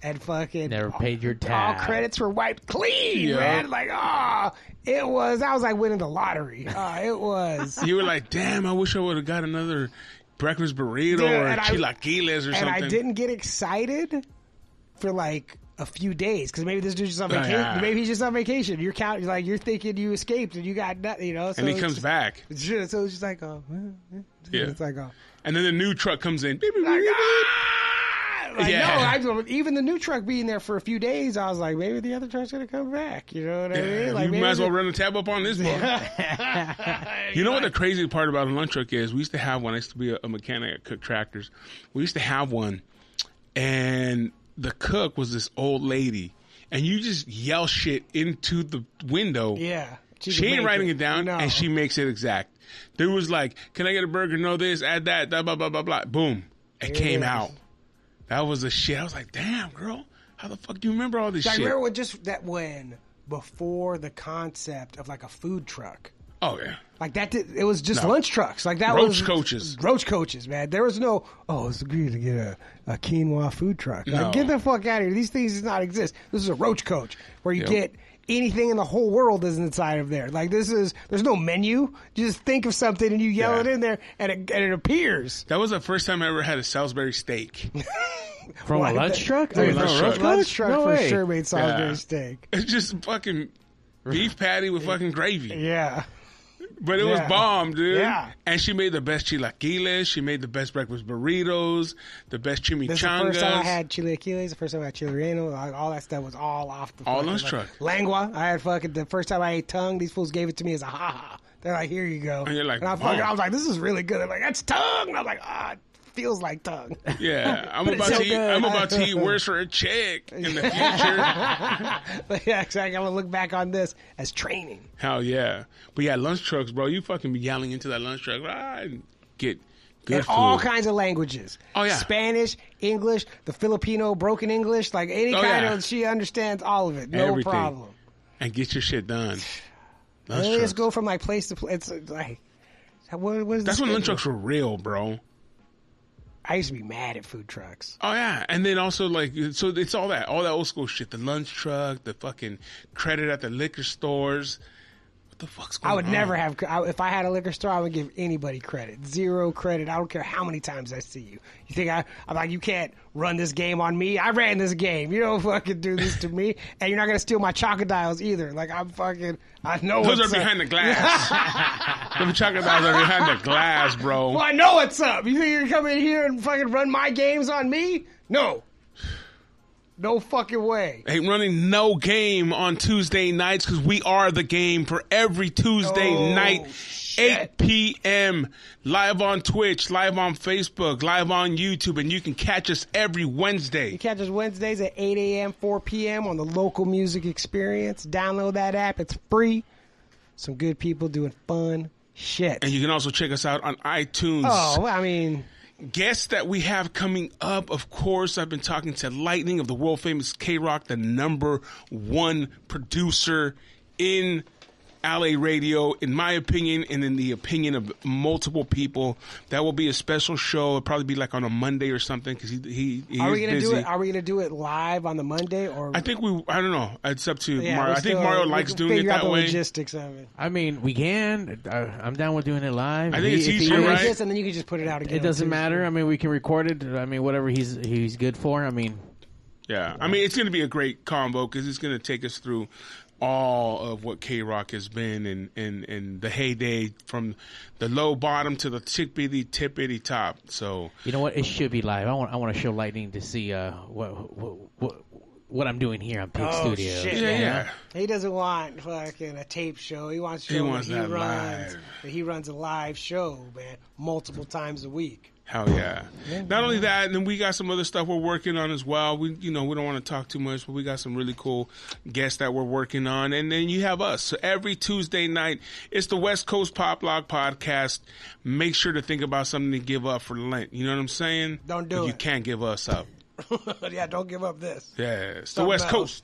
[SPEAKER 3] and fucking
[SPEAKER 4] Never paid your
[SPEAKER 3] all
[SPEAKER 4] tab.
[SPEAKER 3] credits were wiped clean,
[SPEAKER 1] Yeah.
[SPEAKER 3] man. Like, ah, it was. I was like winning the lottery. Ah, it was.
[SPEAKER 1] You were like, damn, I wish I would have got another breakfast burrito
[SPEAKER 3] Dude,
[SPEAKER 1] or
[SPEAKER 3] and I-
[SPEAKER 1] chilaquiles or something.
[SPEAKER 3] and I didn't get excited for like a few days because maybe this dude's just on
[SPEAKER 1] Oh,
[SPEAKER 3] vacation.
[SPEAKER 1] yeah.
[SPEAKER 3] Maybe he's just on vacation. You're counting like you're thinking you escaped and you got nothing. You know, so
[SPEAKER 1] And he
[SPEAKER 3] it's
[SPEAKER 1] comes
[SPEAKER 3] just-
[SPEAKER 1] back.
[SPEAKER 3] Shit, so it's just like, oh, eh, eh.
[SPEAKER 1] Yeah.
[SPEAKER 3] it's like, oh,
[SPEAKER 1] And then the new truck comes in. Beep, beep, beep,
[SPEAKER 3] like,
[SPEAKER 1] beep.
[SPEAKER 3] ah! Like,
[SPEAKER 1] Yeah.
[SPEAKER 3] no, I, even the new truck being there for a few days, I was like, maybe the other truck's gonna come back. You know what I mean? Like,
[SPEAKER 1] you
[SPEAKER 3] maybe
[SPEAKER 1] might as well
[SPEAKER 3] the-
[SPEAKER 1] run the tab up on this one. you know what the crazy part about a lunch truck is? We used to have one. I used to be a, a mechanic at Cook Tractors. We used to have one, and the cook was this old lady, and you just yell shit into the window.
[SPEAKER 3] yeah,
[SPEAKER 1] She
[SPEAKER 3] could
[SPEAKER 1] ain't
[SPEAKER 3] make
[SPEAKER 1] writing it down,
[SPEAKER 3] No.
[SPEAKER 1] and she makes it exact. There was like, "Can I get a burger? No, this, add that, blah blah blah blah blah." Boom, it came
[SPEAKER 3] is.
[SPEAKER 1] out. That was the shit. I was like, "Damn, girl, how the fuck do you remember all this
[SPEAKER 3] I
[SPEAKER 1] shit?"
[SPEAKER 3] remember when just that when before the concept of like a food truck.
[SPEAKER 1] oh yeah,
[SPEAKER 3] Like that, did, it was just
[SPEAKER 1] No.
[SPEAKER 3] lunch trucks. Like that
[SPEAKER 1] Roach
[SPEAKER 3] was
[SPEAKER 1] coaches.
[SPEAKER 3] Roach coaches, man. There was no. Oh, it's agreed to get a, a quinoa food truck. Like,
[SPEAKER 1] No.
[SPEAKER 3] get the fuck out of here. These things does not exist. This is a roach coach where you
[SPEAKER 1] Yep.
[SPEAKER 3] get anything in the whole world is inside of there. Like this is. There's no menu. You just think of something and you yell
[SPEAKER 1] Yeah.
[SPEAKER 3] it in there, and it, and it appears.
[SPEAKER 1] that was the first time I ever had a Salisbury steak.
[SPEAKER 4] From
[SPEAKER 3] Like
[SPEAKER 4] a lunch
[SPEAKER 3] that-
[SPEAKER 4] truck?
[SPEAKER 3] Dude,
[SPEAKER 1] Oh, lunch
[SPEAKER 4] no,
[SPEAKER 1] truck.
[SPEAKER 4] roach
[SPEAKER 3] Lunch
[SPEAKER 4] coach?
[SPEAKER 3] truck
[SPEAKER 4] No
[SPEAKER 3] for
[SPEAKER 4] way.
[SPEAKER 3] sure made Salisbury
[SPEAKER 1] Yeah.
[SPEAKER 3] steak.
[SPEAKER 1] It's just fucking beef patty with fucking gravy.
[SPEAKER 3] Yeah.
[SPEAKER 1] But it was
[SPEAKER 3] Yeah.
[SPEAKER 1] bomb, dude.
[SPEAKER 3] Yeah.
[SPEAKER 1] And she made the best chilaquiles. She made the best breakfast burritos, the best
[SPEAKER 3] This
[SPEAKER 1] chimichangas.
[SPEAKER 3] is the first time I had chilaquiles. The first time I had chile relleno. Like, all that stuff was all off the.
[SPEAKER 1] All
[SPEAKER 3] fucking-
[SPEAKER 1] lunch
[SPEAKER 3] like,
[SPEAKER 1] truck.
[SPEAKER 3] Langua. I had fucking the first time I ate tongue. These fools gave it to me as a ha ha. They're like, here you go.
[SPEAKER 1] And you're like,
[SPEAKER 3] I, fucking,
[SPEAKER 1] wow.
[SPEAKER 3] I was like, this is really good. They're like, that's tongue. And I was like, ah, it feels like tongue.
[SPEAKER 1] yeah, I'm
[SPEAKER 3] But it's
[SPEAKER 1] about
[SPEAKER 3] so
[SPEAKER 1] to eat,
[SPEAKER 3] good.
[SPEAKER 1] I'm about to eat worse for a check in the future.
[SPEAKER 3] but yeah, exactly. I'm gonna look back on this as training.
[SPEAKER 1] Hell yeah. But yeah, lunch trucks, bro. You fucking be yelling into that lunch truck. Ah, and get good
[SPEAKER 3] in
[SPEAKER 1] food.
[SPEAKER 3] all kinds of languages.
[SPEAKER 1] Oh, yeah.
[SPEAKER 3] Spanish, English, the Filipino broken English, like any
[SPEAKER 1] Oh,
[SPEAKER 3] kind
[SPEAKER 1] yeah.
[SPEAKER 3] of. She understands all of it. No
[SPEAKER 1] Everything.
[SPEAKER 3] problem.
[SPEAKER 1] and get your shit done. Lunch
[SPEAKER 3] They
[SPEAKER 1] trucks.
[SPEAKER 3] just go from like place to place. It's like. What, what is
[SPEAKER 1] That's
[SPEAKER 3] the
[SPEAKER 1] when lunch
[SPEAKER 3] schedule?
[SPEAKER 1] trucks were real, bro.
[SPEAKER 3] I used to be mad at food trucks.
[SPEAKER 1] Oh yeah, and then also like so it's all that all that old school shit. The lunch truck, the fucking credit at the liquor stores. What the fuck's going
[SPEAKER 3] I would
[SPEAKER 1] on?
[SPEAKER 3] never have. I, if I had a liquor store, I would give anybody credit. Zero credit. I don't care how many times I see you. You think I? I'm like, you can't run this game on me. I ran this game. You don't fucking do this to me, and you're not gonna steal my crocodiles either. Like I'm fucking. I know
[SPEAKER 1] Those
[SPEAKER 3] what's
[SPEAKER 1] are behind
[SPEAKER 3] up.
[SPEAKER 1] the glass. Them chocolate dogs are behind the glass,
[SPEAKER 3] Well,
[SPEAKER 1] bro.
[SPEAKER 3] I know what's up. You think you're coming in here and fucking run my games on me? No. No fucking way.
[SPEAKER 1] Ain't running no game on Tuesday nights because we are the game for every Tuesday
[SPEAKER 3] Oh,
[SPEAKER 1] night,
[SPEAKER 3] shit.
[SPEAKER 1] 8 p.m. Live on Twitch, live on Facebook, live on YouTube, and you can catch us every Wednesday.
[SPEAKER 3] You catch us Wednesdays at 8 a.m., 4 p.m. on the local music experience. Download that app, it's free. Some good people doing fun shit.
[SPEAKER 1] And you can also check us out on iTunes.
[SPEAKER 3] oh, well, I mean,
[SPEAKER 1] guests that we have coming up, of course, I've been talking to Lightning of the world famous K Rock, the number one producer in LA radio, in my opinion, and in the opinion of multiple people. That will be a special show. It'll probably be like on a Monday or something because he, he, he
[SPEAKER 3] are
[SPEAKER 1] is
[SPEAKER 3] we gonna
[SPEAKER 1] busy.
[SPEAKER 3] do it? Are we gonna do it live on the Monday or?
[SPEAKER 1] I think we, I don't know. It's up to
[SPEAKER 3] Yeah,
[SPEAKER 1] Mario.
[SPEAKER 3] we're
[SPEAKER 1] I think
[SPEAKER 3] still-
[SPEAKER 1] Mario
[SPEAKER 3] we
[SPEAKER 1] likes
[SPEAKER 3] can
[SPEAKER 1] doing it
[SPEAKER 3] figure out
[SPEAKER 1] that
[SPEAKER 3] the
[SPEAKER 1] way.
[SPEAKER 3] Logistics of it.
[SPEAKER 4] I mean, we can. I, I'm down with doing it live.
[SPEAKER 1] I think
[SPEAKER 4] If
[SPEAKER 1] it's
[SPEAKER 4] if
[SPEAKER 1] easier,
[SPEAKER 4] is-
[SPEAKER 1] You're
[SPEAKER 3] Like
[SPEAKER 1] right.
[SPEAKER 3] this, and then you can just put it out again.
[SPEAKER 4] It doesn't
[SPEAKER 3] too.
[SPEAKER 4] matter. I mean, we can record it. I mean, whatever he's he's good for. I mean,
[SPEAKER 1] Yeah, I mean it's going to be a great combo because it's going to take us through all of what K Rock has been and, and and the heyday from the low bottom to the tippity tippity top. So
[SPEAKER 4] you know what? It should be live. I want I want to show Lightning to see uh what what what, what I'm doing here on Pig
[SPEAKER 3] Oh,
[SPEAKER 4] Studio.
[SPEAKER 3] shit,
[SPEAKER 1] yeah,
[SPEAKER 3] man.
[SPEAKER 1] yeah,
[SPEAKER 3] He doesn't want fucking a tape show. He wants to
[SPEAKER 1] He
[SPEAKER 3] show
[SPEAKER 1] wants
[SPEAKER 3] that he
[SPEAKER 1] that
[SPEAKER 3] runs.
[SPEAKER 1] live.
[SPEAKER 3] That he runs a live show, man, multiple times a week.
[SPEAKER 1] hell yeah! Not only that, and then we got some other stuff we're working on as well. We you know we don't want to talk too much, but we got some really cool guests that we're working on, and then you have us. So every Tuesday night, it's the West Coast Pop Lock podcast. Make sure to think about something to give up for Lent. You know what I'm saying?
[SPEAKER 3] Don't do
[SPEAKER 1] But You
[SPEAKER 3] it.
[SPEAKER 1] can't give us up.
[SPEAKER 3] yeah, don't give up this.
[SPEAKER 1] Yeah, it's the
[SPEAKER 3] Something
[SPEAKER 1] West
[SPEAKER 3] else.
[SPEAKER 1] Coast.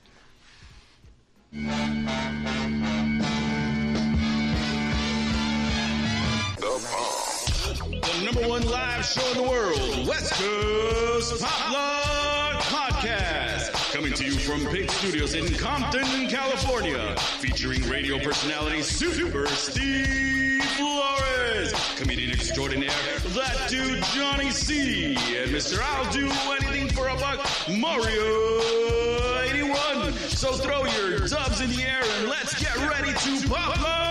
[SPEAKER 2] The number one live show in the world, West Coast Pop Log Podcast. Coming to you from Pink Studios in Compton, California. Featuring radio personality Super Steve Flores. Comedian extraordinaire, that dude Johnny C. And Mr. I'll do anything for a buck, Mario 81. So throw your dubs in the air and let's get ready to pop up.